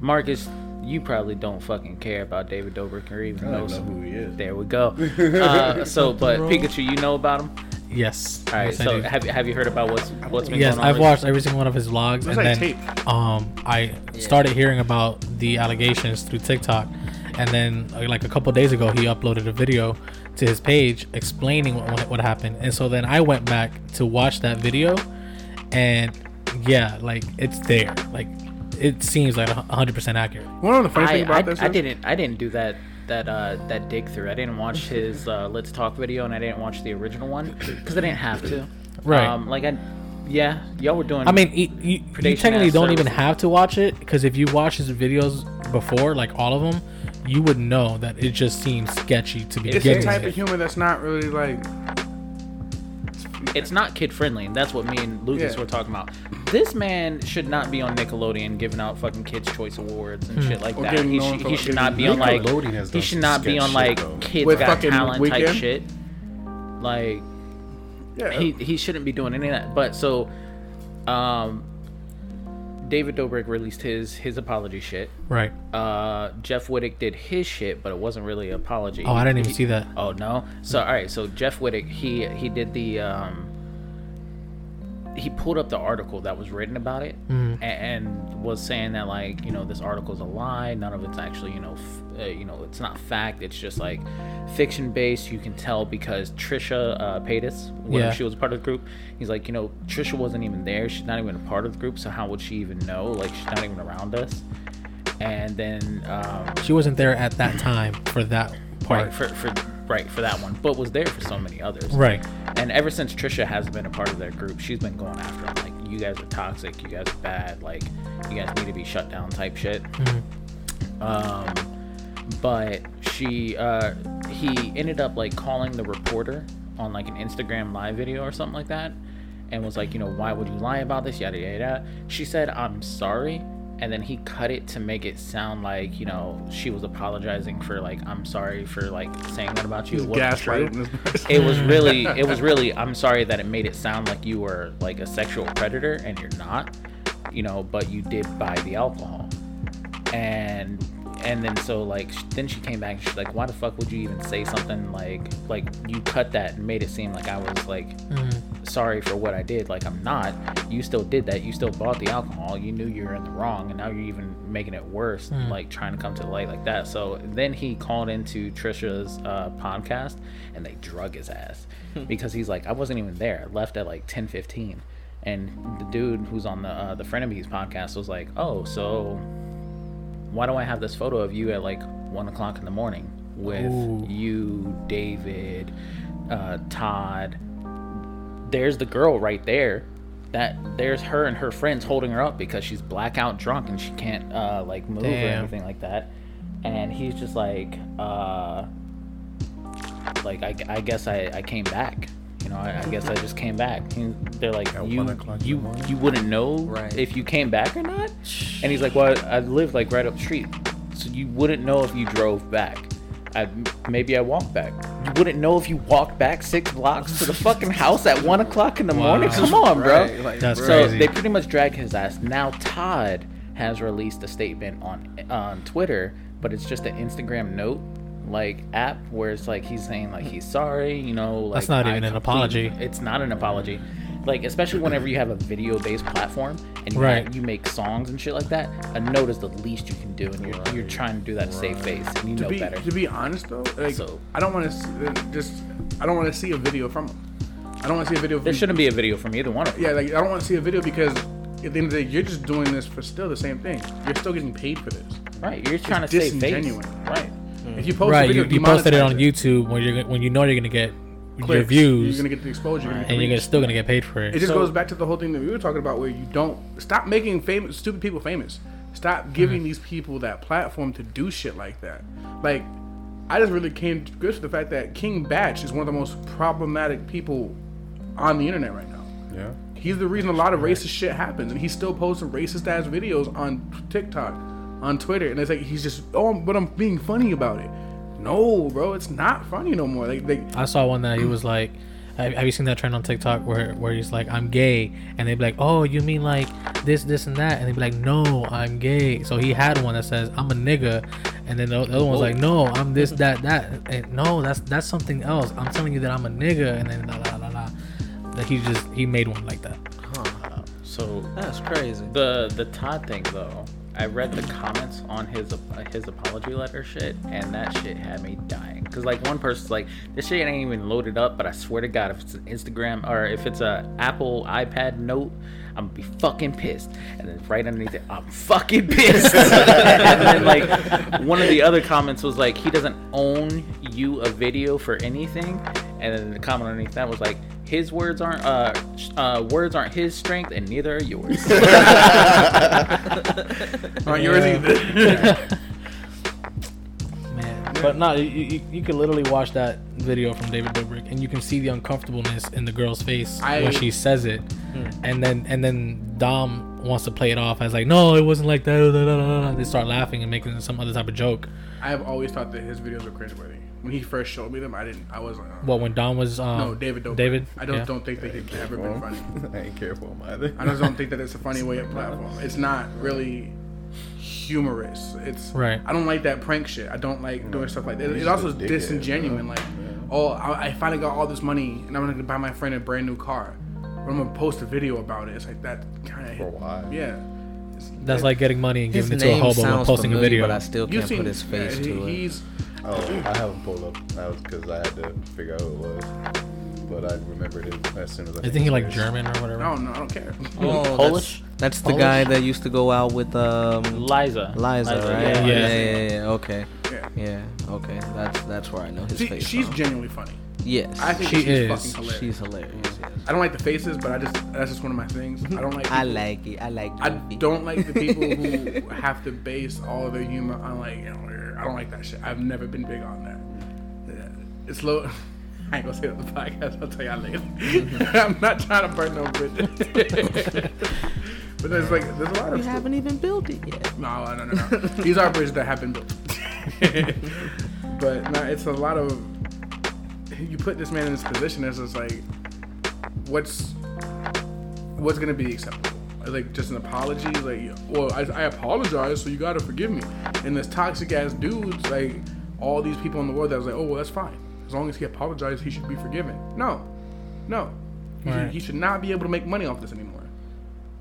S2: Marcus. you probably don't fucking care about David Dobrik or even
S3: I don't
S2: knows.
S3: know who he is.
S2: There we go. Uh, so, but Pikachu, you know about him.
S5: Yes.
S2: All right.
S5: yes, I
S2: so,
S5: do.
S2: have you have you heard about what's what's been
S5: yes,
S2: going on?
S5: I've
S2: with-
S5: watched every single one of his vlogs,
S4: like
S5: and then
S4: tape.
S5: um, I started hearing about the allegations through TikTok, and then uh, like a couple days ago, he uploaded a video to his page explaining what, what what happened, and so then I went back to watch that video, and yeah, like it's there, like it seems like 100% accurate.
S4: One of the funny
S2: I,
S4: things about
S2: I,
S4: this
S2: I
S4: is-
S2: didn't I didn't do that that uh that dig through. I didn't watch his uh, Let's Talk video and I didn't watch the original one because I didn't have to.
S5: Right.
S2: Um, like I, yeah, y'all were doing.
S5: I mean, you, you, you
S2: Predation
S5: technically
S2: as
S5: don't even
S2: services.
S5: have to watch it because if you watch his videos before, like all of them, you would know that it just seems sketchy to
S2: It's
S5: begin
S4: It's the
S5: with.
S4: type of humor that's not really like.
S2: it's not kid friendly, and that's what me and Lucas
S4: Yeah.
S2: were talking about. This man should not be on Nickelodeon giving out fucking Kids Choice Awards and shit like
S4: Or
S2: that.
S4: getting
S2: He,
S4: known
S2: should
S4: for,
S2: he
S4: like,
S2: should not be on like
S3: Nickelodeon has
S2: he
S3: done
S2: should
S3: some
S2: not be
S3: sketch
S2: on
S3: shit,
S2: like
S3: though.
S2: Kids
S4: With
S2: Got
S4: fucking
S2: Talent type
S4: Weeknd?
S2: shit. Like
S4: Yeah.
S2: he he shouldn't be doing any of that. But so, um, David Dobrik released his his apology shit.
S5: Right.
S2: Uh, Jeff Wittick did his shit, but it wasn't really an apology.
S5: Oh, I didn't even
S2: He-
S5: see that.
S2: Oh no. So all right. So Jeff Wittick, he he did the um. He pulled up the article that was written about it, a- and, was saying that like you know this article's a lie. None of it's actually you know f- uh, you know it's not fact. It's just like fiction based. You can tell because Trisha uh, Paytas, when
S5: Yeah.
S2: she was part of the group, he's like you know Trisha wasn't even there. She's not even a part of the group. So how would she even know? Like she's not even around us. And then um,
S5: She wasn't there at that time for that part.
S2: right for, for right for that one, but was there for so many others.
S5: Right.
S2: And ever since Trisha hasn't been a part of their group, she's been going after them like, "You guys are toxic. You guys are bad. Like, you guys need to be shut down." Type shit. Um, but she, uh, he ended up like calling the reporter on like an Instagram live video or something like that, and was like, "You know, why would you lie about this? Yada yada." yada. She said, "I'm sorry." And then he cut it to make it sound like you know she was apologizing for like I'm sorry for like saying that about you. It wasn't true
S4: gaslighting this
S2: it was really it was really i'm sorry that it made it sound like you were like a sexual predator and you're not you know but you did buy the alcohol and and then so like sh- then she came back and she's like why the fuck would you even say something like like you cut that and made it seem like i was like sorry for what i did like i'm not you still did that you still bought the alcohol you knew you were in the wrong and now you're even making it worse like trying to come to the light like that so then he called into trisha's uh, podcast and they drug his ass because he's like i wasn't even there i left at like 10.15 and the dude who's on the uh, the frenemies podcast was like oh so why do I have this photo of you at like one o'clock in the morning with you, David, uh, Todd? There's the girl right there. That there's her and her friends holding her up because she's blackout drunk and she can't uh, like move or
S5: Damn.
S2: anything like that. And he's just like, uh, like I, I guess I, I came back. You know, I, I guess I just came back. He- they're like,
S3: At
S2: you
S3: one o'clock in the
S2: you
S3: morning?
S2: you wouldn't know
S1: Right.
S2: if you came back or not. And he's like, well, I, I live like right up the street, so you wouldn't know if you drove back. I maybe I walked back. You wouldn't know if you walked back six blocks to the fucking house at one o'clock in the morning. Come on, bro.
S1: Right, like,
S5: That's
S1: bruh.
S2: So
S5: Crazy.
S2: they pretty much drag his ass. Now Todd has released a statement on on Twitter, but it's just an Instagram note like app where it's like he's saying like he's sorry, you know. Like,
S5: That's not even an apology.
S2: It's not an apology. Like especially whenever you have a video based platform and you,
S5: Right.
S2: you make songs and shit like that, a note is the least you can do, and you're, you're trying to do that to save face, and you
S4: to
S2: know
S4: be
S2: better.
S4: to be honest though, like
S2: So-
S4: I don't want to just I don't want to see a video from him. I don't want to see a video. From,
S2: There shouldn't be a video from either one of them.
S4: Yeah, like I don't want to see a video because at the end of the day, you're just doing this for still the same thing. You're still getting paid for this.
S2: Right, you're trying to
S4: It's
S2: save face.
S4: disingenuine.
S2: Right.
S4: If you post a
S5: Right.
S4: video,
S5: You, you posted it
S4: demonetize
S5: on YouTube when you're when you know you're gonna get your
S4: Clicks,
S5: views,
S4: You're gonna get the exposure. You're gonna get
S5: and
S4: the
S5: you're gonna,
S4: reach.
S5: still gonna get paid for
S4: It
S5: it.
S4: just
S2: So-
S4: goes back to the whole thing that we were talking about, where you don't stop making famous, stupid people famous. Stop giving these people that platform to do shit like that. Like, I just really came to grips with the fact that King Batch is one of the most problematic people on the internet right now.
S3: Yeah.
S4: He's the reason a lot of racist shit happens, and he's still posting racist ass videos on TikTok, on Twitter, and it's like he's just oh, but I'm being funny about it. No, bro, it's not funny no more. Like, like
S5: I saw one that he was like, Have, have you seen that trend on TikTok where where he's like, I'm gay, and they'd be like, Oh, you mean like this, this, and that, and they'd be like, No, I'm gay. So he had one that says, I'm a nigga, and then the, the other one's like, No, I'm this, that, that, and no, that's that's something else. I'm telling you that I'm a nigga, and then la la la la. Like he just he made one like that.
S2: So
S1: That's crazy.
S2: the the Todd thing though, I read the comments on his ap- his apology letter shit, and that shit had me dying. Cause like one person's like, this shit ain't even loaded up, but I swear to God, if it's an Instagram or if it's a Apple iPad note, I'm gonna be fucking pissed. And then right underneath it, I'm fucking pissed. and then like one of the other comments was like, he doesn't own you a video for anything. And then the comment underneath that was like. His words aren't uh, sh- uh, words aren't his strength, and neither are yours. Oh,
S4: Not yours either.
S5: Man, but no, you, you, you could literally watch that video from David Dobrik, and you can see the uncomfortableness in the girl's face
S4: I-
S5: when she says it,
S1: Hmm.
S5: and then and then Dom wants to play it off as like, no, it wasn't like that. da, da, da, da, da." They start laughing and making some other type of joke.
S4: I have always thought that his videos were cringeworthy. When he first showed me them, I didn't. I wasn't. Uh,
S5: What when Dom was um,
S4: no, David. Dobrik.
S5: David,
S4: I don't
S5: yeah.
S4: don't think they could ever been funny.
S3: I ain't care for him either.
S4: I just don't think that it's a funny way of platform. It's not really humorous. It's
S5: Right.
S4: I don't like that prank shit. I don't like doing stuff like that. It,
S3: He's
S4: it also is
S3: just a dickhead,
S4: disingenuous. Like, oh, I, I finally got all this money and I'm gonna buy my friend a brand new car, but I'm gonna post a video about it. It's like that kind
S3: For
S4: of
S3: why?
S4: yeah.
S5: That's like getting money and
S1: His
S5: giving it to a
S1: name
S5: hobo while
S1: sounds
S5: posting
S1: familiar,
S5: a video.
S1: but I still
S4: You
S1: can't
S4: seen
S1: put his face
S4: yeah, he-
S1: to it.
S4: He's
S3: Oh, I haven't pulled up. That was because I had to figure out who it was. But I remembered him as soon as I.
S5: I think he like
S3: searched.
S5: German or whatever.
S4: I don't know. I don't care.
S1: Oh, that's-
S2: Polish?
S1: That's, the
S5: Polish?
S1: guy that used to go out with um, Liza,
S2: Liza.
S1: right? Yeah.
S5: yeah. Yeah.
S1: Yeah, yeah, yeah, Okay.
S4: Yeah.
S1: Yeah. Okay. That's that's where I know his
S4: She-
S1: face.
S4: she's
S1: from.
S4: genuinely funny.
S1: yes.
S4: I think
S5: She
S4: she's
S5: is.
S4: fucking hilarious.
S1: she's hilarious. Yes.
S4: I don't like the faces, but I just that's just one of my things. I don't like.
S1: I like it. I like.
S4: I
S1: goofy.
S4: don't like the people who have to base all of their humor on like you know, I don't like that shit. I've never been big on that. Yeah. It's low. I ain't gonna say it on the podcast. I'll tell y'all later. I'm not trying to burn no bridges. but there's like there's a lot of
S6: haven't even built it yet.
S4: no no no no. These are bridges that have been built. but no, it's a lot of you put this man in this position. It's just like what's what's gonna be acceptable? Like just an apology? Like, well, I, I apologize, so you gotta forgive me. And this toxic ass dudes, like all these people in the world, that was like, oh well, that's fine. As long as he apologized, he should be forgiven. No, no, he, should,
S5: Right.
S4: he should not be able to make money off this anymore.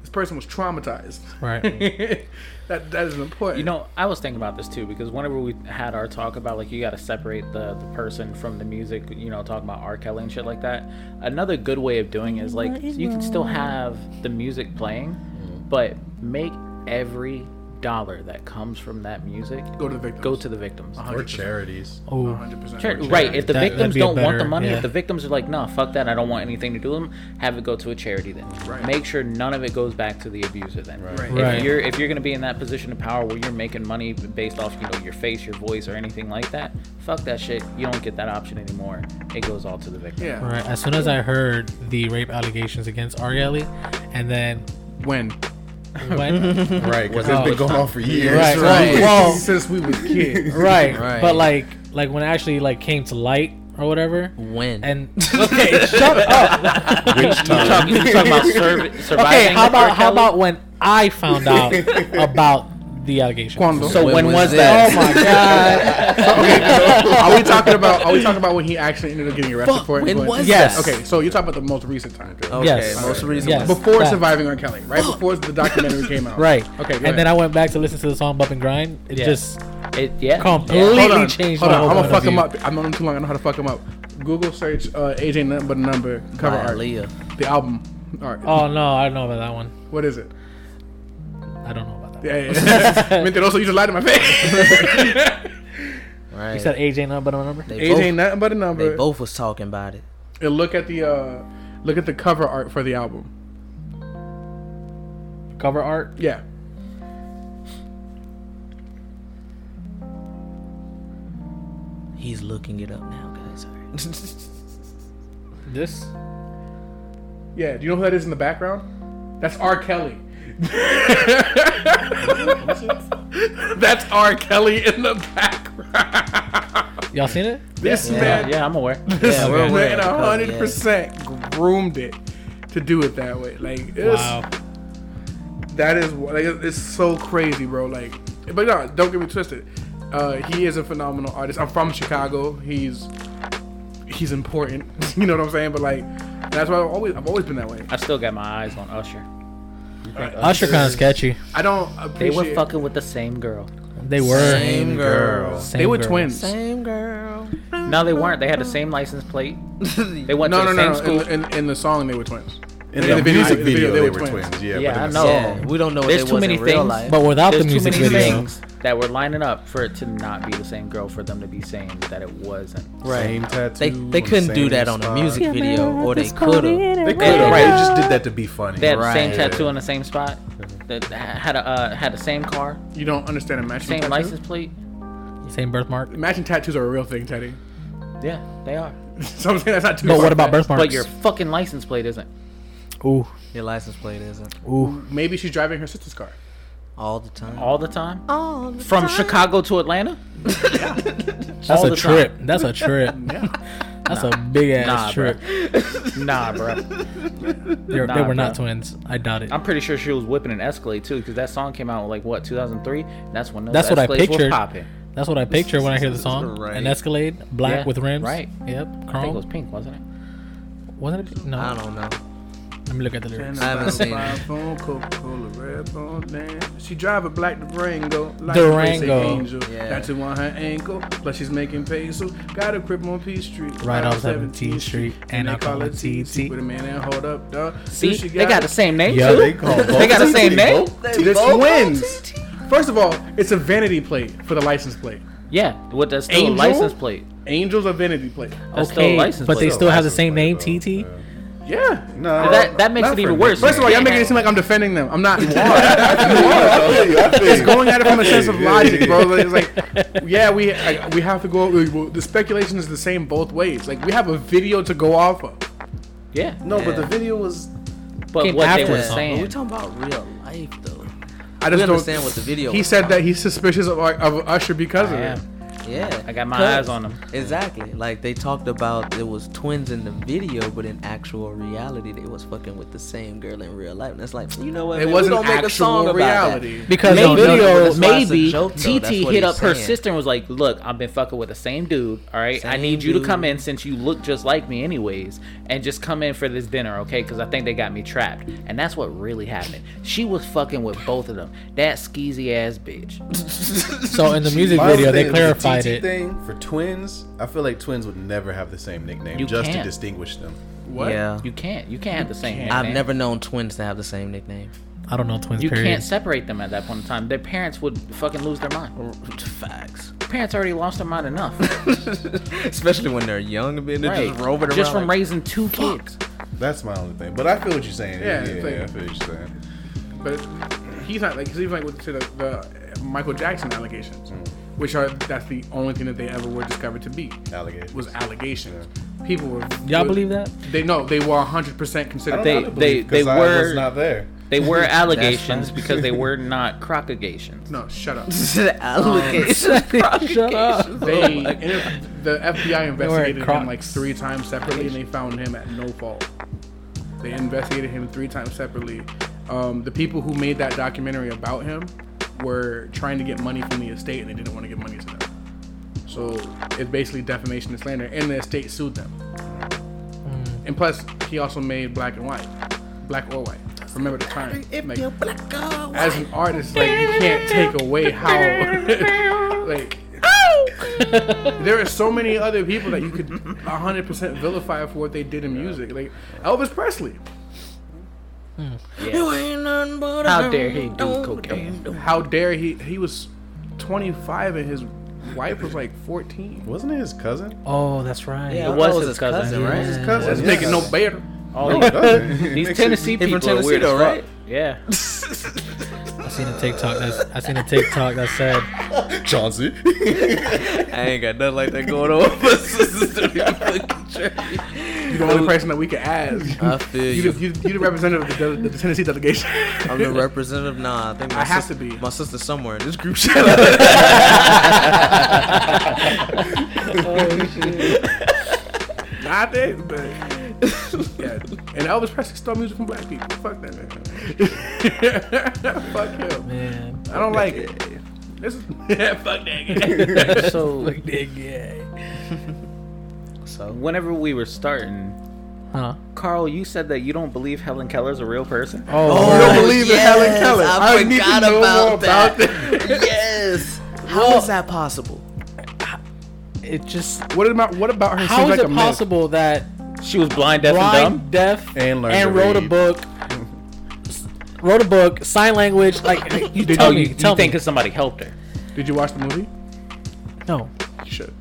S4: This person was traumatized.
S5: Right.
S4: that that is important.
S2: You know, I was thinking about this too because whenever we had our talk about like you got to separate the the person from the music, you know, talking about R. Kelly and shit like that. Another good way of doing it is like you can still have the music playing, but make every dollar that comes from that music
S4: go to the victims.
S2: go to the victims.
S3: Or charities.
S5: Oh,
S4: 100%.
S2: Chari- right. If the
S5: That- that'd
S2: victims
S5: be a
S2: don't want
S5: better-
S2: the money,
S5: yeah.
S2: if the victims are like, nah, fuck that, I don't want anything to do with them, have it go to a charity then.
S4: Right.
S2: Make sure none of it goes back to the abuser then.
S4: Right.
S5: Right.
S2: If you're if you're gonna be in that position of power where you're making money based off, you know, your face, your voice, or anything like that, fuck that shit. You don't get that option anymore. It goes all to the victim.
S4: Yeah.
S5: Right. As soon as I heard the rape allegations against Ariely, and then
S4: When?
S5: when
S3: Right, because
S5: Oh,
S3: it's been
S5: it's
S3: going on for years.
S5: Right, right. Well,
S4: Since we was kids.
S5: right,
S1: Right.
S5: But like, like when it actually like came to light or whatever,
S1: When?
S5: and okay, shut up.
S2: You talk- you talking about survi- surviving
S5: Okay, how
S2: R.
S5: about how
S2: Kelly?
S5: about when I found out about the allegations?
S4: Quando.
S2: so when,
S1: When was
S2: was
S1: that?
S2: that?
S5: Oh my god!
S4: are we talking about? Are we talking about when he actually ended up getting arrested
S1: Fuck,
S4: for it?
S1: when
S4: But-
S1: was
S5: Yes. that?
S4: Okay, so you're talking about the most recent time.
S1: Okay.
S5: Yes.
S1: Most reason.
S5: Oh, Yes.
S4: Before
S5: Fact.
S4: surviving R. Kelly, right before the documentary came out.
S5: Right.
S4: Okay.
S5: and then I went back to listen to the song "Bump and Grind." It
S2: Yeah.
S5: just
S2: It, yeah.
S5: Completely-
S4: hold on.
S5: changed
S4: Hold
S5: my
S4: on.
S5: whole
S4: I'm gonna
S5: point of
S4: fuck him
S5: view.
S4: up. I've known him too long. I know how to fuck him up. Google search uh, AJ nothing but a number cover
S1: By
S4: art.
S1: Aaliyah.
S4: The album art.
S5: oh no, I don't know about that one.
S4: What is it?
S5: I don't know about that.
S4: Yeah. yeah. Mentiroso, you just lied to my face.
S1: Right.
S5: You said AJ not but a number.
S1: they
S4: AJ
S1: both,
S4: nothing but a number.
S1: they both was talking about it.
S4: and look at the uh look at the cover art for the album.
S5: Cover art.
S4: Yeah.
S1: He's looking it up now, guys.
S5: This.
S4: Yeah. Do you know who that is in the background? That's R. Kelly. That's R. Kelly in the background.
S5: Y'all seen it?
S4: This
S2: Yeah,
S4: man,
S2: yeah, I'm aware.
S4: this
S1: Yeah, we're aware
S4: man,
S1: because, yeah.
S4: hundred percent groomed it to do it that way. Like, it's,
S5: Wow.
S4: that is wh- like it's so crazy, bro. Like, but no, don't get me twisted. Uh, he is a phenomenal artist. I'm from Chicago. He's he's important. you know what I'm saying? But like, that's why I've always I've always been that way.
S2: I still got my eyes on Usher.
S5: Usher kind of sketchy.
S4: I don't
S2: They
S4: appreciate.
S2: were fucking with the same girl.
S5: They were.
S1: Same girl.
S5: Same
S4: They were
S5: girl.
S4: twins.
S1: Same girl.
S2: No, they weren't. They had the same license plate. They
S1: they
S2: went
S4: No,
S2: to the
S4: no,
S2: same
S4: no. no.
S2: school.
S4: In, in, in the song, they were twins.
S3: In
S4: In
S3: the
S4: the
S3: music video,
S4: video, they
S3: they
S4: were
S3: were
S4: twins.
S3: twins. Yeah,
S2: Yeah,
S3: but
S2: I
S3: in the
S2: know.
S3: song-
S1: yeah, we don't know what
S2: There's
S1: they
S2: too
S1: was
S2: many
S1: in real
S2: things,
S1: life.
S5: But without
S2: There's
S5: the
S2: too
S5: music
S2: many
S5: video,
S2: things that were lining up for it to not be the same girl for them to be saying that it wasn't.
S1: right.
S3: Same tattoo.
S1: They
S3: on
S1: they
S3: the
S1: couldn't do
S3: same
S1: that on a
S3: spot.
S1: music video, or they could have.
S3: They could have.
S2: Right.
S3: They just did that to be funny.
S2: They had the same
S1: Right.
S2: tattoo in the same spot. That had a uh, had the same car,
S4: You don't understand a matching
S2: same
S4: tattoo?
S2: license plate.
S5: Same birthmark.
S4: Matching tattoos are a real thing, Teddy.
S2: Yeah, they are.
S4: so I'm saying that's not too.
S5: But
S4: far
S5: what about
S4: fetched.
S5: birthmarks?
S2: But your fucking license plate isn't.
S5: Ooh,
S1: Your license plate isn't
S5: ooh.
S4: Maybe she's driving her sister's car.
S1: all the time.
S2: all the time. All the from Chicago to Atlanta.
S5: That's
S2: All
S5: a
S2: the
S5: trip. That's a trip. That's a big ass
S2: Nah,
S5: trip.
S2: Nah, bro.
S5: They're-
S2: Nah,
S5: they were not
S2: bro.
S5: twins. I doubt it.
S2: I'm pretty sure she was whipping an Escalade too, because that song came out like what 2003. That's when those
S5: That's what I
S2: Escalades were
S5: pictured.
S2: popping.
S5: That's what I picture when I hear the song.
S1: Right.
S5: An Escalade, black
S2: Yeah,
S5: with rims.
S2: right.
S5: Yep.
S2: I think it
S5: Chrome.
S2: was pink, wasn't it?
S5: Wasn't it? No.
S1: I don't know.
S5: Let me look at the lyrics.
S1: I haven't seen it.
S4: Phone, Coca-Cola, red phone, damn. She drive a black Durango, like
S5: Durango.
S4: a angel.
S1: Yeah.
S4: Got you on her ankle, plus she's making pesos. Got a crib on P Street,
S5: Right off 17th Street, and I call her TT.
S4: With a man and hold up, dog.
S2: See, they got the same name
S5: Yeah,
S2: too.
S3: They call
S2: They got the same name.
S4: This wins. First of all, it's a vanity plate for the license plate.
S2: Yeah, with that's still
S4: Angel?
S2: a license plate.
S4: Angel's a vanity plate.
S2: That's still a license
S5: but they
S2: plate.
S5: still have the same name,
S3: License plate,
S5: TT.
S3: though.
S4: Yeah.
S3: No,
S2: That- that makes
S3: not
S2: it even
S3: for
S2: worse.
S3: me.
S4: First of all, y'all making it seem like I'm defending them. I'm not. It's going at it from a sense of logic, bro. Like, It's like, yeah, we I, we have to go. we- we- The speculation is the same both ways. Like, we have a video to go off of.
S2: yeah,
S3: No, but the video was.
S2: but
S5: Came
S2: what they
S5: after
S2: were
S5: the song.
S1: But
S2: saying.
S1: we're talking about real life though.
S4: I
S1: We
S4: just don't
S1: understand what the video
S4: He
S1: was
S4: said
S1: about.
S4: that he's suspicious of, of Usher because
S2: I
S4: of it.
S2: am.
S1: Yeah.
S2: I got my
S1: Cause-
S2: eyes on them.
S1: Exactly. Like they talked about it was twins in the video, but in actual reality they was fucking with the same girl in real life. And it's like, you know what?
S4: It
S1: man,
S4: wasn't
S1: we gonna make a
S4: actual
S1: song
S4: reality.
S1: about
S5: Because
S1: Maybe-
S5: on the-
S1: video-
S2: video,
S1: that's why it's a
S2: maybe
S1: joke, though. That's
S2: TT
S1: what
S2: hit
S1: he's
S2: up her
S1: saying.
S2: sister and was like, "Look, I've been fucking with the same dude. All right, I
S1: Same
S2: need you to
S1: dude.
S2: come in since you look just like me, anyways, and just come in for this dinner, okay? Because I think they got me trapped, and that's what really happened. She was fucking with both of them. That skeezy ass bitch.
S5: So in the music
S3: My
S5: video, they
S3: thing with the
S5: clarified
S3: TT
S5: it.
S3: Thing for twins, I feel like twins would never have the same nickname
S2: You
S3: just
S2: can't.
S3: to distinguish them.
S1: that.
S4: What?
S1: Yeah.
S2: You can't. You can't have the same. name,
S1: I've
S2: man.
S1: never known twins to have the same nickname.
S5: I don't know twins.
S2: You
S5: period.
S2: can't separate them at that point in time. Their parents would fucking lose their mind.
S1: Facts.
S2: Their parents already lost their mind enough.
S1: Especially when they're young and then they're
S2: right.
S1: just roaming around.
S2: Just from
S1: like,
S2: raising two kids.
S3: That's my only thing. But I feel what you're saying. Yeah,
S4: Yeah, it's
S3: yeah,
S4: like-
S3: I feel what you're saying.
S4: But he's not like because he's like with to the, the Michael Jackson allegations,
S2: Mm.
S4: which are that's the only thing that they ever were discovered to be
S3: Alligator
S4: was allegations. People were
S5: Y'all
S4: were-
S5: believe that?
S4: They know they were 100 percent considered.
S2: They-
S4: valid.
S2: they- they
S3: I
S2: were-
S3: was not there.
S2: They were allegations
S1: fine.
S2: because they were not crocagations.
S4: no, shut up.
S2: Um,
S5: Shut up.
S4: They inter- the FBI investigated him
S5: Crocs.
S4: like three times separately, and they found him at no fault. They investigated him three times separately. Um, the people who made that documentary about him were trying to get money from the estate, and they didn't want to give money to them. So it's basically defamation and slander, and the estate sued them. And plus, he also made black and white, black or white. Remember the time. Like, as an artist, like you can't take away how like there are so many other people that you could 100% vilify for what they did in music. Like Elvis Presley.
S2: Yeah. How dare he do cocaine?
S4: How dare he? He was 25 and his wife was like 14.
S3: Wasn't it his cousin?
S5: Oh, that's right.
S1: Yeah,
S2: was
S1: that
S2: his cousin, right?
S1: yeah.
S3: His cousin.
S4: That's making no better.
S2: All
S3: No,
S2: these-
S3: it doesn't. It
S2: Oh, these
S3: makes
S2: Tennessee
S3: it-
S1: Oh, from
S2: people are
S1: Tennessee
S2: weird
S1: though,
S2: as
S1: right?
S2: fuck. Yeah.
S5: I seen a TikTok. That's, I seen a TikTok that said
S3: Chauncey.
S1: I ain't got nothing like that going on.
S4: You're the only person that we could ask.
S1: I feel
S4: You,
S1: you.
S4: the- you, you the representative of the, the, the Tennessee delegation.
S1: I'm the representative. Nah, I think my
S4: I have
S1: sis-
S4: to be.
S1: My sister somewhere in this group Oh, chat.
S4: Oh, Not that, but yeah. And Elvis Presley stole music from black people. Fuck that man. Fuck him.
S5: Man.
S4: I don't like it. This is yeah, fuck that guy.
S2: so
S5: yeah.
S1: so
S2: whenever we were starting,
S5: Huh.
S2: Carl, you said that you don't believe Helen Keller's a real person.
S4: you
S1: Oh,
S4: don't believe in Helen
S1: yes,
S4: Keller.
S1: I
S4: need to
S1: forgot
S4: know
S1: about
S4: more about that.
S1: yes, how is that possible?
S5: It just.
S4: What about what about her?
S5: How
S4: seems
S5: is
S4: like a
S5: it possible that
S2: She was blind, deaf, and dumb.
S5: blind, deaf,
S3: And learned to
S5: and, wrote a
S3: read.
S5: book? s- Wrote a book, sign language. Like you
S4: Did
S5: tell
S2: Oh,
S5: me.
S2: you,
S5: tell
S2: you think
S5: me.
S2: it's somebody helped her?
S4: myth? Did you watch the movie?
S5: no.
S4: You should.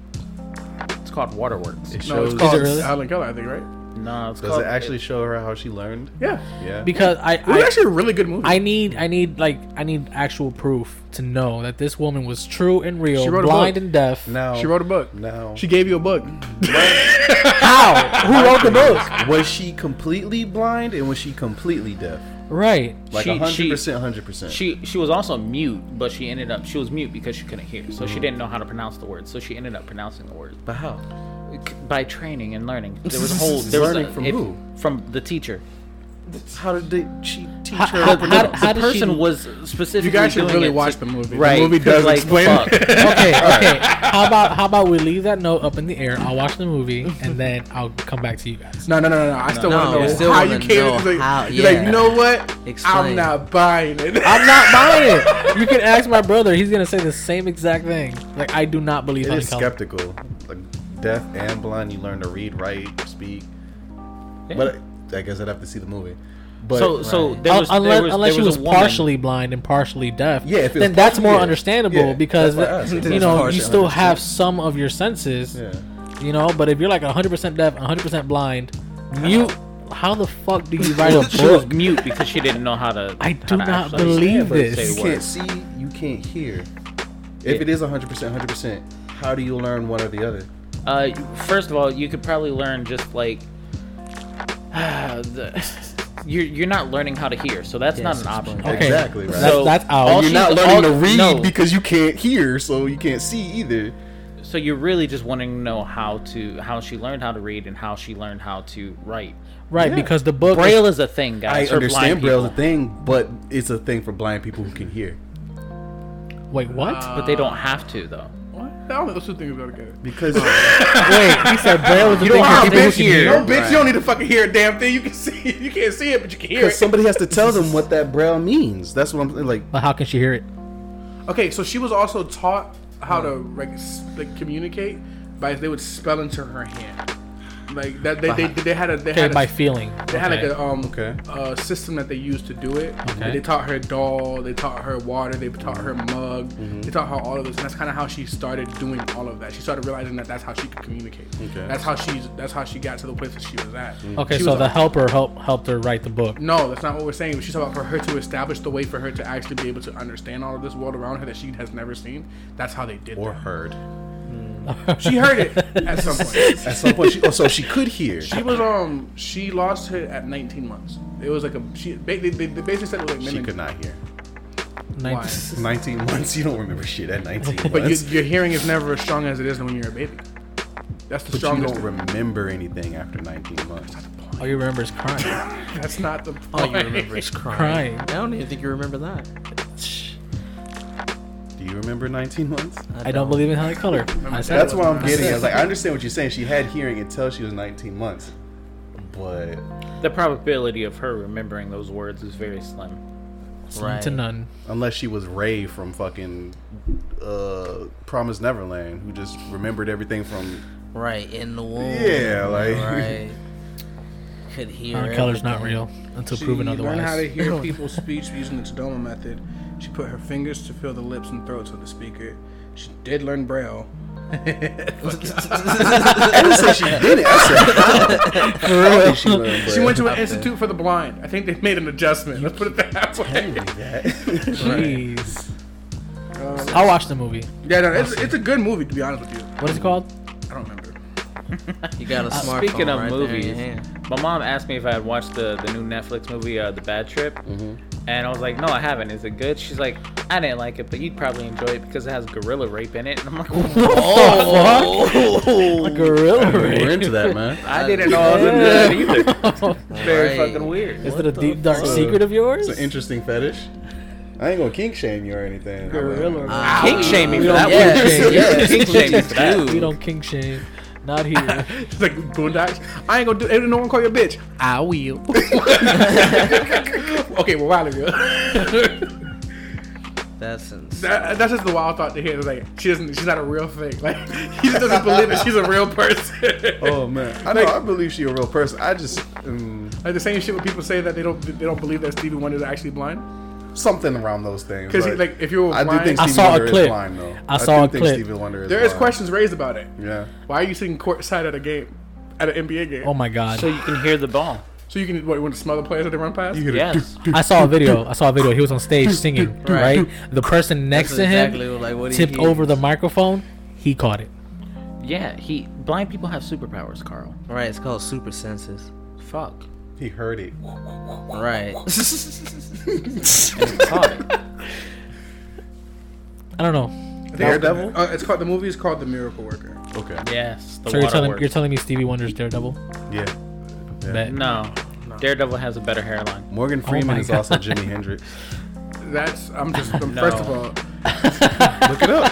S2: It's called Waterworks.
S3: It
S4: No,
S3: shows.
S4: it's called
S5: really?
S4: Helen Keller, I think, right?
S2: No, it's
S3: does
S2: called.
S3: it actually show her how she learned?
S4: Yeah.
S3: Yeah.
S5: Because I.
S4: It was
S5: I
S4: actually a really good movie.
S5: I need, I need, like, I need actual proof to know that this woman was true and real,
S4: She wrote a
S5: blind
S4: book.
S5: and deaf.
S3: now
S4: she wrote a book.
S3: Now
S4: She gave you a book.
S5: How? Who wrote the book?
S3: was she completely blind and was she completely deaf?
S5: Right.
S3: Like
S2: She-
S3: hundred
S2: she-
S3: percent, hundred percent.
S2: She she was also mute, but she ended up she was mute because she couldn't hear, so she didn't know how to pronounce the words. So she ended up pronouncing the words
S3: But how?
S2: C- by training and learning. There was a whole there
S3: Learning
S2: was a,
S3: from
S2: if-
S3: who?
S2: From the teacher.
S3: How did they, she teach
S5: How-
S3: her?
S5: how-
S3: how to pronounce?
S2: the
S5: how
S2: the
S5: does she-
S2: person was specifically.
S4: You guys should
S2: doing
S4: really
S2: it to-
S4: watch the movie.
S2: Right,
S4: the movie
S2: 'cause,
S4: does
S2: like,
S4: explain.
S2: fuck.
S5: Okay, okay. How about how about we leave that note up in the air? I'll watch the movie and then I'll come back to you guys.
S4: No, no, no, no, no. I still
S1: No,
S4: want
S1: we
S4: to
S1: still
S4: know how
S1: wanna
S4: you came.
S1: know
S4: to like,
S1: how-
S4: you're like,
S1: yeah.
S4: you know what?
S1: Explain.
S4: I'm not buying it.
S5: I'm not buying it. You can ask my brother. He's gonna say the same exact thing. Like I do not believe
S3: It
S5: Helen
S3: is
S5: Keller.
S3: skeptical. Like deaf and blind, you learn to read, write, speak. But I guess I'd have to see the movie. But
S2: So so there
S5: Un-
S2: was
S5: unless
S2: there was,
S5: unless
S2: there
S5: she
S2: was
S5: was
S2: a woman-
S5: partially blind and partially deaf,
S3: Yeah, if it was
S5: then that's
S3: partially-
S5: more
S3: yeah.
S5: understandable
S3: Yeah,
S5: because
S3: that's why I asked.
S5: you
S3: It's
S5: know
S3: partially
S5: you still have
S3: understandable.
S5: some of your senses.
S3: yeah,
S5: You know, but if you're like 100% deaf, 100% blind, mute. How the fuck do you write a
S2: She was
S5: book?
S2: mute because she didn't know how to.
S5: I
S2: how
S5: do
S2: to
S5: not
S2: actually
S5: believe
S2: say
S5: this.
S3: you
S5: It
S3: can't see, you can't hear. If it is hundred percent, hundred percent, how do you learn one or the other?
S2: Uh, first of all, you could probably learn just like the, you're you're not learning how to hear, so that's not an option.
S5: Okay,
S3: Exactly, right.
S5: That's,
S2: So,
S5: that's out.
S2: all
S3: You're
S2: she's-
S3: not learning
S2: all-
S3: to read
S2: no.
S3: because you can't hear, so you can't see either.
S2: So you're really just wanting to know how to how she learned how to read and how she learned how to write.
S5: Right,
S3: Yeah.
S5: because the book
S2: Braille is a thing,
S3: I
S2: guys. for blind
S3: understand Braille's a
S2: people,
S3: thing, but it's a thing for blind people who can hear.
S5: Is, wait, what?
S2: but they don't have to though.
S4: What? I don't know those two things are together.
S3: Because
S5: wait, he said Braille was a thing for
S4: Wow,
S5: people who
S4: bitch,
S5: can hear.
S4: no, bitch, you don't need to fucking hear a damn thing. You can see, you can't see it, but you can hear it.
S3: because somebody has to tell them what that Braille means. That's what I'm like.
S5: But how can she hear it?
S4: Okay, so she was also taught how to like, s- like communicate by they would spell into her hand. Like that, they they, they had a they
S5: Okay,
S4: had a,
S5: by feeling.
S4: they had like
S5: Okay.
S4: a um
S3: Okay.
S4: uh, system that they used to do it.
S5: Okay.
S4: They taught her doll, they taught her water, they taught her mug,
S3: Mm-hmm.
S4: they taught her all of this, and that's kind of how she started doing all of that. She started realizing that that's how she could communicate.
S3: Okay. Mm.
S4: That's how she's that's how she got to the place that she was at.
S5: okay,
S4: She
S5: so
S4: was
S5: the
S4: a-
S5: helper help, helped her write the book.
S4: no, that's not what we're saying. She's talking about for her to establish the way for her to actually be able to understand all of this world around her that she has never seen. That's how they did
S3: Or
S4: it.
S3: heard.
S4: She heard it at some point.
S3: At some point, she, oh, so she could hear.
S4: She was um she lost her at 19 months. It was like a she ba- they, they they basically said it was like
S3: She
S4: menin-
S3: could not hear.
S5: Nin-
S3: 19 months. You don't remember shit at 19
S4: But you,
S3: months.
S4: your hearing is never as strong as it is when you're a baby. That's the
S3: But you
S4: strongest.
S3: don't remember anything after 19 months.
S5: All you remember is crying.
S4: That's not the point.
S5: Oh,
S1: All you remember is crying.
S5: Crying.
S1: I don't even think you remember that.
S3: Do you remember 19 months?
S5: I don't believe in Helen Keller. I said
S3: That's
S5: it.
S3: what I'm getting. I was like, I understand what you're saying. She had hearing until she was 19 months. But
S2: The probability of her remembering those words is very slim.
S1: Right.
S5: to none.
S3: unless she was Ray from fucking uh Promise Neverland, who just remembered everything from
S1: Right in the womb.
S3: Yeah, like-
S1: right. Could hear.
S5: Helen Keller's not
S1: everything.
S5: real until
S4: She
S5: proven
S4: learned how to
S5: otherwise.
S4: hear people's speech using the Tadoma method. She put her fingers to feel the lips and throats of the speaker. She did learn Braille.
S3: I didn't say she did it. I said how did she learn
S4: She
S3: Braille?
S4: went to an institute for the blind. I think they made an adjustment. Let's put it that way.
S5: Jeez. I'll watch the movie.
S4: Uh, Yeah, no, it's, it's a good movie to be honest with you.
S5: What is it called?
S4: I don't remember.
S1: You got a smartphone
S2: Speaking of
S1: right there in your
S2: movies,
S1: hand.
S2: my mom asked me if I had watched the, the new Netflix movie, uh, The Bad Trip. And I was like, no, I haven't. Is it good? She's like, I didn't like it, but you'd probably enjoy it because it has gorilla rape in it. And I'm like,
S1: Oh!
S5: A gorilla
S3: We're
S5: rape.
S3: into that, man.
S2: I didn't know I was into that either. Very
S1: Right.
S2: fucking weird.
S5: Is it a deep dark secret of yours?
S3: It's an interesting fetish. I ain't gonna kink shame you or anything. Gorilla.
S1: Ah,
S2: King shaming
S5: we
S2: for
S5: don't
S2: that
S5: kink
S2: one.
S5: shame.
S2: Yeah, king shaming for that.
S5: Ah, we don't king shame. Not here.
S4: It's like boondocks. I ain't gonna do. Ain't no one call you a bitch. I will. okay, well, while ago.
S1: That's insane.
S4: That, that's just the wild thought to hear. It's Like she doesn't. She's not a real thing. Like he just doesn't believe that she's a real person.
S3: Oh man, I know. I believe she a real person. I just mm,
S4: Like the same shit when people say that they don't they don't believe that Stevie Wonder is actually blind.
S3: something around those things.
S4: Because like if you were
S3: I
S4: blind,
S3: do think
S5: I
S3: Stevie
S5: saw a
S3: Wonder is
S5: clip.
S3: blind though.
S5: I saw
S3: do
S5: a
S3: think
S5: clip.
S3: Stevie Wonder is
S4: there is
S3: blind.
S4: questions raised about it.
S3: Yeah.
S4: Why are you sitting courtside at a game, at an NBA game?
S5: Oh my god.
S2: So you can hear the ball.
S4: So you can what, you want to smell the players that they run past?
S3: You get a
S2: Yes.
S5: I saw a video. I saw a video. He was on stage singing,
S1: Right.
S5: right? The person next
S1: That's
S5: to him
S1: exactly what- like, what he
S5: tipped
S1: hears.
S5: over the microphone. He caught it.
S2: Yeah, he blind people have superpowers, Carl.
S1: Right, it's called super senses.
S2: Fuck.
S3: He heard it.
S1: Right.
S2: Caught it.
S5: I don't know.
S3: Daredevil.
S4: Uh, it's called the movie is called The Miracle Worker.
S3: Okay.
S2: Yes. The
S5: So you're
S2: water
S5: telling
S2: works.
S5: you're telling me Stevie Wonder's Daredevil?
S3: Yeah.
S5: Bet.
S2: no, Daredevil has a better hairline.
S3: Morgan Freeman
S5: Oh my
S3: is also Jimi Hendrix.
S4: That's I'm just I'm-
S2: No.
S4: first of all,
S3: Look it up.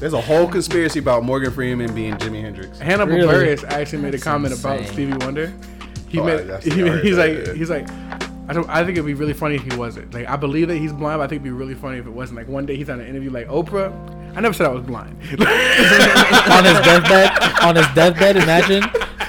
S3: There's a whole conspiracy about Morgan Freeman being Jimi Hendrix.
S4: Hannibal
S5: Really?
S4: Buress actually made a comment about
S1: insane.
S4: Stevie Wonder. He
S3: Oh,
S4: made
S3: that's-
S4: he,
S3: I heard
S4: he's
S3: that,
S4: like
S3: yeah.
S4: he's like I don't I think it'd be really funny if he wasn't. Like I believe that he's blind, but I think it'd be really funny if it wasn't. Like one day he's on an interview like Oprah. I never said I was blind.
S5: on his deathbed. On his deathbed. Imagine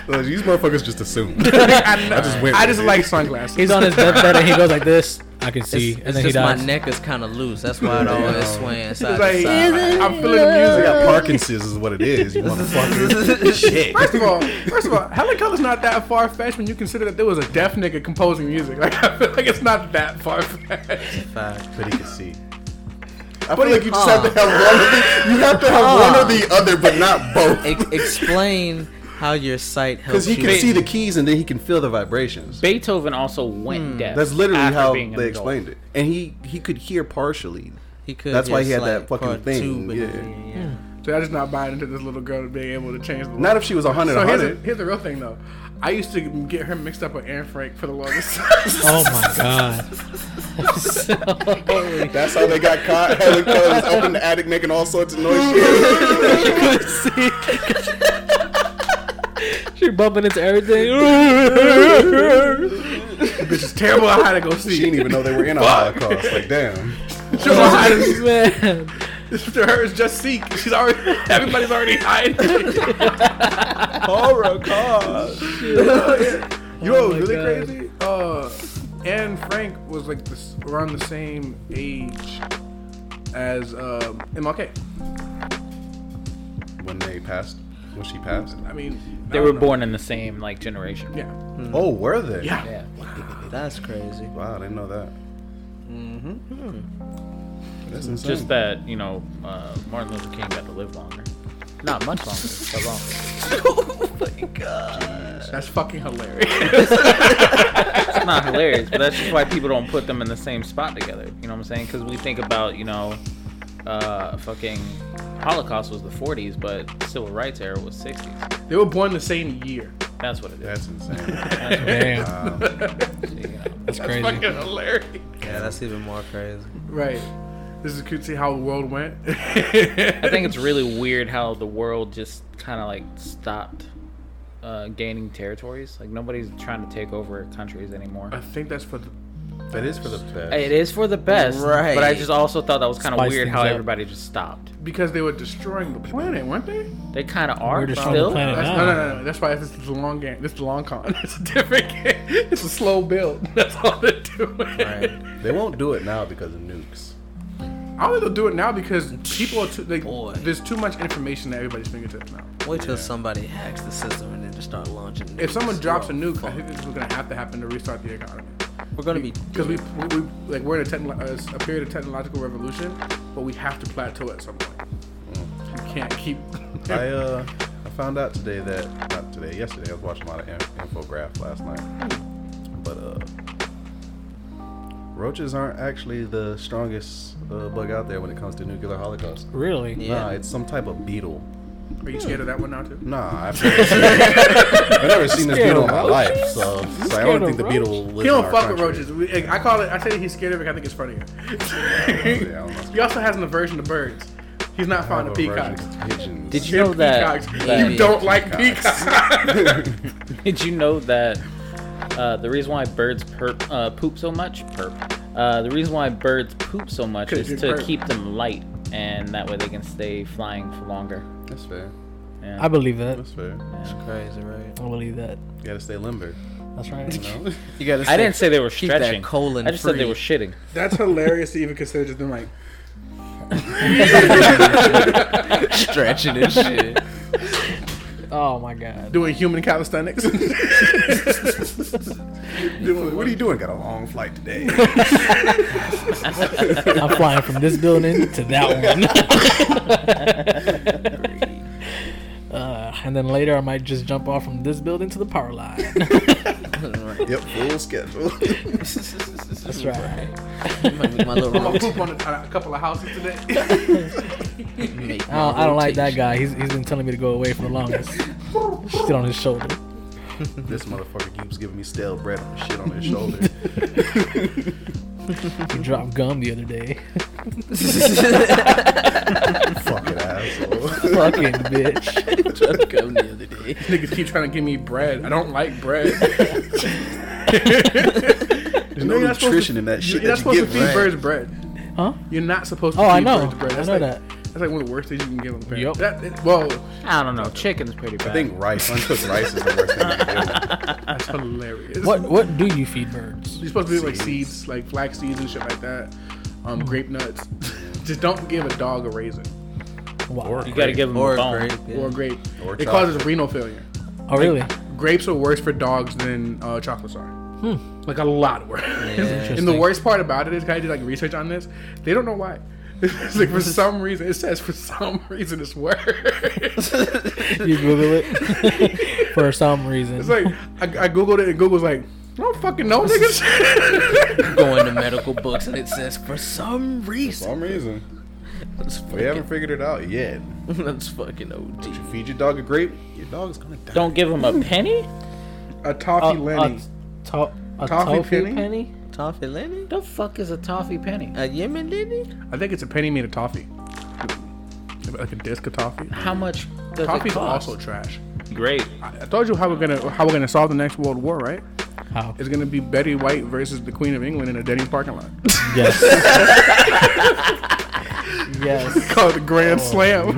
S3: Look, These motherfuckers just assume. I just went.
S4: I
S3: with
S4: just
S3: it.
S4: like sunglasses.
S5: he's on his deathbed and he goes like this. I can see,
S1: It's,
S5: and
S1: it's
S5: then he
S1: just my
S5: dies.
S1: neck is kind of loose. That's why it always swaying
S4: He's
S1: side
S4: like,
S1: to side.
S4: I'm feeling the
S3: I
S4: music.
S3: got Parkinson's is what it is. You motherfucker. Shit.
S4: First of all, first of all, Helen Keller's not that far fetched when you consider that there was a deaf nigga composing music. Like I feel like it's not that far fetched.
S1: Fact.
S3: But he can see. I
S4: But
S3: feel
S4: he-
S3: like you just have to have one. Of the, you have to have one or the other, but not both.
S1: Ex- explain how your sight helps
S3: Because he
S1: you.
S3: can see the keys and then he can feel the vibrations.
S2: Beethoven also went deaf.
S3: That's literally
S2: after
S3: how
S2: being an
S3: they
S2: adult.
S3: explained it. And he he could hear partially.
S1: He could
S3: That's why he
S1: just,
S3: had that
S1: like,
S3: fucking
S1: part
S3: thing,
S1: tube in
S3: yeah.
S1: his ear, yeah.
S4: So I just not buying into this little girl being able to change the world.
S3: Not if she was 100,
S4: So here's the,
S3: 100.
S4: here's the real thing though. I used to get her mixed up with Anne Frank for the longest.
S5: Oh my god. So-
S3: That's how they got caught. Helen Keller was up in the attic making all sorts of noise. Shit.
S5: she couldn't see. she bumping into everything.
S4: Bitch is terrible at how to go see.
S3: she didn't even know they were in a Holocaust. Like damn.
S4: She don't know how to-
S5: Man.
S4: to her it's just seek. She's already everybody's already hiding.
S3: Holocaust.
S4: You know what's
S5: my
S4: really
S5: God.
S4: crazy? Uh, Anne Frank was like this around the same age as um, MLK.
S3: When they passed. When she passed.
S4: I mean, I
S2: They
S4: don't
S2: were
S4: know.
S2: born in the same like generation.
S4: Yeah.
S3: Oh, were they?
S4: yeah,
S2: Yeah.
S1: That's crazy.
S3: Wow, I didn't know that. Mm-hmm. That's insane.
S2: Just that you know, uh, Martin Luther King got to live longer. Not much longer, but longer.
S4: That's fucking hilarious.
S2: It's not hilarious, but that's just why people don't put them in the same spot together. You know what I'm saying? Because we think about you know, uh, fucking Holocaust was the 40s, but Civil Rights era was 60s.
S4: they were born the same year.
S2: That's what it is.
S3: That's insane.
S5: Damn.
S3: Wow.
S5: That's
S4: That's
S5: crazy.
S4: fucking hilarious.
S1: Yeah, that's even more crazy.
S4: Right. This is could see how the world went.
S2: I think it's really weird how the world just kind of like stopped uh, gaining territories. Like nobody's trying to take over countries anymore.
S4: I think that's for the.
S3: that is for the best.
S2: It is for the best,
S1: Right.
S2: But I just also thought that was kind of
S5: Spice
S2: weird
S5: things
S2: how
S5: up.
S2: everybody just stopped.
S4: Because they were destroying the planet, weren't they?
S2: They kind of are
S5: We're destroying the
S2: still.
S5: planet
S4: That's,
S5: now.
S4: no, no, no, no. That's why this is the long game. This is the long con. It's a different game. It's a slow build. That's all they're doing.
S1: Right.
S3: They won't do it now because of nukes.
S4: I don't think they'll do it now because people are too. Like,
S1: Boy.
S4: there's too much information at everybody's fingertips now.
S1: Wait till somebody hacks the system and then just start launching.
S4: If
S1: nukes.
S4: someone drops a nuke, I
S1: fuck.
S4: think this is going to have to happen to restart the economy.
S1: we're gonna be
S4: Because we, we, we like we're in a, techno- uh, a period of technological revolution, but we have to plateau at some point. You can't keep.
S3: I uh, I found out today that not today, yesterday I was watching a lot of in- infograph last night, but uh, roaches aren't actually the strongest uh, bug out there when it comes to nuclear holocaust.
S5: Really?
S3: Nah,
S1: Yeah.
S3: it's some type of beetle.
S4: Are you scared of that one now too?
S3: Nah, I've never seen, I've never seen this
S5: Scared
S3: beetle
S5: of
S3: in my life, so, so I
S5: scared
S3: don't think
S5: of
S3: the beetle will live in
S4: He don't
S3: our
S4: fuck with
S3: country.
S4: roaches. We, I I call it. I say that he's scared of it. I think it's funny.
S3: Yeah, I don't know.
S4: he also has an aversion to birds. He's not
S3: I have
S4: fond of
S3: a version
S4: peacocks.
S3: to pigeons.
S2: Did you know that?
S4: Peacocks.
S2: that-
S4: you don't like
S3: Peacocks.
S4: peacocks.
S2: Did you know that uh, the reason why birds perp, uh, poop so much? Perp. Uh, the reason why birds poop so much
S4: 'Cause
S2: is
S4: you
S2: to
S4: perp.
S2: keep them light, and that way they can stay flying for longer.
S3: That's fair.
S2: Yeah.
S5: I believe that.
S3: That's fair.
S1: It's crazy, right?
S5: I believe that.
S3: You gotta stay limber.
S5: That's right.
S3: You know?
S1: You gotta.
S2: I didn't say they were
S1: that
S2: stretching.
S1: colon
S2: I just said they
S1: free.
S2: were shitting.
S4: That's hilarious to even consider just being like,
S1: stretching and shit.
S5: Oh my god.
S4: doing human calisthenics. doing
S3: what are you doing? Got a long flight today.
S5: I'm flying from this building to that one. Uh, and then later, I might just jump off from this building to the power line.
S3: yep, full schedule.
S5: That's right.
S1: Might be my little
S4: I'm gonna
S1: roach.
S4: poop on a, a couple of houses today.
S1: Make
S5: I
S1: my
S5: don't, I don't like that
S1: rotation.
S5: guy. He's, he's been telling me to go away for the longest. Sit on his shoulder.
S3: this motherfucker keeps giving me stale bread and shit on his shoulder.
S5: He dropped gum the other day.
S3: Fucking asshole.
S5: Fucking bitch.
S1: Drunk gum the other day.
S4: Niggas keep trying to give me bread. I don't like bread.
S3: There's no
S4: You're not supposed
S3: nutrition
S4: to-
S3: in that shit
S4: You're not
S3: that you get.
S4: supposed to feed
S3: Right.
S4: birds bread.
S5: Huh?
S4: You're not supposed to
S5: Oh,
S4: feed
S5: I know.
S4: birds bread.
S5: I
S4: That's
S5: know
S4: like,
S5: that.
S4: That's like one of the worst things you can give them. apparently.
S5: Yep.
S4: That, it, well,
S2: I don't know. Chicken's pretty bad.
S3: I think rice, uncooked rice, is the worst thing you can
S4: that's hilarious.
S5: What what do you feed birds?
S4: You're supposed to do like seeds, like flax seeds and shit like that. Um, grape nuts. Just don't give a dog a raisin
S5: Wow.
S2: you gotta give them
S1: Or
S2: a
S1: a
S2: bone.
S1: grape. yeah.
S4: or a
S3: Or
S4: grape. it
S3: chocolate.
S4: causes renal failure.
S5: Oh really?
S4: Grapes are worse for dogs than uh, chocolates are.
S5: Hmm.
S4: Like a lot worse. and the
S5: Interesting.
S4: worst part about it is, 'cause I did like research on this. They don't know why. It's like for some reason it says for some reason it's worse.
S5: You Google it for some reason.
S4: it's like I, I googled it and Google's like, I don't fucking know, niggas.
S1: Go into medical books and it says for some
S3: do.
S1: reason.
S3: some reason.
S1: That's
S3: We
S1: fucking,
S3: haven't figured it out yet.
S1: that's fucking OD.
S3: You feed your dog a grape, your dog's gonna die.
S2: Don't Uh, give them a penny.
S4: a toffee lenny.
S5: To- a
S4: Toffee
S5: toffee
S4: penny?
S5: penny?
S1: Toffee Lenny?
S2: The fuck is a toffee penny?
S1: A Yemen Lenny?
S4: I think it's a penny made of toffee. Like a disc of toffee.
S2: How much does
S4: Toffee's
S2: it cost?
S4: also trash.
S2: great.
S4: I, I told you how we're gonna how we're gonna solve the next world war, right?
S5: How?
S4: It's gonna be Betty White versus the Queen of England in a Denny's parking lot.
S5: Yes. yes.
S4: Called the Grand
S2: Oh,
S4: Slam.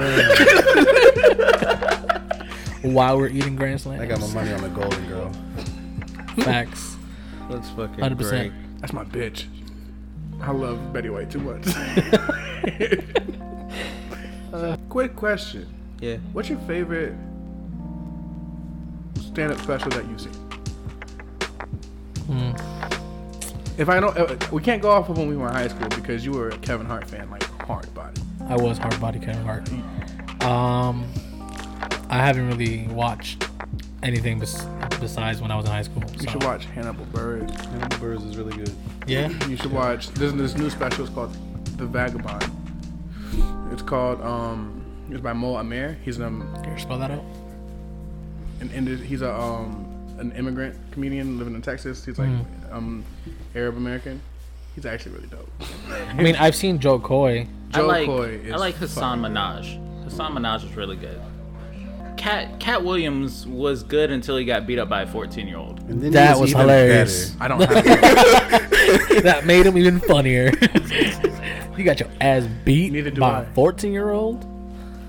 S5: While we're eating Grand
S3: I
S5: Slam
S3: got my money on the golden girl.
S5: facts,
S1: That's fucking
S5: hundred
S1: 100%.
S5: percent.
S4: That's my bitch. I love Betty White too much. Quick question:
S1: Yeah.
S4: What's your favorite stand-up special that you've seen? If I don't, uh, we can't go off of when we were in high school because you were a Kevin Hart fan, like hard body.
S5: I was hard body kind of hard. Um, I haven't really watched anything bes- besides when I was in high school.
S4: You
S5: so-
S4: should watch Hannibal Bird.
S3: Animal Birds is really good.
S5: Yeah.
S4: You should watch this. This new special is called The Vagabond. It's called um, it's by Mo Amer. He's um,
S5: Here, spell that out.
S4: an Indi- he's a um an immigrant comedian living in Texas. He's like um Arab American. He's actually really dope.
S5: I mean, I've seen Joe Coy.
S4: Joe
S2: I like
S4: Coy is
S2: I like Hassan Minaj. Hassan Minaj is really good. Cat Cat Williams was good until he got beat up by a 14 year old.
S3: And then
S5: That
S3: he's
S5: was
S3: even
S5: hilarious.
S3: better.
S4: I don't have
S5: that made him even funnier. you got your ass beat
S4: Neither do
S5: by
S4: I.
S5: a 14 year old?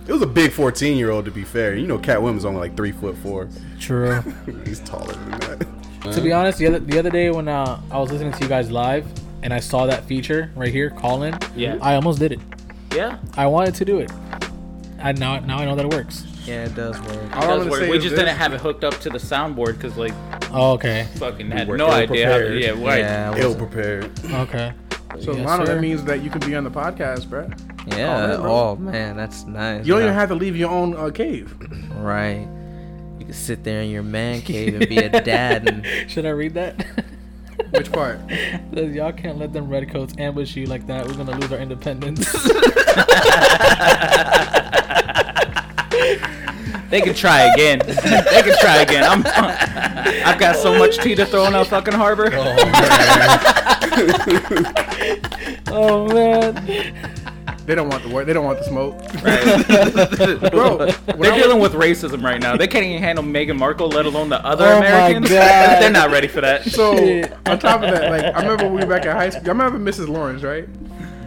S3: It was a big 14 year old to be fair. You know, Cat Williams only like three foot four.
S5: True.
S3: He's taller than that.
S5: to be honest, the other, the other day when uh, I was listening to you guys live and I saw that feature right here, call in,
S2: Yeah.
S5: I almost did it.
S2: Yeah,
S5: I wanted to do it. And now, now I know that it works.
S1: Yeah, it does work.
S4: All
S2: Does
S4: I'm gonna
S2: work.
S4: say
S2: we
S4: is
S2: just
S4: this.
S2: didn't have it hooked up to the soundboard because like
S5: Oh, okay.
S2: fucking had
S3: were
S2: no idea. How,
S3: ill-prepared.
S2: yeah, right.
S1: Yeah, I
S3: Ill
S1: wasn't-
S3: prepared.
S5: Okay.
S4: So
S5: Yes,
S4: Lana,
S5: sir.
S4: that means that you can be on the podcast, bruh.
S1: Yeah.
S4: Alright, bro.
S1: Oh man, that's nice.
S4: You don't even
S1: Yeah.
S4: have to leave your own uh, cave.
S1: right. You can sit there in your man cave and be a dad. And,
S5: Should I read that?
S4: Which part?
S5: Says, Y'all can't let them redcoats ambush you like that. We're gonna lose our independence.
S2: They can try again. they can try again. I'm, I've got so much tea to throw in that fucking harbor.
S5: oh man.
S4: They don't want the work. They don't want the smoke.
S2: Bro,
S4: Bro, when
S2: they're
S4: I
S2: dealing with racism right now. They can't even handle Meghan Markle, let alone the other
S5: Oh my
S2: Americans.
S5: God.
S2: they're not ready for that.
S4: So on top of that, like I remember when we were back at high school. I remember Mrs. Lawrence, right?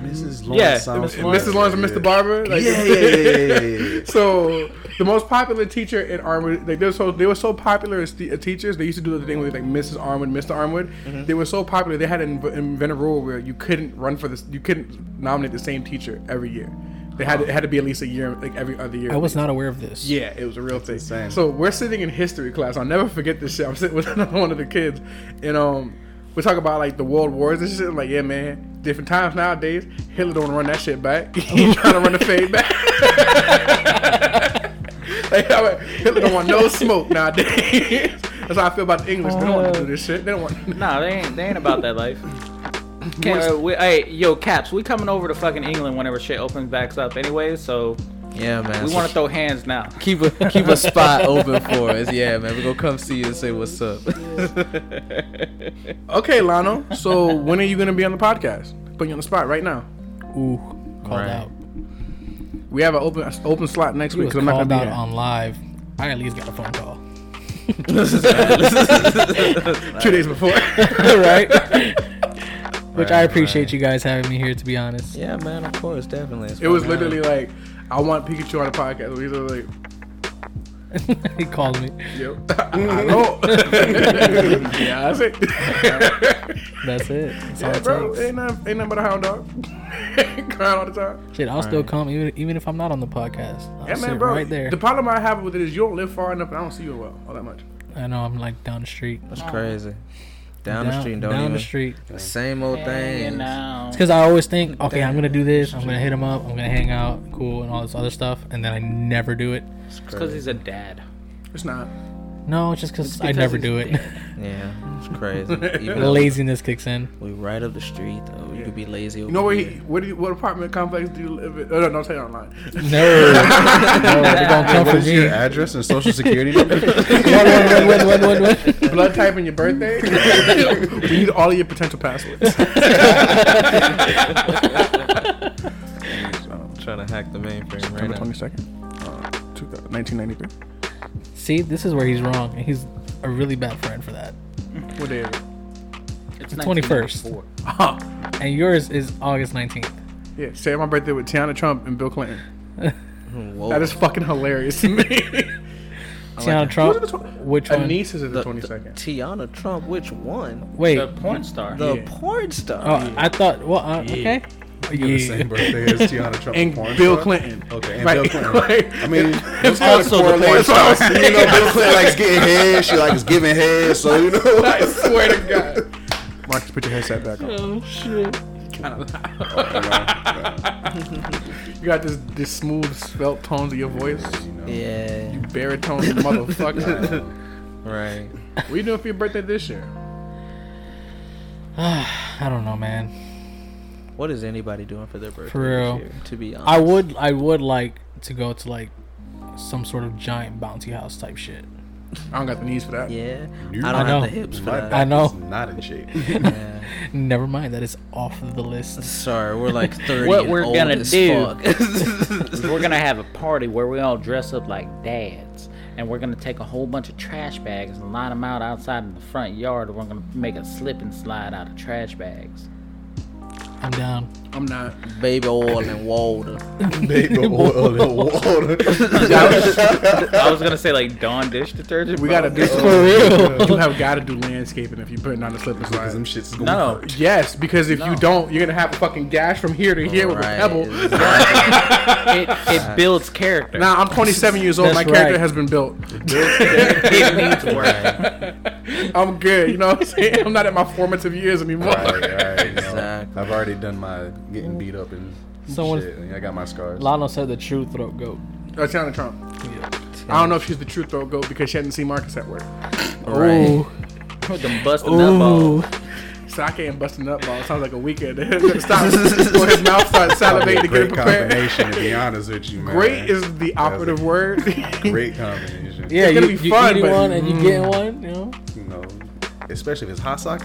S3: Mrs.
S2: Yeah,
S3: sounds
S2: Mrs.
S3: familiar.
S4: Mrs. Lawrence and Mr. Barber. Like,
S3: Yeah, yeah, yeah, yeah, yeah, yeah.
S4: So the most popular teacher in Armwood, like they were so they were so popular as the, uh, teachers. They used to do the thing with like Mrs. Armwood, Mr. Armwood. They were so popular they had to inv- invent a rule where you couldn't run for this, you couldn't nominate the same teacher every year. They had it had to be at least a year, like every other year.
S5: I was not aware of this.
S4: Yeah, it was a real thing.
S3: insane.
S4: So we're sitting in history class. I'll never forget this shit. I'm sitting with another one of the kids, and um, we talk about like the world wars and shit. I'm like, yeah, man, different times nowadays. Hitler don't run that shit back. He's trying to run the fade back. like, I'm like, Hitler don't want no smoke nowadays. That's how I feel about the English. They don't want to do this shit. They don't want.
S2: Nah, they ain't, they ain't about that life. Can't, uh, we, hey, yo, Caps, we coming over to fucking England whenever shit opens backs up anyway, so
S1: yeah, man.
S2: we want to throw hands now.
S1: keep a keep a spot open for us. Yeah, man. We gonna come see you and say what's up.
S4: Okay, Lano. So when are you gonna be on the podcast? Putting you on the spot right now.
S5: Ooh, called
S1: Right.
S5: out.
S4: We have an open open slot next
S5: He
S4: week
S5: was
S4: because I'm not gonna
S5: called
S4: be
S5: out
S4: here.
S5: on live. I at least got a phone call.
S4: two days before.
S5: right? Which I appreciate you guys having me here, to be honest.
S1: yeah, man. Of course, definitely. It's
S4: It was
S5: Oh,
S1: fun
S4: literally
S1: time.
S4: like, I want Pikachu on a podcast. We was like,
S5: he called me.
S4: yep. I know. yeah, that's it.
S5: That's it. That's all
S4: yeah,
S5: it
S4: bro,
S5: takes.
S4: ain't nothing, ain't nothing but a hound dog. Crying all the time.
S5: Shit, I'll still come even even if I'm not on the podcast. I'll
S4: Yeah, man,
S5: sit
S4: bro.
S5: right there.
S4: The problem I have with it is you don't live far enough and I don't see you well all that much.
S5: I know I'm like down the street.
S1: That's crazy. Down, the street, don't
S5: down
S1: even.
S5: the street. It's
S1: Same old thing.
S5: because I always think, okay, I'm gonna do this. I'm gonna hit him up. I'm gonna hang out, cool, and all this other stuff, and then I never do it.
S2: Because he's a dad.
S4: It's not.
S5: No, it's just because I
S2: because
S5: never
S2: he's
S5: do it.
S1: Yeah, it's crazy. Even though
S5: Laziness kicks in.
S1: we right up the street though. You could be lazy.
S4: You know where he, where do you, what apartment complex do you live in? Oh, no, don't say it online.
S5: No, no, they're gonna come
S3: What
S5: for
S3: is
S5: me.
S3: your address and social security number?
S5: One, one, one, one, one, one, one.
S4: Blood type and your birthday? we need all of your potential passwords.
S1: I'm trying to hack the mainframe right
S4: September
S1: now.
S4: 22nd, uh, 2000 1993.
S5: See, this is where he's wrong, and he's a really bad friend for that.
S4: What day is it?
S2: It's
S5: The 21st.
S4: Oh,
S5: And yours is August 19th.
S4: yeah, share my birthday with Tiana Trump and Bill Clinton.
S1: Whoa.
S4: That is fucking hilarious to me.
S5: Tiana
S4: Who's the
S5: Trump.
S4: tw-
S5: Which one?
S4: Anise is at the
S1: The- the-
S4: 22nd.
S1: Tiana Trump. Which one?
S5: Wait.
S2: The porn star.
S1: The
S4: Yeah.
S1: porn star.
S5: oh, I thought. Well, uh, okay.
S3: You got the same birthday as Tiana Trump.
S4: and
S3: porn
S4: Bill
S3: star?
S4: Clinton.
S3: Okay, and
S4: Like-
S3: Bill Clinton.
S4: like-
S3: I mean, it's
S4: also the porn
S3: star. You know, Bill Clinton likes getting head. She likes giving head. So you know,
S4: I swear to God. Marcus, put your headset back on. Oh,
S5: Oh shit.
S4: You got this, this smooth, svelte tones of your voice.
S3: You know.
S1: yeah.
S4: Baritone, motherfucker.
S1: Right.
S4: what you doing for your birthday this year?
S5: I don't know, man.
S1: What is anybody doing for their birthday?
S5: For real.
S1: This year, to be honest.
S5: I would. I would like to go to like some sort of giant bounty house type shit.
S4: I don't got the knees for that.
S1: Yeah.
S3: You-
S1: I
S5: I
S1: don't
S5: know.
S1: have the hips for
S3: My
S1: that.
S5: I know.
S3: back is Not in shape.
S1: Yeah.
S5: Never mind. That is off of the list.
S1: Sorry, we're like 30
S2: What
S1: and
S2: we're
S1: old
S2: gonna
S1: as
S2: do.
S1: fuck.
S2: We're gonna have a party where we all dress up like dads, and we're gonna take a whole bunch of trash bags and line them out outside in the front yard. and We're gonna make a slip and slide out of trash bags.
S5: I'm down.
S4: I'm not.
S1: Baby oil and water.
S3: Baby oil and water.
S2: I was gonna say like Dawn dish detergent.
S4: We
S2: but
S4: gotta do.
S5: For real.
S4: You have got to do landscaping if you're putting on the slip and
S3: Because them
S4: slide.
S3: shits is going
S2: No.
S3: hurt.
S4: Yes, because if you don't, you're gonna have a fucking gash from here to here with a
S1: Right,
S4: pebble.
S1: exactly.
S2: it, it builds character.
S4: Now I'm 27 years old.
S5: That's
S4: My character
S5: right.
S4: has been built.
S2: it needs work.
S4: I'm good. You know what I'm saying? I'm not at my formative years anymore.
S3: Right, right, you know.
S1: Exactly.
S3: I've already done my getting beat up and
S5: Someone,
S3: Shit, yeah, I got my scars.
S5: Lano said the true throat goat.
S4: Uh, Tiana Trump.
S5: Yeah.
S4: I don't know if she's the true throat goat because she hadn't seen Marcus at work.
S1: Right.
S2: With them busting up all.
S4: So I can't bust a nut ball. It sounds like a weekend. Stop. Well, his mouth starts
S3: Probably
S4: salivating
S3: a
S4: to get
S3: great
S4: prepared.
S3: combination, to be honest with you, man.
S4: Great is the operative word.
S3: great combination.
S5: Yeah,
S4: It's
S5: you,
S4: gonna be
S5: you
S4: fun,
S5: eating
S4: but-
S5: one and you getting one, you know?
S3: you know, especially if it's hot sake.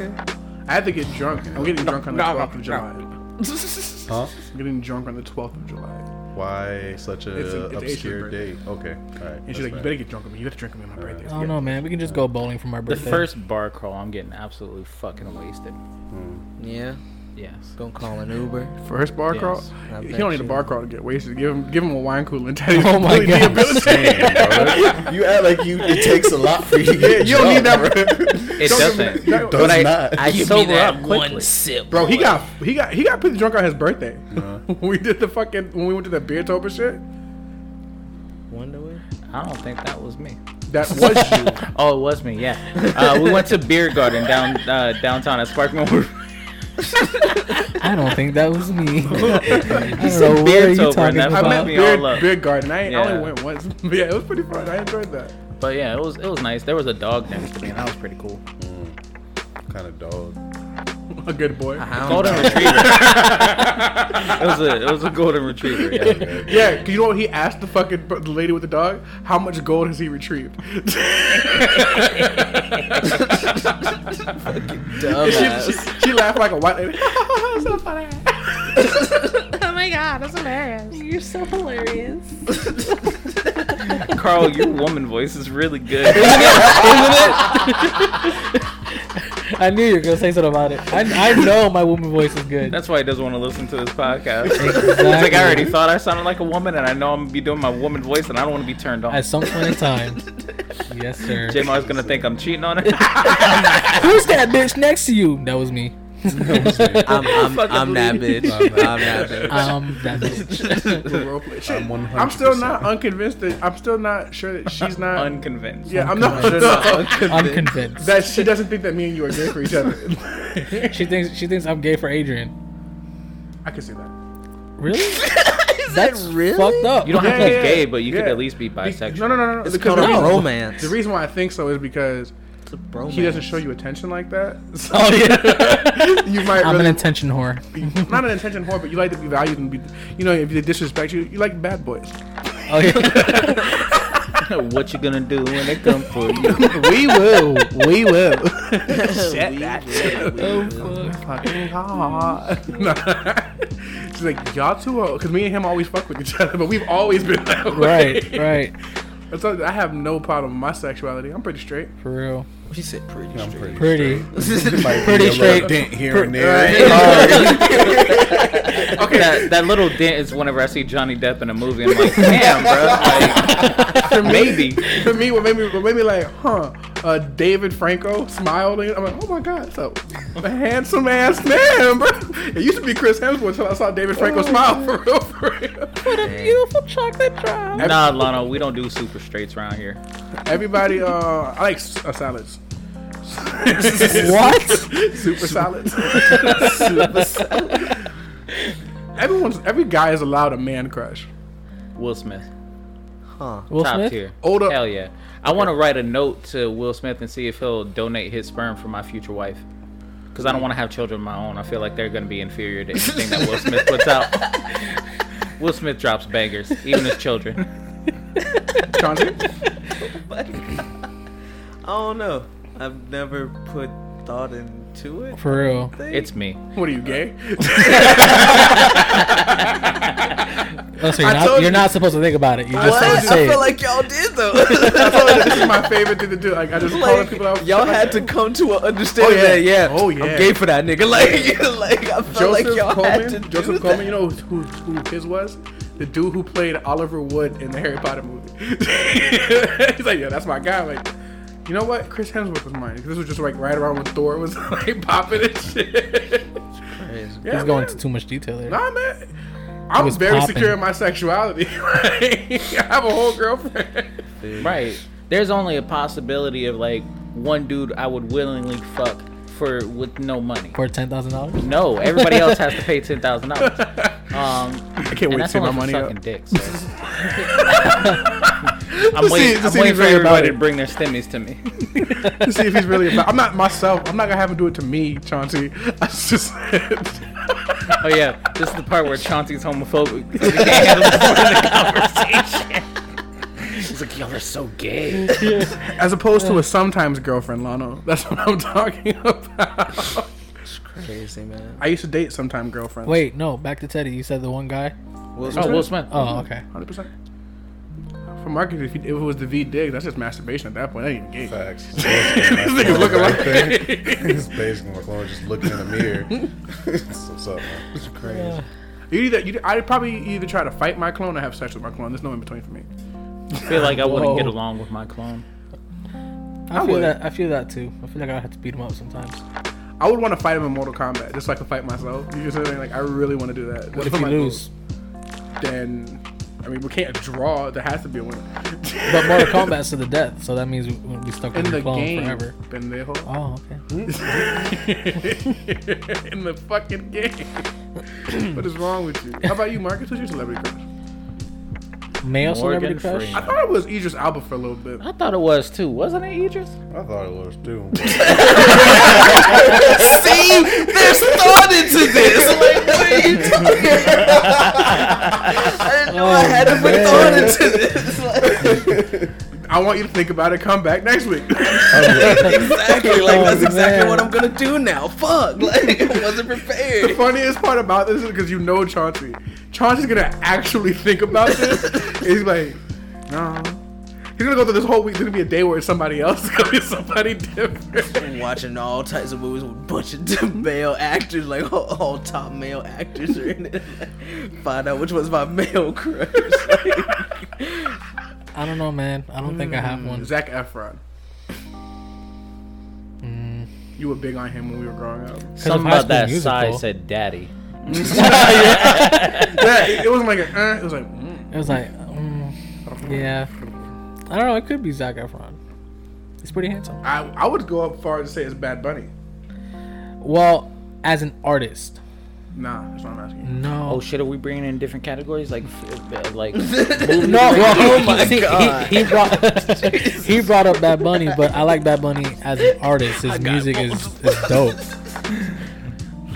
S4: I had to get drunk. I'm getting drunk on the 12th of July.
S3: Huh?
S4: I'm getting drunk on the 12th of July.
S3: Why such a
S4: It's an- it's
S3: obscure
S4: Asian
S3: date? Okay, all right.
S4: And she's like, you better get drunk with me. You have to drink with me on my birthday.
S5: I don't know, man. We can just go bowling for my
S2: The
S5: birthday.
S2: first bar crawl, I'm getting absolutely fucking wasted.
S1: Yeah.
S2: Yes.
S1: Gonna call an Uber.
S4: First bar
S2: Yes.
S4: crawl?
S1: I
S4: He
S1: bet
S4: don't need a
S1: you.
S4: bar crawl to get wasted. Give him give him a wine cooler and tell you
S5: Oh my
S4: completely
S5: God.
S4: debilitated.
S3: Damn, bro. you act like you. It takes a lot for you to
S4: Yeah,
S3: get.
S4: you don't need
S3: drunk,
S4: that-
S3: bro.
S2: It doesn't.
S4: That-
S3: Does
S2: but I,
S3: not.
S2: I
S1: Give me
S2: sober
S1: that
S2: up quickly.
S1: One sip,
S4: Bro, he
S1: boy.
S4: got he got he got pretty drunk on his birthday. we did the fucking when we went to the beer tober shit.
S1: Wonder Woman?
S2: I don't think that was me.
S4: That was you.
S2: Oh, it was me. Yeah, uh, we went to Beer Garden down uh, downtown at Sparkman.
S5: I don't think that was me. I don't
S2: said
S5: know
S2: beard's
S5: what are you
S2: over, and
S5: talking
S2: that
S4: I
S5: about.
S4: met
S2: me all
S4: beer,
S2: up.
S4: beer garden. I, ain't I
S2: Yeah.
S4: only went once. But yeah, it was pretty fun. I enjoyed that.
S2: But yeah, it was it was nice. There was a dog next to me, and that was pretty cool.
S3: kind of mm, dog.
S4: A good boy.
S2: Golden retriever. it was a it was a golden retriever. Yeah.
S4: Yeah, 'cause you know what? He asked the fucking the lady with the dog how much gold has he retrieved. and she, she, she laughed like a white lady. so funny.
S6: Oh my god, that's hilarious. You're so hilarious.
S2: Carl, your woman voice is really good. Isn't it? Isn't it?
S5: I knew you were gonna say something about it. I, I know my woman voice is good.
S2: That's why he doesn't want to listen to this podcast. It's
S5: Exactly.
S2: like I already thought I sounded like a woman, and I know I'm gonna be doing my woman voice, and I don't want to be turned
S5: At
S2: on.
S5: some point in time, yes, sir.
S2: J Mar's gonna think I'm cheating on her.
S5: Who's that bitch next to you? That was me.
S1: I'm, I'm,
S2: Fucking
S1: I'm that
S2: believe
S1: bitch. I'm that bitch.
S5: Um, that bitch.
S4: Role play. Shit, I'm,
S3: 100%.
S4: still not unconvinced that I'm still not sure that she's not.
S2: Unconvinced.
S4: yeah, I'm not.
S5: Unconvinced.
S4: that she doesn't think that me and you are good for each other.
S5: she thinks she thinks I'm gay for Adrian.
S4: I can see that.
S5: Really? That's
S1: really?
S5: fucked up.
S2: You don't have to be
S4: Yeah, yeah,
S2: gay, but you could
S4: yeah.
S2: at least be bisexual.
S4: No, no, no, no.
S1: It's
S4: because
S1: called a
S4: the reason-
S1: romance.
S4: The reason why I think so is because
S1: It's a bromance.
S4: he doesn't show you attention like that. So
S5: Oh yeah.
S4: you might
S5: I'm an
S4: really
S5: intention whore.
S4: be- not an attention whore, but you like to be valued and be, you know, if they disrespect you, you like bad boys.
S5: Oh yeah.
S2: what you gonna do when they come for you?
S4: we will, we will.
S1: We will.
S5: Fuck.
S4: Fucking hot. No. She's like, y'all two are, because me and him always fuck with each other, but we've always been that way.
S5: Right, right.
S4: That's all- I have no problem with my sexuality. I'm pretty straight.
S5: For real.
S1: She said pretty
S3: I'm
S1: straight.
S3: pretty.
S5: Pretty.
S3: Might be a
S5: Pretty
S3: little
S5: straight.
S3: Dent here and there.
S2: Okay, that, that little dent is whenever I see Johnny Depp in a movie. I'm like, damn, bro. Like, maybe.
S4: For me, what made me, what made me like, huh? Uh, David Franco smiled. and I'm like, oh my god, so a handsome ass man, bro. It used to be Chris Hemsworth until I saw David Franco smile for real, for real.
S5: Beautiful chocolate drop.
S2: Nah, Lana, we don't do super straights around here.
S4: Everybody, uh, I like s- uh, salads.
S5: What?
S4: Super salads. Super salads. Everyone's every guy is allowed a man crush.
S2: Will Smith,
S1: Huh.
S5: Will
S2: top
S5: Smith?
S2: tier.
S4: Hold up.
S2: Hell yeah. I want to write a note to Will Smith and see if he'll donate his sperm for my future wife. Because I don't want to have children of my own. I feel like they're going to be inferior to anything that Will Smith puts out. Will Smith drops bangers, even his children.
S4: Chauncey,
S1: I don't know. I've never put thought into it.
S5: For real.
S2: It's me.
S4: what are you gay?
S5: Listen,
S4: I
S5: Oh, you're,
S4: told
S5: not, you're
S4: you.
S5: not supposed to think about it. You just
S1: What?
S5: have to say
S1: I
S5: it.
S1: feel like y'all did though.
S4: I told you this is my favorite thing to do. Like I just call people out.
S1: like, y'all had to come to an understanding.
S4: Oh, yeah.
S1: that, yeah.
S4: Oh, yeah.
S1: I'm gay for that nigga. Like, like I felt
S4: Joseph
S1: like y'all
S4: Coleman.
S1: had to do
S4: Joseph
S1: that.
S4: Coleman. You know who, who his was? The dude who played Oliver Wood in the Harry Potter movie. He's like, yeah, that's my guy. Like, you know what? Chris Hemsworth was mine. This was just like right around when Thor was like popping and shit. Yeah,
S5: He's going
S4: man.
S5: into too much detail there.
S4: Nah, man. I'm
S5: was
S4: very
S5: popping.
S4: secure in my sexuality. Like, I have a whole girlfriend.
S2: Right. There's only a possibility of like one dude I would willingly fuck for with no money.
S5: For ten thousand dollars?
S2: No, everybody else has to pay ten thousand dollars. Um,
S4: I can't
S2: and
S4: wait to
S2: that's
S4: see my
S2: only for
S4: money
S2: sucking
S4: up.
S2: dick. so- I'm
S3: Let's see-
S2: waiting,
S3: let's
S2: I'm
S3: see
S2: waiting
S3: if
S2: for
S3: he's about
S2: everybody
S3: it.
S2: to bring their stimmies to me.
S4: to see if he's really. About, I'm not myself. I'm not gonna have him do it to me, Chauncey. I just.
S2: Oh yeah, this is the part where Chauncey's homophobic. 'cause He can't handle this part of the conversation. He's like, y'all are so gay.
S4: As opposed to a sometimes girlfriend, Lano. That's what I'm talking about.
S1: Crazy man.
S4: I used to date sometime girlfriends.
S5: Wait, no, back to Teddy. You said the one guy.
S1: Will
S2: Oh,
S1: Smith?
S2: Will Smith.
S5: Oh, okay.
S4: 100. percent For Marcus, if, he, if it was the V dig, that's just masturbation at that point. That ain't even gay.
S3: Facts. this nigga's
S4: looking like-
S3: His face looking like Lauren just looking in the mirror. What's up, man? It's crazy.
S4: You either you, I'd probably either try to fight my clone or have sex with my clone. There's no in between for me.
S2: I feel like I wouldn't
S5: Whoa.
S2: get along with my clone.
S5: I, feel
S4: would.
S5: that. I feel that too. I feel like I have to beat him up sometimes.
S4: I would want to fight him in Mortal Kombat just so I could fight myself. You know what I'm saying? Like I really want to do that.
S5: What
S4: That's
S5: if you
S4: my goal.
S5: lose?
S4: Then, I mean, we can't draw. There has to be a winner.
S5: But Mortal Kombat's to the death, so that means we- we'll be stuck with
S4: in
S5: the,
S4: the
S5: clone
S4: game,
S5: forever.
S4: pendejo.
S5: Oh, okay.
S4: in the fucking game. what is wrong with you? How about you, Marcus? Who's your celebrity crush?
S5: Male
S2: Morgan
S5: celebrity crush.
S4: I
S2: Freeman.
S4: thought it was Idris Alba for a little bit.
S2: I thought it was too, wasn't it, Idris?
S3: I thought it was too.
S1: See, there's thought into this. Like, what are you talking about? I didn't know I
S5: Oh,
S1: had to put thought into this. Like,
S4: I want you to think about it. Come back next week.
S1: exactly. Like, that's
S5: Oh,
S1: exactly
S5: man.
S1: what I'm gonna do now. Fuck. Like, I wasn't prepared.
S4: the funniest part about this is because you know Chauncey. Chauncey's gonna actually think about this. and he's like, no. He's gonna go through this whole week. There's gonna be a day where it's somebody else. It's gonna be somebody different.
S1: Been watching all types of movies with a bunch of different male actors, like all, all top male actors are in it. Like, find out which was my male crush.
S5: I don't know, man. I don't think I have one.
S4: Zach Mm, Efron. You were big on him when we were growing up.
S5: 'Cause of
S2: Something
S5: High
S2: about that
S5: School Musical,
S2: size said daddy.
S4: Yeah, it, it wasn't like a, uh, it was like, mm.
S5: It was like, mm, yeah. I don't know. It could be Zac Efron. He's pretty handsome.
S4: I, I would go up far to say it's Bad Bunny.
S5: Well, as an artist,
S4: Nah, that's what I'm asking. you.
S5: no.
S2: Oh shit, are we bringing in different categories? Like, f- uh, like
S5: no, well,
S1: Oh
S5: he,
S1: my
S5: see, he-
S1: God.
S5: He, brought he brought up Bad Bunny, but I like Bad Bunny as an artist. His music is, is dope.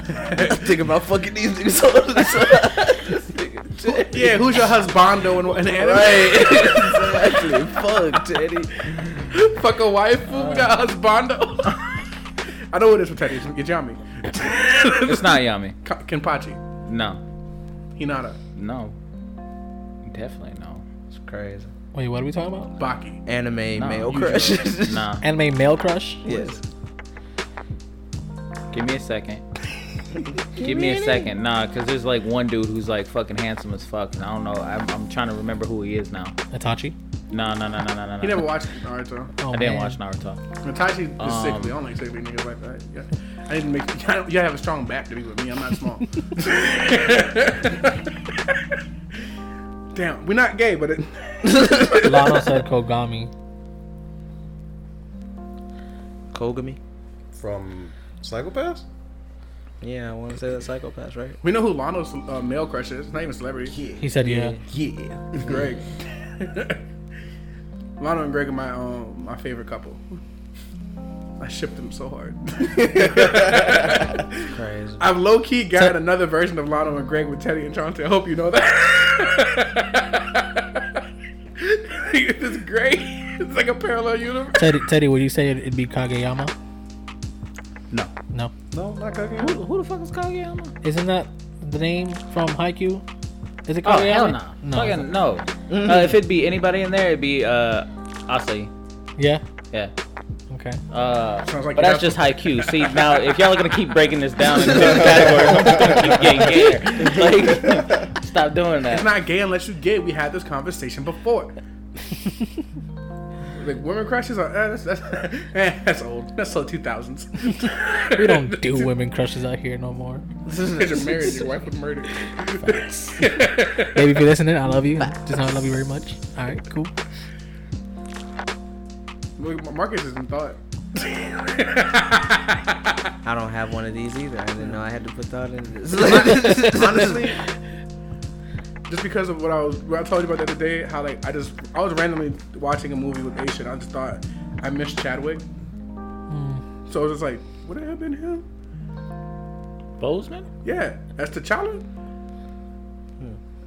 S1: Think about fucking these niggas all the time. This nigga, Teddy.
S4: Yeah, who's your husbando in, in anime?
S1: Right. exactly. Fuck, Teddy.
S4: Fuck a wife, we got husbando. Uh, I know what it is for Teddy. It's Yajami.
S2: it's not Yami.
S4: Ka- Kenpachi.
S2: No,
S4: Hinata.
S2: no, definitely no. It's crazy.
S5: Wait, what are we talking about?
S4: Baki.
S1: Anime
S2: Nah,
S1: male
S2: you
S1: crushes.
S2: Nah,
S5: Anime male crush?
S1: Yes.
S2: give me a second. Give me a second, nah, cause there's like one dude who's like fucking handsome as fuck, and I don't know. I'm, I'm trying to remember who he is now.
S5: Itachi?
S2: No, no, no, no, no, no.
S4: He
S2: no.
S4: never watched Naruto.
S5: Oh,
S2: I didn't
S5: man.
S2: watch Naruto.
S4: Natashi is
S2: Um,
S4: sickly. I don't like sickly niggas like that. Yeah. I didn't make. You have a strong back to be with me. I'm not small. Damn, we're not gay, but it.
S5: Lano said Kogami.
S1: Kogami.
S3: From Psychopaths?
S1: Yeah, I want to say that psychopath, right?
S4: we know who Lano's uh, male crush is. It's not even a celebrity.
S5: He said, yeah.
S1: Yeah.
S4: It's Greg. Lano and Greg are my um, my favorite couple. I shipped them so hard.
S1: Crazy.
S4: I've low key got another version of Lano and Greg with Teddy and Chauncey. I hope you know that. it's great. It's like a parallel universe.
S5: Teddy, Teddy, would you say it- it'd be Kageyama?
S4: No.
S5: No.
S3: No, not Kageyama.
S2: Who the fuck is Kageyama?
S5: Isn't that the name from Haikyuu? Is it
S2: Oh
S5: Kageyama?
S2: hell no,
S5: No.
S2: fucking no. Uh, if it'd be anybody in there, it'd be uh, Asai.
S5: Yeah?
S2: Yeah.
S5: Okay.
S2: Uh,
S4: Sounds like
S2: but
S4: you
S2: that's
S4: have
S2: just high Q. See, now if y'all are gonna keep breaking this down into categories, I'm just gonna keep getting gayer. Like, stop doing that.
S4: It's not gay unless you gay. We had this conversation before. like women crushes are eh, that's that's, eh, that's old. That's so two thousands.
S5: We don't do women crushes out here no more.
S4: You're married. Your wife would murder.
S5: Baby, if you're listening, I love you. Just know I love you very much. All right, cool.
S4: Look, Marcus is in thought.
S1: I don't have one of these either. I didn't know I had to put thought into this.
S4: Honestly, just because of what I was, what I told you about the other day, how like I just, I was randomly watching a movie with Aisha, and I just thought I missed Chadwick. So I was just like, would it have been him?
S2: Bozeman?
S4: Yeah, as T'Challa.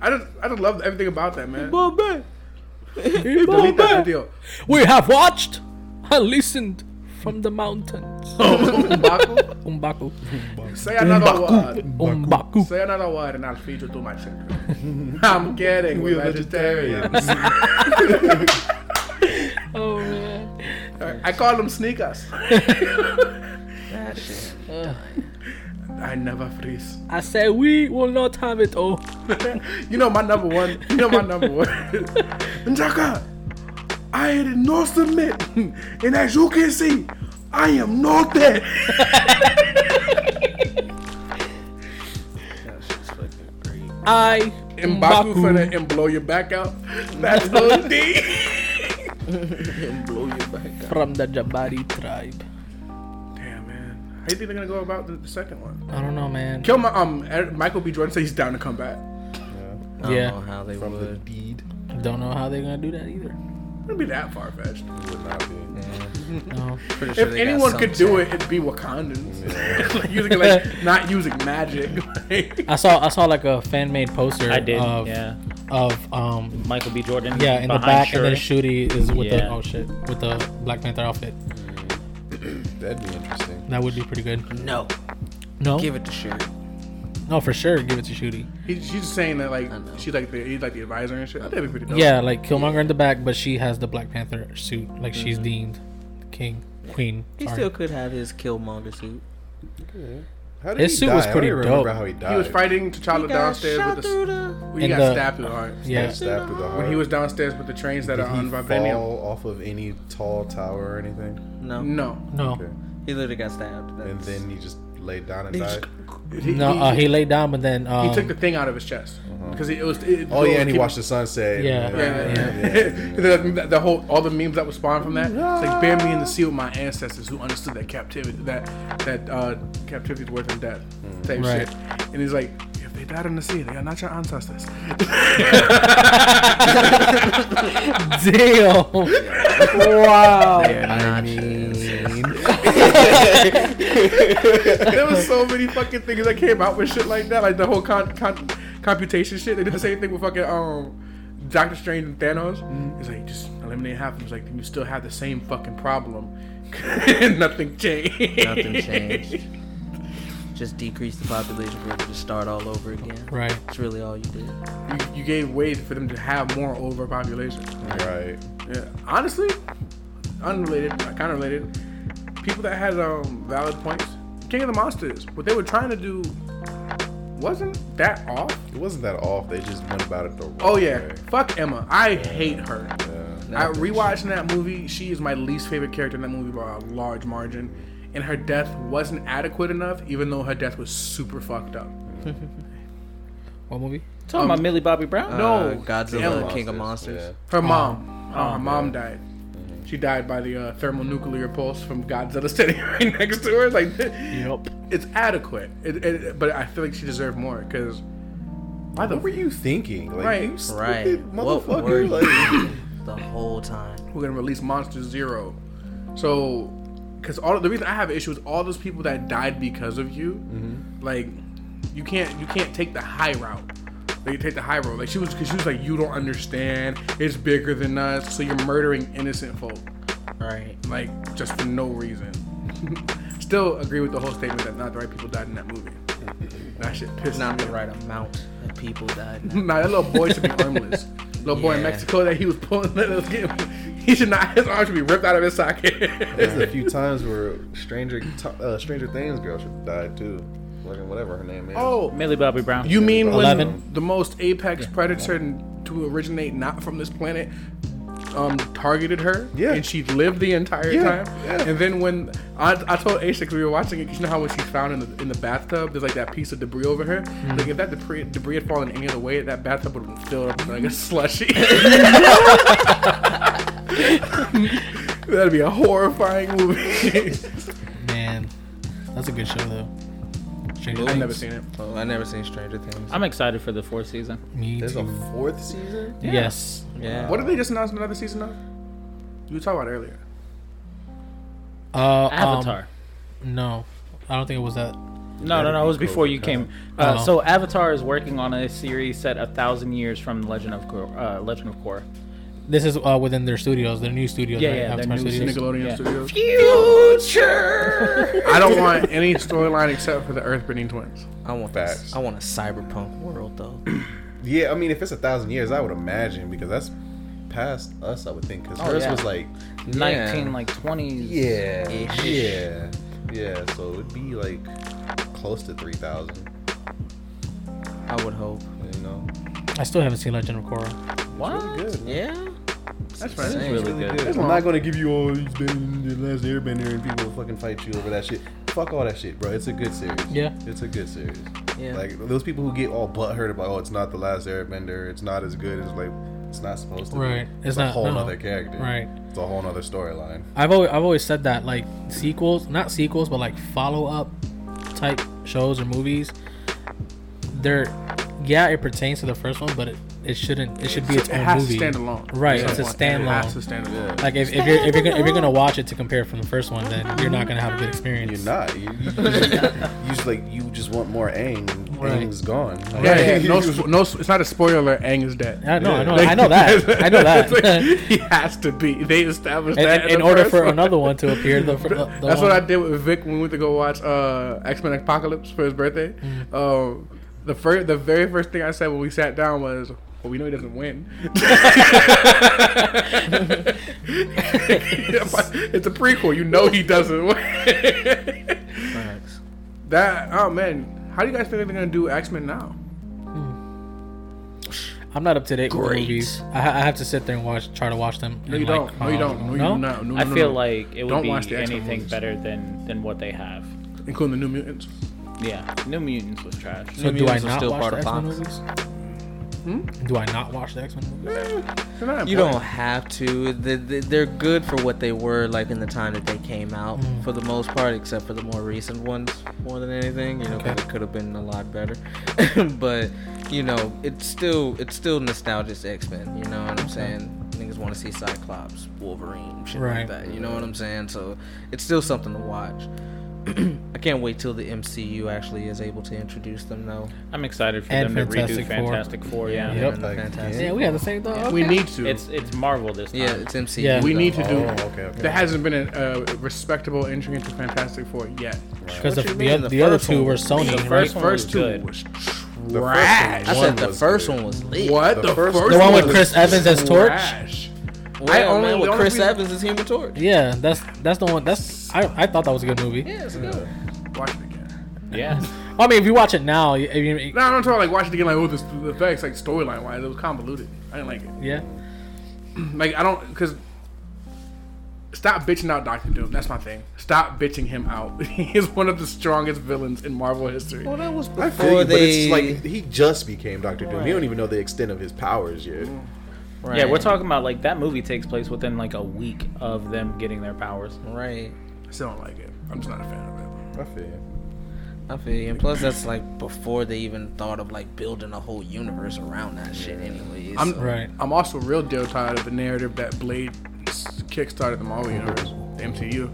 S4: I just, I just love everything about that man.
S1: Bombay.
S4: Delete that video.
S5: We have watched and listened from the mountains.
S4: Oh. Umbaku,
S5: Umbaku.
S4: say another word.
S5: Umbaku.
S4: Say another word, and I'll feed you to my children. I'm kidding. We're vegetarians.
S5: Oh man.
S4: I call them sneakers.
S1: That shit.
S4: I never freeze.
S5: I said we will not have it oh. all.
S4: You know my number one. You know my number one. Njaka, I did not submit, and as you can see, I am not dead.
S5: I
S4: Mbaku finna and blow your back out. That's the D.
S1: blow your back out.
S5: from the Jabari tribe.
S4: Damn man, how you think they're gonna go about the, the second one?
S5: I don't know, man.
S4: Kill my um Er- Michael B. Jordan said he's down to come back.
S1: I
S5: Yeah.
S1: don't know how they
S3: From the
S1: would.
S3: deed
S5: Don't know how they're gonna do that either.
S4: It'd be that far fetched.
S3: would not be.
S5: No.
S1: Pretty sure
S4: If
S1: they got
S4: anyone could
S1: some
S4: do it, it'd be Wakandans. like using like not using magic. Like,
S5: I saw I saw like a fan made poster
S2: I did.
S5: of
S2: yeah.
S5: of um
S2: Michael B. Jordan.
S5: Uh, yeah in the
S2: behind
S5: back and then
S2: Shuri.
S5: Shuri is with the
S2: Yeah.
S5: oh shit with the Black Panther outfit.
S3: That'd be interesting.
S5: That would be pretty good.
S1: shit. No,
S5: No,
S1: give it to Sherry.
S5: no for sure. Give it to Shuri.
S4: he, she's just saying that like
S1: I know.
S4: she's like the he's like the advisor and shit. That'd be pretty dope.
S5: Yeah, like Killmonger in the back, but she has the Black Panther suit. Like she's deemed king, queen.
S1: He
S5: sorry.
S1: still could have his Killmonger suit.
S3: How did
S5: His
S3: he
S5: suit was
S3: die? I
S5: pretty
S3: don't even remember
S5: dope.
S3: how he died.
S4: He was fighting T'Challa downstairs with the
S1: the.
S4: he
S5: In
S4: got
S5: the-
S4: stabbed in the heart.
S5: yeah.
S3: Stabbed with a heart.
S4: When he was downstairs with the trains that
S3: Did
S4: are on
S3: he
S4: Vibranium.
S3: fall off of any tall tower or anything?
S1: No,
S4: No.
S5: No,
S3: Okay.
S1: he literally got stabbed.
S3: And
S1: That's-
S3: then he just laid down and
S1: He just-
S3: died.
S4: He,
S5: no.
S4: he,
S5: uh, he laid down, but then um,
S4: he took the thing out of his chest because it was. It,
S3: Oh
S4: it
S3: yeah,
S4: was
S3: and he
S4: keep-
S3: watched the sunset.
S4: Yeah,
S5: Yeah.
S4: yeah, yeah. the, the whole all the memes that were spawned from that. It's like bear me in the sea with my ancestors who understood that captivity that that uh, captivity is worse than death type
S5: Right.
S4: shit. And he's like, if they died in the sea, they are not your ancestors.
S5: Damn.
S1: They're not his.
S4: there was so many fucking things that came out with shit like that, like the whole con- con- computation shit. They did the same thing with fucking um. Doctor Strange and Thanos.
S1: Mm-hmm.
S4: He's like, just eliminate half of them. He's like, then you still have the same fucking problem. Nothing changed.
S1: Nothing changed. Just decrease the population for it to just start all over again.
S5: right.
S1: That's really all you did.
S4: you, you gave way for them to have more overpopulation.
S3: Right.
S4: Yeah. Honestly, unrelated, kind of related. People that had um, valid points, King of the Monsters, what they were trying to do wasn't that off.
S3: It wasn't that off. They just went about it the wrong
S4: Oh yeah,
S3: way.
S4: fuck Emma. I hate her.
S3: Yeah.
S4: I rewatching that movie. She is my least favorite character in that movie by a large margin, and her death wasn't adequate enough, even though her death was super fucked up.
S5: What movie?
S2: Talking about Millie Bobby Brown.
S4: No,
S1: Uh, Godzilla,
S4: Ellen.
S1: King of Monsters.
S4: Her mom. Uh, her mom died. She died by the uh, thermonuclear pulse from Godzilla standing right next to her. Like,
S5: Yup.
S4: it's adequate. It, it, but I feel like she deserved more because why the
S3: What were you thinking? Like,
S4: Right.
S3: you stupid
S1: Right. What were
S3: motherfucker.
S1: you
S3: Like,
S1: thinking the whole time?
S4: we're gonna release Monster Zero? So, because all the reason I have issues, all those people that died because of you, like, you can't you can't take the high route. Like, you take the high road. Like she was because she was like, you don't understand. It's bigger than us. So you're murdering innocent folk.
S1: Right.
S4: like just for no reason. Still agree with the whole statement that not the right people died in that movie. That shit pissed
S1: Not
S4: me
S1: the right amount of people died.
S4: off. Nah, that little boy should be armless. Little boy in
S1: Yeah.
S4: Mexico that he was pulling, that was getting, he should not. His arm should be ripped out of his socket.
S3: there's a few times where Stranger to- uh, Stranger Things girl should die too. Like, whatever her name is.
S4: oh,
S2: Millie Bobby Brown.
S4: you mean when
S5: Eleven?
S4: the most apex predator to originate not from this planet? Um, targeted her,
S3: Yeah.
S4: and she lived the entire
S3: Yeah,
S4: time.
S3: yeah.
S4: And then when I, I told Aisha 'cause we were watching it, 'cause you know how when she's found in the in the bathtub, there's like that piece of debris over her.
S3: Mm-hmm.
S4: Like if that debris, debris had fallen any other way, that bathtub would have been filled up with, like a slushy. That'd be a horrifying movie.
S5: Man, that's a good show though.
S1: Movies.
S5: Stranger
S4: I've
S5: Things.
S4: never seen it.
S1: Oh, I never seen Stranger Things.
S2: I'm excited for the fourth season.
S5: Me
S3: There's
S5: too.
S3: a fourth season.
S5: Yes.
S1: yeah.
S4: What did they just announce another season of? You were talking about it earlier.
S5: Uh, um,
S2: Avatar.
S5: no, I don't think it was that.
S2: no, no, no. It was
S3: That'd be
S2: before
S3: cool.
S2: you came. Uh,
S5: Oh.
S2: So Avatar is working on a series set a thousand years from Legend of Kor- uh, Legend of Korra.
S5: This is uh, within their studios, their new studios.
S2: Yeah,
S5: right?
S2: yeah, their
S5: Avatar
S2: new
S5: studios.
S4: Nickelodeon
S2: Yeah.
S4: Studios.
S1: Future.
S4: I don't want any storyline except for the Earthbending Twins.
S1: I want
S3: Facts.
S1: this. I want a cyberpunk world though.
S3: Yeah, I mean, if it's a thousand years, I would imagine because that's past us. I would think because
S2: Oh,
S3: hers
S2: yeah.
S3: was like,
S2: Nineteen like twenties.
S3: yeah, yeah, yeah. So it would be like close to three thousand.
S1: I would hope.
S3: You know,
S5: I still haven't seen Legend of Korra.
S2: What?
S3: good. man.
S1: Yeah.
S4: That's fine.
S1: Same.
S2: Really good.
S3: Good. I'm not gonna give you all these been in the last airbender and people will fucking fight you over that shit. Fuck all that shit, bro. It's a good series.
S5: Yeah.
S3: It's a good series.
S1: Yeah.
S3: Like those people who get all butthurt about oh it's not the last airbender, it's not as good as like it's not supposed to
S5: Right.
S3: be.
S5: It's
S3: a
S5: not-
S3: whole
S5: no.
S3: nother character.
S5: Right.
S3: It's a whole nother storyline.
S5: I've always I've always said that like sequels, not sequels, but like follow up type shows or movies. They're yeah, it pertains to the first one, but it, it shouldn't. It should be its,
S4: It
S5: own
S4: has
S5: movie.
S4: to stand alone.
S5: Right, it's a
S4: It has to
S5: standalone.
S4: stand alone.
S5: Like if, if you're if you're, gonna, if you're gonna watch it to compare it from the first one, then you're not gonna have a good experience.
S3: You're not. You, you, you just like you just want more Aang.
S5: Right.
S3: Aang's gone. Like,
S4: Yeah,
S5: Right.
S4: yeah, no, sp- no, sp- it's not a spoiler. Aang is dead.
S5: I know, I know,
S4: Like-
S5: I know that. I know that.
S4: It's like, he has to be. They established
S5: And-
S4: that
S5: and- in
S4: the
S5: order
S4: first
S5: for
S4: one.
S5: another one to appear, the, the, the
S4: That's
S5: one,
S4: what I did with Vic when we went to go watch uh, X Men Apocalypse for his birthday. Um, the first, the very first thing I said when we sat down was, "Well, we know he doesn't win." it's a prequel. You know he doesn't win.
S1: Facts.
S4: that oh man, how do you guys think they're gonna do X Men now?
S5: I'm not up to date with the
S1: Great.
S5: movies. I, ha- I have to sit there and watch, try to watch them. um,
S4: No, you don't. No, you don't. No, you do not. No,
S2: I
S4: no,
S2: feel
S4: no.
S2: like it would
S4: Don't
S2: be
S4: watch the X-Men
S2: anything
S4: movies.
S2: better than than what they have.
S4: including the New Mutants.
S2: Yeah, New Mutants was trash.
S5: So do I
S1: Mutants are
S5: not
S1: still
S5: watch
S1: part
S5: the
S1: of
S5: X Men
S1: Fox.
S5: movies?
S4: Hmm?
S5: Do I not watch the X Men movies?
S4: Eh, They're not
S1: You
S4: important.
S1: don't have to. They- they- They're good for what they were like in the time that they came out,
S5: Mm.
S1: for the most part, except for the more recent ones, more than anything. You know, 'cause
S5: Okay.
S1: it could have been a lot better. but you know, it's still it's still nostalgic X Men. You know what I'm saying? Niggas want to see Cyclops, Wolverine, shit
S5: Right.
S1: like that. You know what I'm saying? So it's still something to watch. I can't wait till the MCU actually is able to introduce them though.
S2: I'm excited for
S5: And
S2: them
S5: Fantastic
S2: to redo
S5: Four.
S2: Fantastic Four. Yeah,
S5: Yep.
S1: And
S3: Like,
S1: fantastic.
S5: Yeah, we have the same thought.
S4: We need to.
S2: it's it's Marvel this time.
S1: Yeah, it's MCU.
S5: Yeah.
S4: we
S1: though.
S4: need to do.
S3: Oh, okay, okay.
S4: There hasn't been a, a respectable entry into Fantastic Four yet.
S5: Because the,
S1: What
S5: the,
S1: you mean,
S5: oth-
S1: the
S5: the other
S1: first
S5: two
S1: one
S5: were
S1: was
S5: Sony.
S2: The
S5: right?
S2: first
S4: The
S2: one
S4: first
S2: was
S4: two
S2: good.
S4: was
S3: The
S4: trash.
S1: I
S3: one
S1: said the
S3: was
S1: first
S3: good.
S1: one was lit.
S4: What
S3: The
S4: the
S3: first
S4: first?
S3: one- The
S5: one with
S4: was
S5: Chris Evans as Torch?
S4: trash.
S1: Well,
S4: I only-
S1: man, with
S4: the only
S1: Chris
S4: reason-
S1: Evans is Human Torch.
S5: Yeah, that's that's the one. That's I, I thought that was a good movie.
S1: Yeah, it's good.
S4: Watch it again.
S2: Yeah,
S5: I mean, if you watch it now, you- I mean,
S4: No, I'm talking like watch it again. Like with the the effects, like storyline wise, it was convoluted. I didn't like it.
S5: yeah,
S4: Like I don't because. Stop bitching out Doctor Doom. That's my thing. Stop bitching him out. He is one of the strongest villains in Marvel history.
S1: Well, that was before
S3: I feel you, but
S1: they.
S3: it's like he just became Doctor Doom. You don't even know the extent of his powers yet.
S4: Mm.
S1: right,
S2: yeah. We're talking about like that movie takes place within like a week of them getting their powers.
S1: Right.
S4: I still don't like it. I'm just not a fan of it.
S3: I feel. you.
S1: I feel you. And plus, that's like before they even thought of like building a whole universe around that shit. Anyways,
S4: I'm-
S1: so-
S5: right.
S4: I'm also real deal tired of the narrative that Blade s- kickstarted the Marvel universe, the MCU.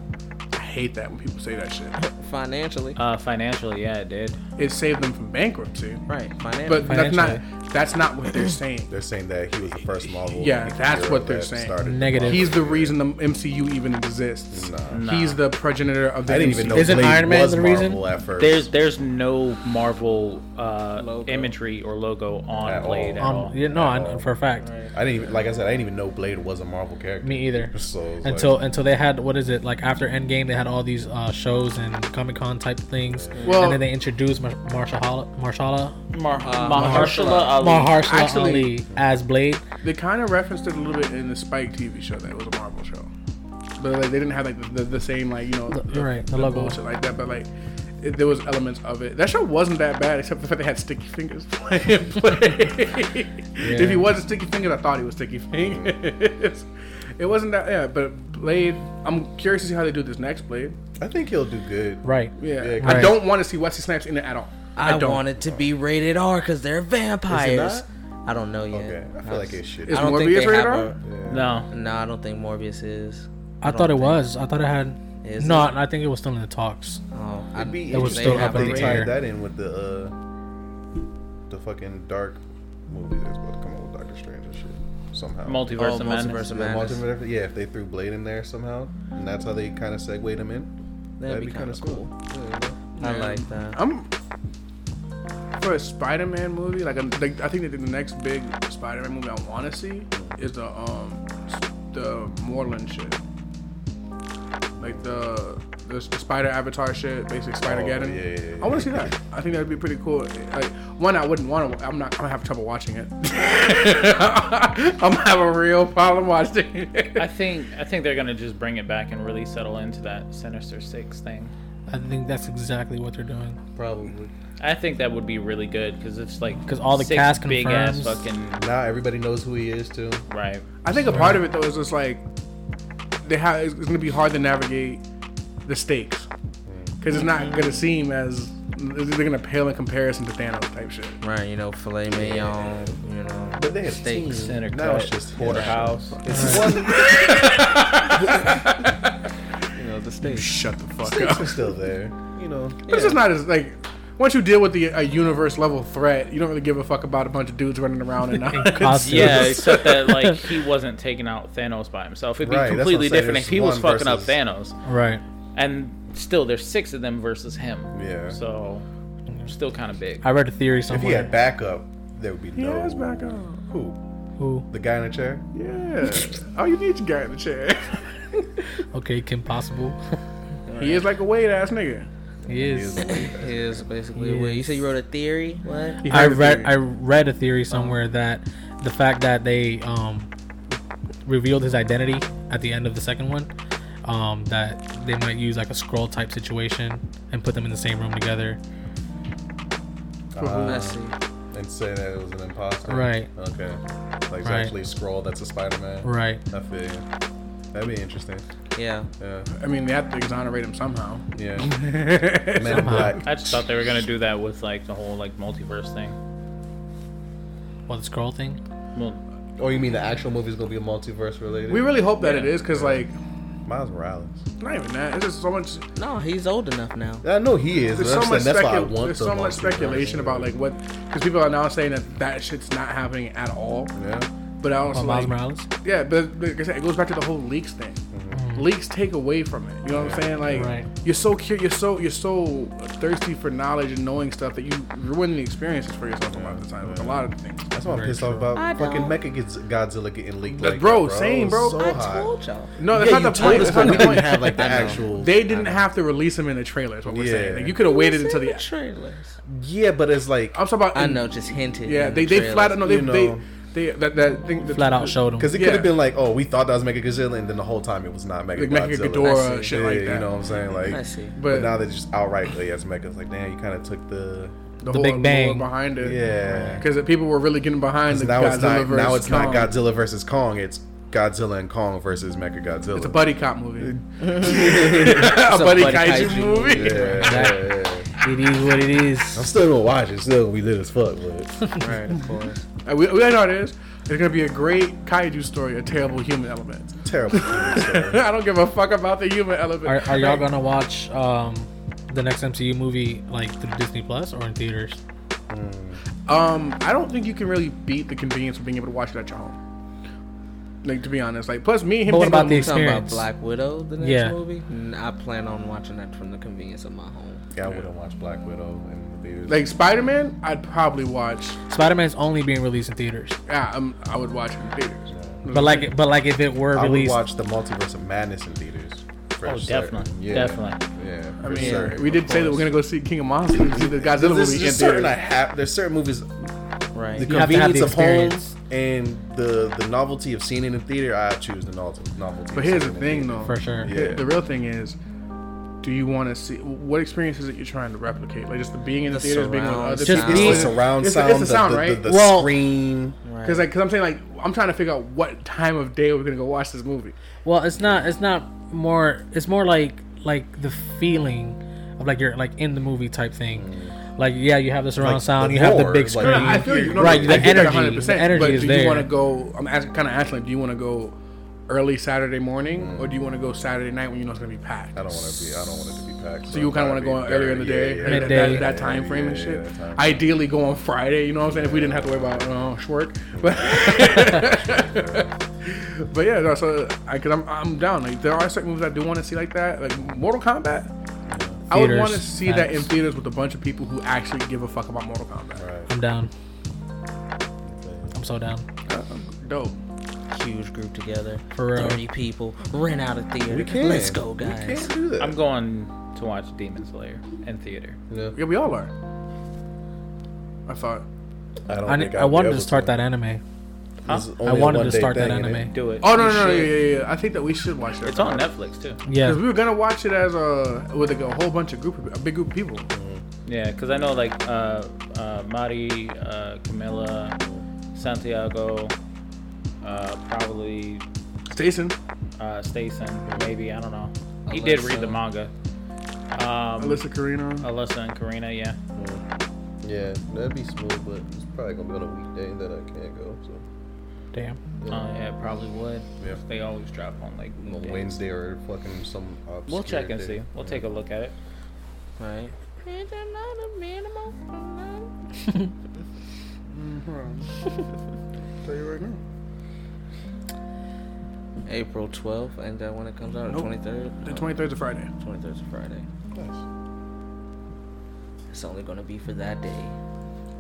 S4: I hate that when people say that shit.
S1: financially.
S2: Uh, financially, yeah, it did.
S4: It saved them from bankruptcy,
S1: Right. Financially.
S4: but that's not that's not what they're saying.
S3: They're saying that he was the first Marvel.
S4: Yeah, that's
S3: hero
S4: what they're
S3: that
S4: saying.
S3: started
S5: Negative.
S4: He's the reason the MCU even exists.
S3: Nah.
S4: He's the progenitor of the
S3: I didn't
S4: MCU.
S3: even know
S5: Isn't
S3: Blade
S5: Iron Man
S3: was
S5: the
S3: Marvel
S5: reason?
S3: at first.
S2: There's there's no Marvel uh,
S1: Logo.
S2: imagery or logo on
S3: At all.
S2: Blade at all.
S5: Um, yeah, no, I, for a fact,
S3: I didn't even like I said I didn't even know Blade was a Marvel character.
S5: me either.
S3: So it was
S5: Until
S3: like,
S5: until they had what is it like after Endgame, they had all these uh, shows and Comic Con type things,
S4: Well-
S5: and then they introduced Mar- Marshala Marshala
S2: Mar-
S1: Uh,
S2: Mahershala Ali.
S5: Mahershala
S4: Actually-
S5: Ali as Blade.
S4: They kind of referenced it a little bit in the Spike TV show that it was a Marvel show, but like they didn't have like the, the, the same like you know the,
S5: right, the logo.
S4: bullshit like that. But like it, there was elements of it. That show wasn't that bad except for the fact they had sticky fingers playing. play. If he wasn't sticky fingers, I thought he was sticky fingers. it wasn't that yeah. But Blade, I'm curious to see how they do this next Blade.
S3: I I think he'll do good.
S5: Right.
S4: Yeah,
S3: Yeah,
S4: I
S5: right.
S4: don't want to see Wesley Snipes in it at all.
S1: I,
S4: I, don't.
S1: want it to be rated R because they're vampires. I don't know yet.
S3: Okay, I feel like it should.
S4: Is
S1: I don't think
S4: Morbius
S1: they
S4: rated
S1: have
S4: R?
S1: a-
S2: No.
S1: No, I don't think Morbius is.
S5: I, thought it was. I thought it had.
S1: Is
S5: no,
S1: it?
S5: I think it was still in the talks.
S1: Oh, I,
S3: It'd be
S5: It was
S3: interesting
S5: still
S3: how
S5: up
S3: they
S5: in the air.
S3: tied that in with the uh, the fucking dark movie that's about to come out with Doctor Strange and shit somehow.
S2: Multiverse
S1: Oh,
S2: of Madness.
S1: Multiverse of
S3: Yeah,
S1: Madness.
S3: multiverse- yeah, if they threw Blade in there somehow, and that's how they kind of segued him in.
S1: that'd be, kind
S3: kinda
S1: of cool.
S3: Yeah, you
S1: I like that.
S4: I'm for a Spider-Man movie. Like, I'm, like I think that the next big Spider-Man movie I want to see is the um s- the Moreland shit, like the the, s- the Spider Avatar shit, basic Spider Geddon.
S3: Oh, yeah, yeah, yeah.
S4: I want to see that. I think that'd be pretty cool. Like, one, I wouldn't want to. I'm not. I'm gonna have trouble watching it. I'm gonna have a real problem watching it.
S2: I think I think they're gonna just bring it back and really settle into that Sinister Six thing.
S5: I think that's exactly what they're doing.
S3: know? Probably.
S2: I think that would be really good because it's like
S5: 'Cause all the
S2: six
S5: cast
S2: big ass
S5: confirms.
S2: fucking
S3: Now everybody knows who he is too.
S2: right.
S4: I think a part of it though is just like they have it's gonna be hard to navigate the stakes because it's not gonna seem as they're gonna pale in comparison to Thanos type shit.
S1: Right, you know, filet mignon, you know.
S3: But they have
S1: Steaks.
S3: teams.
S2: Center
S3: Now it's
S2: cut,
S3: just
S2: Porterhouse.
S3: It's one.
S1: You know, the steak.
S4: Shut the fuck
S3: Six
S4: up.
S3: is still there. You know.
S4: But It's just not as like. Once you deal with the a universe level threat, you don't really give a fuck about a bunch of dudes running around and not.
S5: Costumes.
S2: Yeah, except that like he wasn't taking out Thanos by himself. It'd be
S3: Right, that's what I'm
S2: completely
S3: saying.
S2: different if
S3: There's
S2: he was
S3: one
S2: fucking up
S3: versus-
S2: Thanos.
S5: Right.
S2: And still, there's six of them versus him.
S3: Yeah.
S2: So, still kind of big.
S5: I read a theory
S3: If he had
S5: somewhere.
S3: backup, there would be
S4: he
S3: no.
S4: has back up.
S3: Who?
S5: Who?
S3: The guy in the chair?
S4: Yeah. Oh, you need your guy in the chair.
S5: Okay, Kim Possible.
S4: he is like a weighed ass nigga.
S5: he
S3: He is
S5: is.
S3: a leader.
S1: Is basically what you said. You wrote a theory. What?
S4: He
S5: I
S4: heard a
S5: read
S4: theory.
S5: I read a theory somewhere that the fact that they um, revealed his identity at the end of the second one, um, that they might use like a scroll type situation and put them in the same room together.
S1: I
S3: Uh,
S1: see.
S3: and say that it was an imposter.
S5: Right.
S3: Okay. Like it's
S5: Right.
S3: actually a scroll that's a Spider Man.
S5: Right.
S3: I feel you. That'd be interesting.
S1: Yeah.
S3: Yeah.
S4: I mean, they have to exonerate him somehow.
S3: Yeah. Man in black.
S2: I just thought they were gonna do that with like the whole like multiverse thing.
S5: Well, the scroll thing.
S2: Well,
S3: Oh, you mean the actual movie's gonna be multiverse related?
S4: We really hope that it is because, like,
S3: Miles Morales.
S4: not even that. It's just so much.
S1: No, he's old enough now.
S3: I know he is.
S4: There's
S3: but
S4: so
S3: I'm
S4: much,
S3: saying that's why I
S4: specu-
S3: want
S4: there's
S3: the
S4: so much
S3: multiverse.
S4: speculation about like what because people are now saying that that shit's not happening at all.
S3: Yeah.
S4: But I
S5: Well,
S4: also
S5: Miles
S4: like,
S5: Morales.
S4: yeah, but like I said, it goes back to the whole leaks thing.
S3: Mm-hmm.
S4: Leaks take away from it. You know what I'm saying? Like
S5: Right.
S4: you're so cur- you're so you're so thirsty for knowledge and knowing stuff that you ruin the experiences for yourself a lot of the time with a lot of things.
S3: That's what I'm pissed off about.
S6: I
S3: Fucking
S6: don't.
S3: Mecha gets Godzilla getting leaked.
S4: That's-
S3: Like,
S4: bro,
S3: that, bro.
S4: same, bro.
S3: So
S4: I
S3: hot.
S1: y'all.
S4: No, that's
S3: yeah, you
S4: not the
S3: told
S4: point.
S3: us,
S4: That's not
S3: but we
S4: the
S3: didn't
S4: point.
S3: have like the
S1: I know.
S3: actual.
S4: They didn't have to release him in the trailer. Is what we're saying.
S3: Yeah.
S4: Like, you could have waited until
S1: the
S4: the.
S1: trailers.
S3: Yeah, but it's like
S4: I'm talking about.
S1: I
S4: in-
S1: know, just hinted.
S4: Yeah,
S1: in
S4: they,
S1: the
S4: they flat out
S1: trailers.
S4: no they
S3: You know.
S4: they they that that thing that-
S5: Flat out showed him.
S3: because it could have
S4: Yeah.
S3: been like, oh, we thought that was Mega Godzilla, and then the whole time it was not Mega
S4: like
S3: Godzilla.
S4: Mecha Ghidorah
S1: I see.
S4: shit like that.
S3: You know what I'm saying? Like,
S1: I see.
S4: but,
S3: But now they just outrightly as Mega. It's like, damn, you kind of took the.
S4: the,
S5: the
S4: whole
S5: Big
S4: allure
S5: Bang.
S4: behind it,
S3: Yeah.
S4: because people were really getting behind the
S3: now
S4: Godzilla
S3: it's not.
S4: versus
S3: Now it's not
S4: Kong.
S3: Godzilla versus Kong. It's Godzilla and Kong versus Mega Godzilla.
S4: It's a buddy cop movie, a buddy,
S1: buddy
S4: kaiju,
S1: kaiju
S4: movie.
S3: yeah, yeah, yeah.
S5: It is what it
S3: I'm
S5: is.
S3: still gonna watch it. Still gonna be lit as fuck, but
S1: Right, of course.
S4: Uh, We, we know what it is. It's gonna be a great kaiju story, a terrible human element.
S3: terrible. So,
S4: I don't give a fuck about the human element.
S5: Are, are y'all
S4: Like,
S5: gonna watch um, the next MCU movie like through Disney Plus or in theaters?
S4: Um, I don't think you can really beat the convenience of being able to watch it at your home. Like to be honest, like plus me and him.
S5: But what
S4: came
S5: about
S4: up-
S5: the
S1: Talking about
S5: experience?
S1: Black Widow, the next
S5: Yeah.
S1: movie. Mm, I plan on watching that from the convenience of my home.
S3: yeah, I wouldn't watch Black Widow in the theaters.
S4: like Spider Man? I'd probably watch.
S5: Spider Man's only being released in theaters.
S4: Yeah, I'm, I would watch it in theaters.
S5: But like, but like, if it were
S3: I would
S5: released,
S3: watch the Multiverse of Madness in theaters. for
S2: oh,
S3: certain.
S2: definitely,
S3: Yeah.
S2: definitely.
S3: Yeah,
S4: I
S3: for
S4: mean,
S3: certain,
S4: we
S3: of
S4: did say that we're
S3: course.
S4: gonna go see King of Monsters and see the Godzilla
S3: There's,
S4: movie in
S3: just certain I
S4: theaters.
S3: have. There's certain movies, the
S1: Right.
S5: have to have the
S3: convenience of home
S5: experience.
S3: and the the novelty of seeing it in theater. I choose the novel- novelty.
S4: But
S3: of
S4: here's the
S3: seeing it
S4: thing,
S3: in
S4: though.
S5: for sure.
S3: Yeah.
S4: The, the real thing is, do you want to see what experience is it you're trying to replicate? Like just the being in the,
S1: The
S4: theaters, being with
S1: surround
S4: other
S5: Just
S4: people.
S5: being-
S3: theater. The surround
S4: It's the-
S3: sound,
S4: it's the sound,
S3: the, the,
S4: right?
S3: the
S5: Well-
S3: screen.
S1: Right.
S4: Because like, cause I'm saying like, I'm trying to figure out what time of day we're gonna go watch this movie.
S5: Well, it's not. It's not more. It's more like like the feeling of like you're like in the movie type thing. Like yeah, you have the surround sound, you have the
S3: roar,
S5: big
S3: Mm. like-
S5: screen.
S4: No, no, I feel you. No,
S5: Right,
S4: no,
S5: the
S4: I get that
S5: energy-
S4: 100%,
S5: the energy
S4: but
S5: is
S4: do
S5: there.
S4: you want to go? I'm asking, kind of asking, like, do you want to go early Saturday morning or do you want to go Saturday night when you know it's gonna be packed?
S3: I don't want to be. I don't want it to be packed.
S4: So you kind of want to go earlier in the day,
S3: Yeah,
S4: that-
S3: yeah,
S4: that,
S5: Midday.
S4: that, time frame and
S3: yeah,
S4: shit.
S3: that time frame.
S4: Ideally, go on Friday. You know what I'm saying? If we didn't have to worry about uh, Schwartz, but but yeah, no, so because I'm I'm down. Like there are certain movies I do want to see like that, like Mortal Kombat. I would
S5: Theaters,
S4: want to see that in
S5: facts.
S4: theaters with a bunch of people who actually give a fuck about Mortal Kombat.
S5: I'm down. I'm so down.
S4: Dope.
S1: Huge group together.
S5: For real.
S1: 30 people. Rent out a theater.
S3: We can.
S1: Let's go, guys.
S3: We can't do that.
S2: I'm going to watch Demon Slayer in theater.
S4: Yeah, we all are. I thought.
S3: I don't
S5: I,
S3: think
S5: ne- I
S3: I'll be
S5: wanted
S3: able
S5: to start that anime.
S3: This is only
S5: I
S3: a
S5: wanted to
S3: one-day
S5: start that
S3: thing, ain't
S5: anime.
S2: Do it.
S4: Oh no,
S2: You
S4: no, no, yeah,
S2: should.
S4: yeah, yeah. I think that we should watch that.
S2: It's on Netflix too.
S4: Because
S5: Yeah,
S4: we were gonna watch it as a with like a whole bunch of group, of, a big group of people.
S2: Yeah, because I know like uh, uh, Mari, uh, Camilla, Santiago, uh, probably
S4: Jason,
S2: uh, Stason, maybe I don't know. He did read the manga. Um, Alyssa.
S4: Alyssa Carino.
S2: and Karina, yeah.
S7: Yeah, that'd be smooth, but it's probably gonna be on a weekday that I can't go. So
S5: damn.
S2: Oh yeah, probably would.
S3: Yeah.
S2: They always drop on like
S7: on
S2: weekdays.
S7: Wednesday or fucking some.
S2: We'll
S7: obscure
S2: check and
S7: day.
S2: see. We'll take a look at it.
S1: Right.
S6: Bitch, I'm not a minimal.
S4: Tell you right now.
S1: April 12th, and that when it comes out, or
S4: Nope.
S1: 23rd?
S4: The 23rd is a Friday.
S1: 23rd is a Friday.
S3: Nice.
S1: It's only going to be for that day.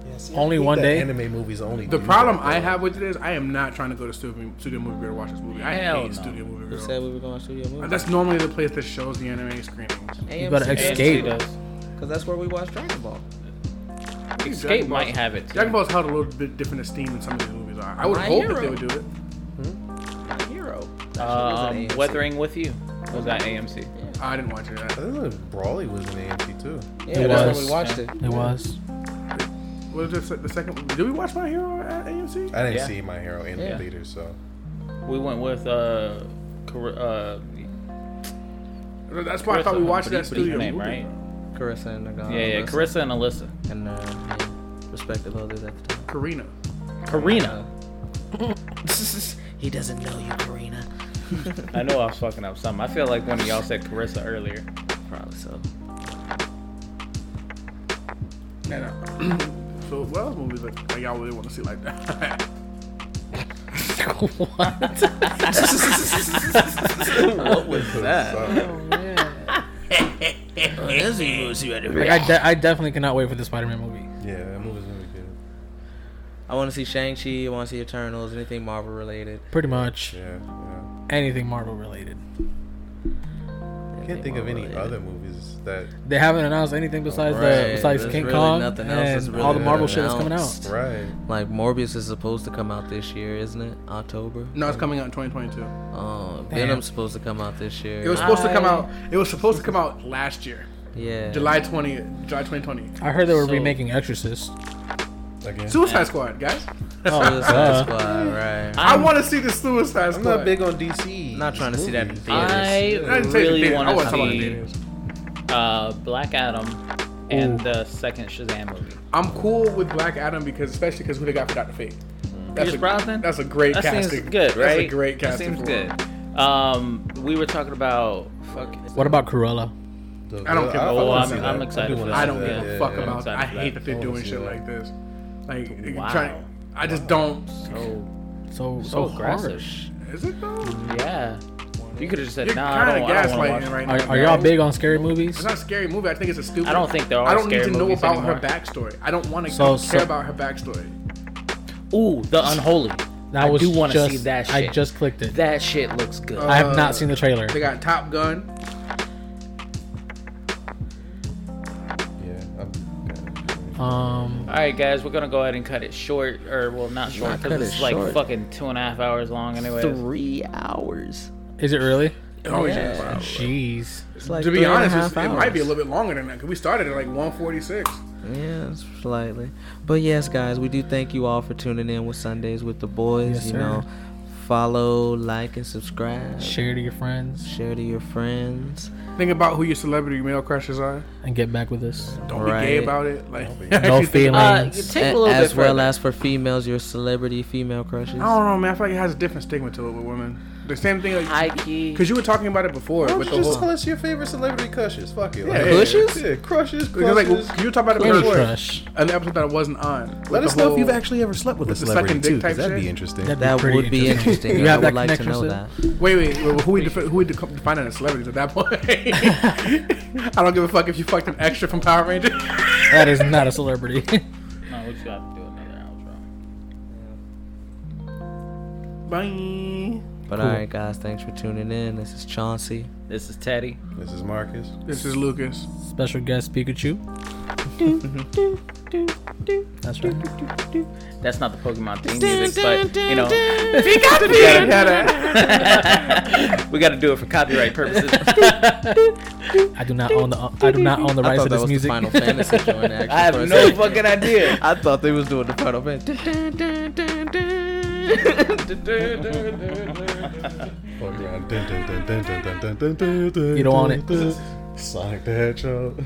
S3: Yeah, see, I
S5: Only
S3: hate
S5: one
S3: that
S5: day?
S3: Anime movies only.
S4: The
S3: do
S4: problem
S3: that,
S4: I
S3: though.
S4: have with it is I am not trying to go to studio, studio movie girl to watch this movie. I
S2: Hell
S4: hate
S2: no.
S4: studio movie
S1: Who
S4: girl.
S1: said we were going to studio movie?
S4: That's normally the place that shows the anime screenings.
S5: You gotta
S1: AMC,
S5: escape.
S2: AMC does.
S1: Because that's where we watch Dragon Ball.
S2: Escape might have it. Too.
S4: Dragon Ball's held a little bit different esteem than some of these movies are. I would
S1: My
S4: hope that they
S1: Hero.
S4: would do it.
S1: My hero. That shit was an
S2: Um,
S1: AMC.
S2: Weathering with you was that AMC?
S4: I didn't watch it.
S3: I think Brawley was an AMC too.
S1: Yeah,
S5: It
S1: that's when
S5: was.
S1: we watched it.
S5: It was.
S4: What is this, the second? Did we watch My Hero at AMC?
S3: I didn't
S2: Yeah.
S3: see My Hero in
S2: Yeah.
S3: the theater, so
S2: We went with uh, Kar- uh,
S4: That's why I thought we watched that studio
S2: name,
S4: movie.
S2: right?
S1: Uh, Carissa and Nagano.
S2: Yeah, yeah. Carissa and Alyssa.
S1: And, uh, yeah, respective others at the time.
S4: Karina.
S2: Karina.
S1: he doesn't know you, Karina.
S2: I know I was fucking up something. I feel like one of y'all said Carissa earlier.
S1: Probably so.
S4: Yeah, no. so what else movies like, like y'all really want to see like that?
S1: what was
S3: uh,
S1: that?
S4: Oh.
S5: Like I, de- I definitely cannot wait for the Spider-Man movie.
S3: yeah, that movie's gonna be good.
S1: I want to see Shang-Chi. I want to see Eternals. Anything Marvel related.
S5: Pretty much
S3: Yeah, yeah.
S5: anything Marvel related.
S3: I can't think of any other movies that
S5: They haven't announced anything besides
S1: Right,
S5: the besides
S1: there's
S5: King
S1: really
S5: Kong
S1: nothing else
S5: and
S1: that's really
S5: all the
S1: been
S5: Marvel shit that's coming out.
S1: announced.
S3: right.
S1: Like Morbius is supposed to come out this year, isn't it? October.
S4: No, it's coming out in 2022.
S1: Uh,
S5: Damn.
S1: Venom's supposed to come out this year.
S4: It was supposed to come out. It was supposed to come out last year,
S1: yeah.
S4: July 20th, July 2020.
S5: I heard they were
S2: So-
S5: remaking Exorcist. Oh,
S3: Again.
S4: Suicide Squad, guys.
S1: Suicide Squad, right?
S4: I want to see the Suicide
S3: I'm
S4: Squad.
S3: not big on DC.
S1: I'm not trying to see that in
S3: movies.
S1: theaters.
S4: I
S2: I
S4: didn't say the
S2: really
S4: theaters. I
S2: want
S4: wasn't
S2: to
S4: talking about the
S2: see
S4: theaters.
S2: uh, Black Adam and the second Shazam movie.
S4: I'm cool with Black Adam because, especially because who they got for Doctor Fate. That's
S2: Pierce Brosnan?
S4: That's a great
S2: That
S4: casting.
S2: seems good, right?
S4: That's a great
S2: That
S4: casting.
S2: seems
S4: for him.
S2: good. Um, we were talking about fuck.
S5: What about Cruella?
S4: I don't care.
S3: I- I
S4: Oh,
S3: wanna
S4: I'm-
S3: see that.
S2: I'm excited
S3: do
S2: for
S3: wanna
S2: that.
S4: I
S3: see
S4: don't
S3: that,
S4: give a
S3: yeah,
S4: fuck
S3: yeah.
S4: about.
S2: Excited
S4: I
S2: for that.
S4: hate that they're
S3: I
S4: doing
S3: wanna see
S4: shit
S3: that.
S4: like this. Like, it-
S2: Wow.
S4: try, I just don't.
S2: So
S5: So
S2: so
S5: so,
S2: aggressive.
S5: harsh.
S4: Is it though?
S2: Yeah. You could have just said
S4: You're
S2: no. I
S4: kind
S2: don't,
S4: of
S2: I don't want to
S4: gaslighting right
S5: Are,
S4: now.
S5: are y'all big on scary
S4: It's
S5: movies?
S4: not a scary movie. I think it's a stupid.
S2: I don't think there are
S4: I don't
S2: scary
S4: need to know
S2: movies
S4: about her
S2: anymore.
S4: backstory. I don't want to care
S5: So- so-
S4: about her backstory.
S2: Ooh, the Unholy.
S5: That
S2: I
S5: was
S2: do want to
S5: just-
S2: see that shit.
S5: I just clicked it.
S2: that shit looks good.
S5: I have
S4: Uh,
S5: not seen the trailer.
S4: They got Top Gun.
S2: Oh,
S3: Yeah, I'm good.
S5: Um,
S2: All right, guys, we're gonna go ahead and cut it short, or well, not short,
S1: cut
S2: because it's
S1: it
S2: like
S1: short.
S2: fucking two and a half hours long, anyway.
S1: Three hours.
S5: is it really?
S4: Oh yeah.
S5: Jeez.
S1: It's like
S4: To
S1: three
S4: be
S1: and a
S4: honest,
S1: half
S4: it's- it might be a
S1: hours.
S4: little bit longer than that because we started at like 146.
S1: Yeah, it's slightly. But yes, guys, we do thank you all for tuning in with Sundays with the boys.
S5: Yes,
S1: you
S5: sir.
S1: know, follow, like, and subscribe.
S5: Share to your friends
S1: Share to your friends.
S4: Think about who your celebrity male crushes are.
S5: and get back with us.
S4: Don't
S1: Right.
S4: be gay about it. Like
S5: No
S4: actually think-
S5: feeling.
S2: Uh,
S5: Thanks.
S2: you take
S1: A-
S2: a little
S1: as
S2: bit
S1: well
S2: further.
S1: as for females, your celebrity female crushes.
S4: I
S5: Oh,
S4: don't know, man. I feel like it has a different stigma to it with women. The same thing, like,
S2: high key.
S4: because you were talking about it before
S7: Why
S4: with
S7: don't you
S4: the
S7: just
S4: whole.
S7: tell us your favorite celebrity crushes? Fuck it.
S4: Yeah, Crushes?
S7: Yeah, crushes,
S4: Because like
S7: crushes.
S4: you were talking about it
S5: Any
S4: before,
S5: crush?
S4: an episode that I wasn't on. with
S7: Let
S4: the
S7: us know if you've
S4: whole-
S3: actually ever slept with a
S4: With the
S3: celebrity
S4: sucking dick
S3: too? 'cause
S4: type
S3: That'd be
S4: shit?
S3: interesting.
S5: That'd
S1: That
S5: pretty
S1: would be interesting.
S5: you
S1: I
S5: have
S1: would
S5: that
S1: like to
S5: connection
S1: know
S5: still?
S1: that.
S4: Wait, wait, wait, who we defi- who we de- define as celebrities at that point? I don't give a fuck if you fucked an extra from Power Rangers.
S5: That is not a celebrity.
S2: No, we just got to do another outro.
S4: Bye.
S1: But all right, guys, thanks for tuning in. This is Chauncey.
S2: This is Teddy.
S7: This is Marcus.
S4: This is Lucas.
S5: Special guest Pikachu. That's right.
S2: That's not the Pokemon theme music, but you know, we got to do it for copyright purposes.
S5: I do not own the I do not own the
S1: I
S5: rights
S1: thought that
S5: to this
S1: was
S5: music.
S1: the Final Fantasy joint. Actually,
S2: I have
S1: for a
S2: no
S1: second.
S2: fucking idea.
S1: I thought they was doing the Final Fantasy.
S3: Fuck around. Dun, dun, dun, dun, dun, dun, dun, dun, dun, dun,
S5: You don't
S3: dun,
S5: want
S3: dun. Sonic the Hedgehog.